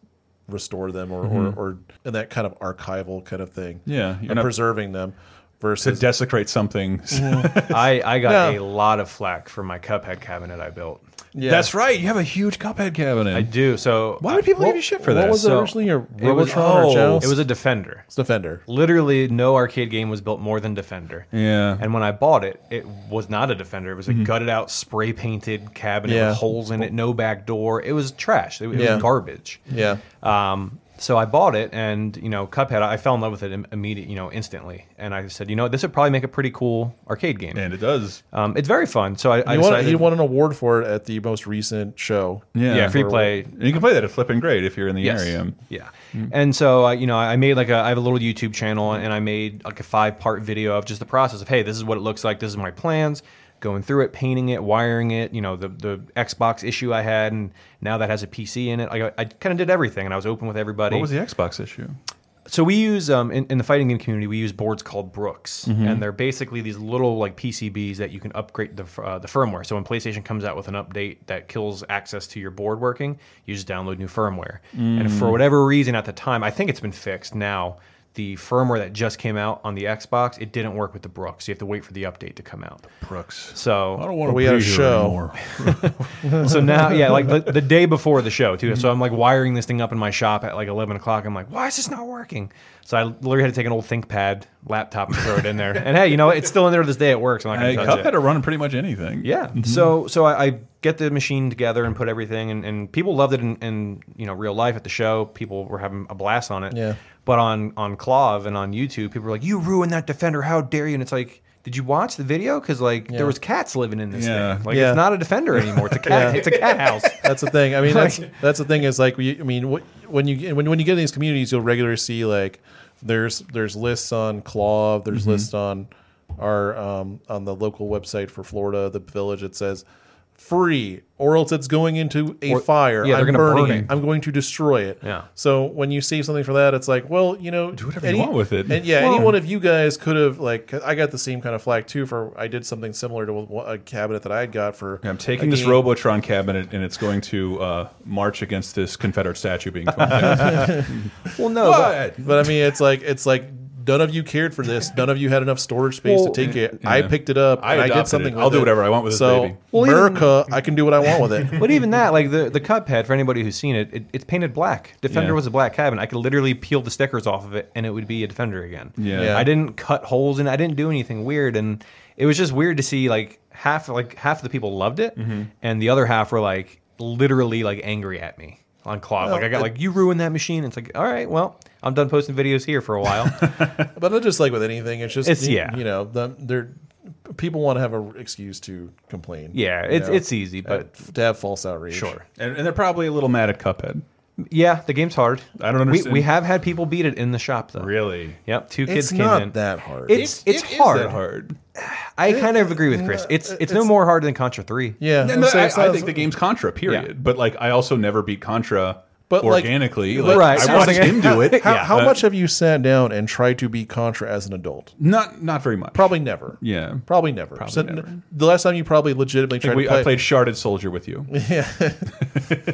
restore them or
Mhm.
or, or and that kind of archival kind of thing,
Yeah, you're
and
not-
preserving them
to
versus
desecrate something.
I I got
No.
a lot of flack for my Cuphead cabinet I built.
[LAUGHS] That's right. You have a huge Cuphead cabinet.
I do. So
why would people give you shit for that?
So-
It was- oh,
It was a Defender. It's
Defender.
Literally, no arcade game was built more than Defender.
Yeah.
And when I bought it, it was not a Defender. It was a
Mhm.
gutted out, spray painted cabinet
Mm-hmm. Yeah.
with holes in it, no back door. It was trash. It, it
Yeah.
was garbage.
Yeah.
Um, so I bought it, and you know, Cuphead. I fell in love with it im- immediate, you know, instantly. And I said, you know, this would probably make a pretty cool arcade game. And
it does.
Um, it's very fun. So I, I
you, won,
decided-
you won an award for it at the most recent show.
Yeah. Yeah, free play.
You can play that at Flippin' Great if you're in the
Yes.
area. Mm.
Yeah. And so, I you know, I made like a, I have a little YouTube channel and I made like a five part video of just the process of, hey, this is what it looks like. This is my plans, going through it, painting it, wiring it, you know, the, the Xbox issue I had. And now that has a PC in it. I, I kind of did everything and I was open with everybody.
What was the Xbox issue?
So we use um, in, in the fighting game community, we use boards called Brooks,
Mhm.
and they're basically these little like PCBs that you can upgrade the f- uh, the firmware. So when PlayStation comes out with an update that kills access to your board working, you just download new firmware. And
Mm.
for whatever reason at the time, I think it's been fixed now. The firmware that just came out on the Xbox, it didn't work with the Brooks. You have to wait for the update to come out.
Brooks.
So
I don't wanna We had a preview show. anymore.
so now, yeah, like the, the day before the show too. So I'm like wiring this thing up in my shop at like 11 o'clock. I'm like, why is this not working? So I literally had to take an old ThinkPad laptop and throw it in there. And hey, you know what? It's still in there to this day. It works. I'm not
Hey,
going to touch
Cuphead
it.
will run pretty much anything.
Yeah.
Mm-hmm.
So so I, I get the machine together and put everything, and, and people loved it in, in you know real life at the show. People were having a blast on it.
Yeah.
But on on Clav and on YouTube, people were like, "You ruined that Defender! How dare you!" And it's like. Did you watch the video? Because like
Yeah.
there was cats living in this
Yeah.
thing. Like
Yeah.
it's not a defender anymore. It's a
[LAUGHS]
cat.
Yeah.
It's a cat house.
That's the thing. I mean, that's
Like-
that's the thing is like we, I mean, what, when you when when you get in these communities, you'll regularly see like there's there's lists on Claw, there's
Mhm.
lists on our um, on the local website for Florida, the village. It says free, or else it's going into a
Or-
fire.
yeah, they're
I'm
gonna burn
burning
it.
it. I'm going to destroy it.
Yeah.
So when you see something for that, it's like, well, you know, do
whatever you want with it.
And yeah,
Well-
any one of you guys could have like 'cause I got the same kind of flag too for I did something similar to a a cabinet that I had got for
I'm taking
a
this
game.
Robotron cabinet and it's going to uh, march against this Confederate statue being torn [LAUGHS] down.
well, no,
What?
but, but I mean, it's like it's like none of you cared for this. None of you had enough storage space
Well,
to take it.
yeah.
I picked it up.
I
and I did
adopted
something.
it.
With
I'll do
it.
whatever I want with this
so,
baby.
Well, even-
America, I can do what I want with it. [LAUGHS]
but even that, like the, the Cuphead, for anybody who's seen it, it it's painted black. Defender
Yeah.
was a black cabin. I could literally peel the stickers off of it, and it would be a Defender again.
Yeah. Yeah.
I didn't cut holes in. it. I didn't do anything weird, and it was just weird to see like half like half the people loved it,
Mm-hmm.
and the other half were like literally like angry at me on Claw.
Well,
like I got
it-
like you ruined that machine. It's like all right, well I'm done posting videos here for
[LAUGHS]
a while.
But not just like with anything. It's just
It's-
you,
yeah.
you know, the, they're people want to have an excuse to complain.
Yeah,
you
it's-
know,
e-,
it's easy, but-
uh, to have false outrage.
Sure.
And, and they're probably a little mad at Cuphead.
yeah, the game's hard.
I don't
We-
understand.
We, have had people beat it in the shop though. Really? Yep. Two
It's
kids came
not
in.
that hard.
It's
It-
it's
it is
hard.
that hard.
I kind of agree with Chris. It's uh, it's, no more hard than Contra Three.
Yeah.
No, no, I, I think the [LAUGHS] game's Contra, period. But like, I also never beat Contra
But like-
organically.
but-
Like,
Right,
I
so
watched
it's like-
him do it.
How, how
Uh,
much have you sat down and tried to be Contra as an adult?
Not not very much.
Probably never.
[LAUGHS] Yeah.
Probably never. So n- The last time you probably legitimately tried
Like we,
to play
I played Sharded Soldier with you.
[LAUGHS] Yeah.
[LAUGHS]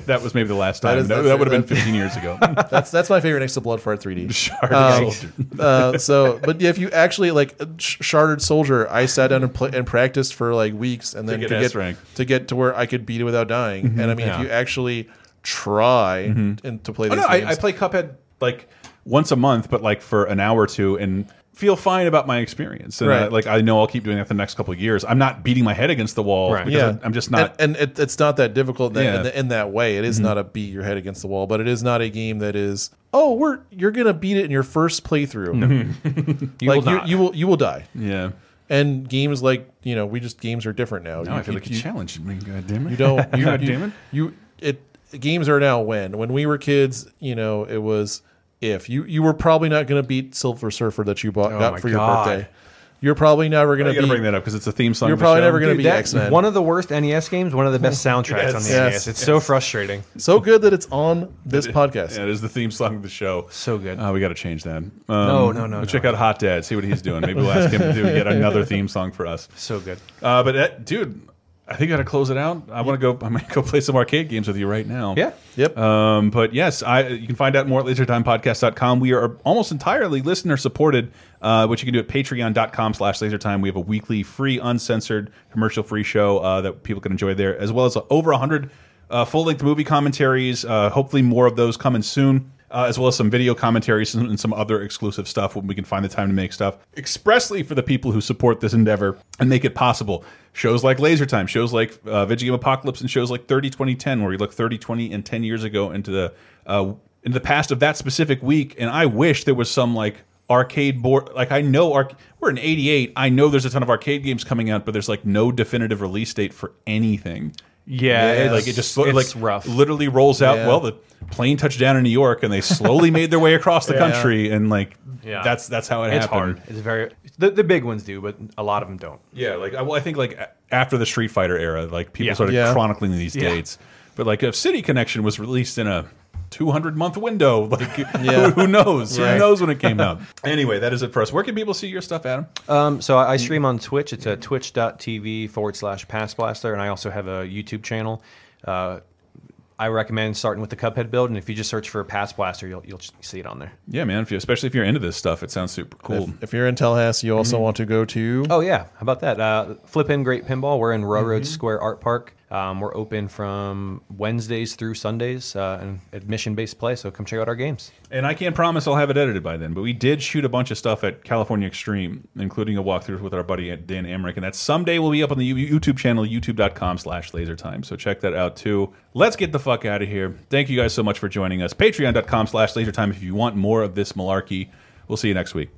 that was maybe the last time.
That
That,
is-
that,
that's-
would have been
that-
15 years
[LAUGHS]
ago. [LAUGHS]
that's that's my favorite next to Blood for 3D.
Sharded
Um, [LAUGHS]
Soldier.
uh, so, but if you actually like Sh- Sharded Soldier, I sat down and, play, and practiced for like weeks, and
To
then
get
to
S
get
rank.
to get to where I could beat it without dying.
Mhm.
And I mean,
Yeah.
if you actually try
Mhm.
and to play
Oh,
these
no, I,
games,
I play Cuphead like once a month, but like for an hour or two, and feel fine about my experience. And
Right.
I, like I know I'll keep doing that for the next couple of years. I'm not beating my head against the wall. because
Yeah.
I, am just not.
And, and it, it's not that difficult that,
Yeah.
in, in that way. It is
Mhm.
not a beat your head against the wall, but it is not a game that is. Oh, we're you're gonna beat it in your first playthrough. [LAUGHS]
[LAUGHS] You
like
will
you,
not.
you will you will die.
Yeah.
And games like you know we just games are different now.
No, I feel like you challenged me. God damn it! [LAUGHS]
You don't. You,
God
you,
damn it!
You it. Games are now when. When we were kids, you know, it was if you you were probably not going to beat Silver Surfer that you bought
Oh
got
my
for
God.
your birthday. You're probably never going
I
to
gotta
be
bring that up because it's a theme song.
You're
of the
probably
show.
never going to
Dude,
be
that-
X Men.
One of the worst NES games, one of the best soundtracks on
Yes.
the NES. It's so
Yes.
frustrating.
So good that it's on this
It-
podcast.
[LAUGHS] Yeah, it is the theme song of the show. So
good.
we got to change that. Um,
No, no, no,
we'll Check out Hot Dad. See what he's doing. Maybe we'll ask him to do yet another theme song for us.
So good.
Uh, but uh, dude, I think I got to close it out. I want to go. I might go play some arcade games with you right now.
Yeah.
Yep.
Um, but yes, I you can find out more at lasertimepodcast.com. We are almost entirely listener supported, uh, which you can do at patreon.com slash lasertime. We have a weekly free, uncensored, commercial free show uh, that people can enjoy there, as well as over 100 uh, full length movie commentaries. Uh, hopefully, more of those coming soon. Uh, as well as some video commentaries and, and some other exclusive stuff when we can find the time to make stuff expressly for the people who support this endeavor and make it possible. Shows like Laser Time, shows like uh, Video Game Apocalypse, and shows like 30, 20, 10, where we look 30, 20, and 10 years ago into the uh, into the past of that specific week. And I wish there was some like arcade board. Like I know arc- we're in 88. I know there's a ton of arcade games coming out, but there's like no definitive release date for anything.
Yeah, it's-
like it just sort of, like
it's rough.
literally rolls out.
Yeah.
Well, the plane touched down in New York, and they slowly made their way across the
[LAUGHS] Yeah.
country, and like
Yeah.
that's that's how it
it's
happened.
hard. It's very the, the big ones do, but a lot of them don't.
Yeah, like I- well, I think like a- after the Street Fighter era, like people
Yeah.
started
Yeah.
chronicling these
Yeah.
dates. But like, if City Connection was released in a 200 month window, [LAUGHS]
[LAUGHS]
like
Yeah.
who, who knows?
Right.
Who knows when it
[LAUGHS]
came out? anyway, that is it for us. Where can people see your stuff, Adam?
Um, so I I stream on Twitch. It's uh, twitch.tv forward slash Pass Blaster, and I also have a YouTube channel. Uh, I recommend starting with the Cuphead build, and if you just search for Pass Blaster, you'll you'll just see it on there.
Yeah, man. If you, especially if you're into this stuff, it sounds super cool. Mm-hmm.
If, if you're in Tallahassee, you also
Mhm.
want to go to.
Oh yeah, how about that? Uh, Flip in Great Pinball. We're in Railroad
Mhm.
Square Art Park. Um, we're open from Wednesdays through Sundays, uh, and admission based play. So come check out our games.
And I can't promise I'll have it edited by then, but we did shoot a bunch of stuff at California Extreme, including a walkthrough with our buddy Dan Emmerich, and that someday will be up on the You- YouTube channel, youtube.com slash lasertime. So check that out too. Let's get the fuck out of here. Thank you guys so much for joining us. Patreon.com slash lasertime if you want more of this malarkey. We'll see you next week.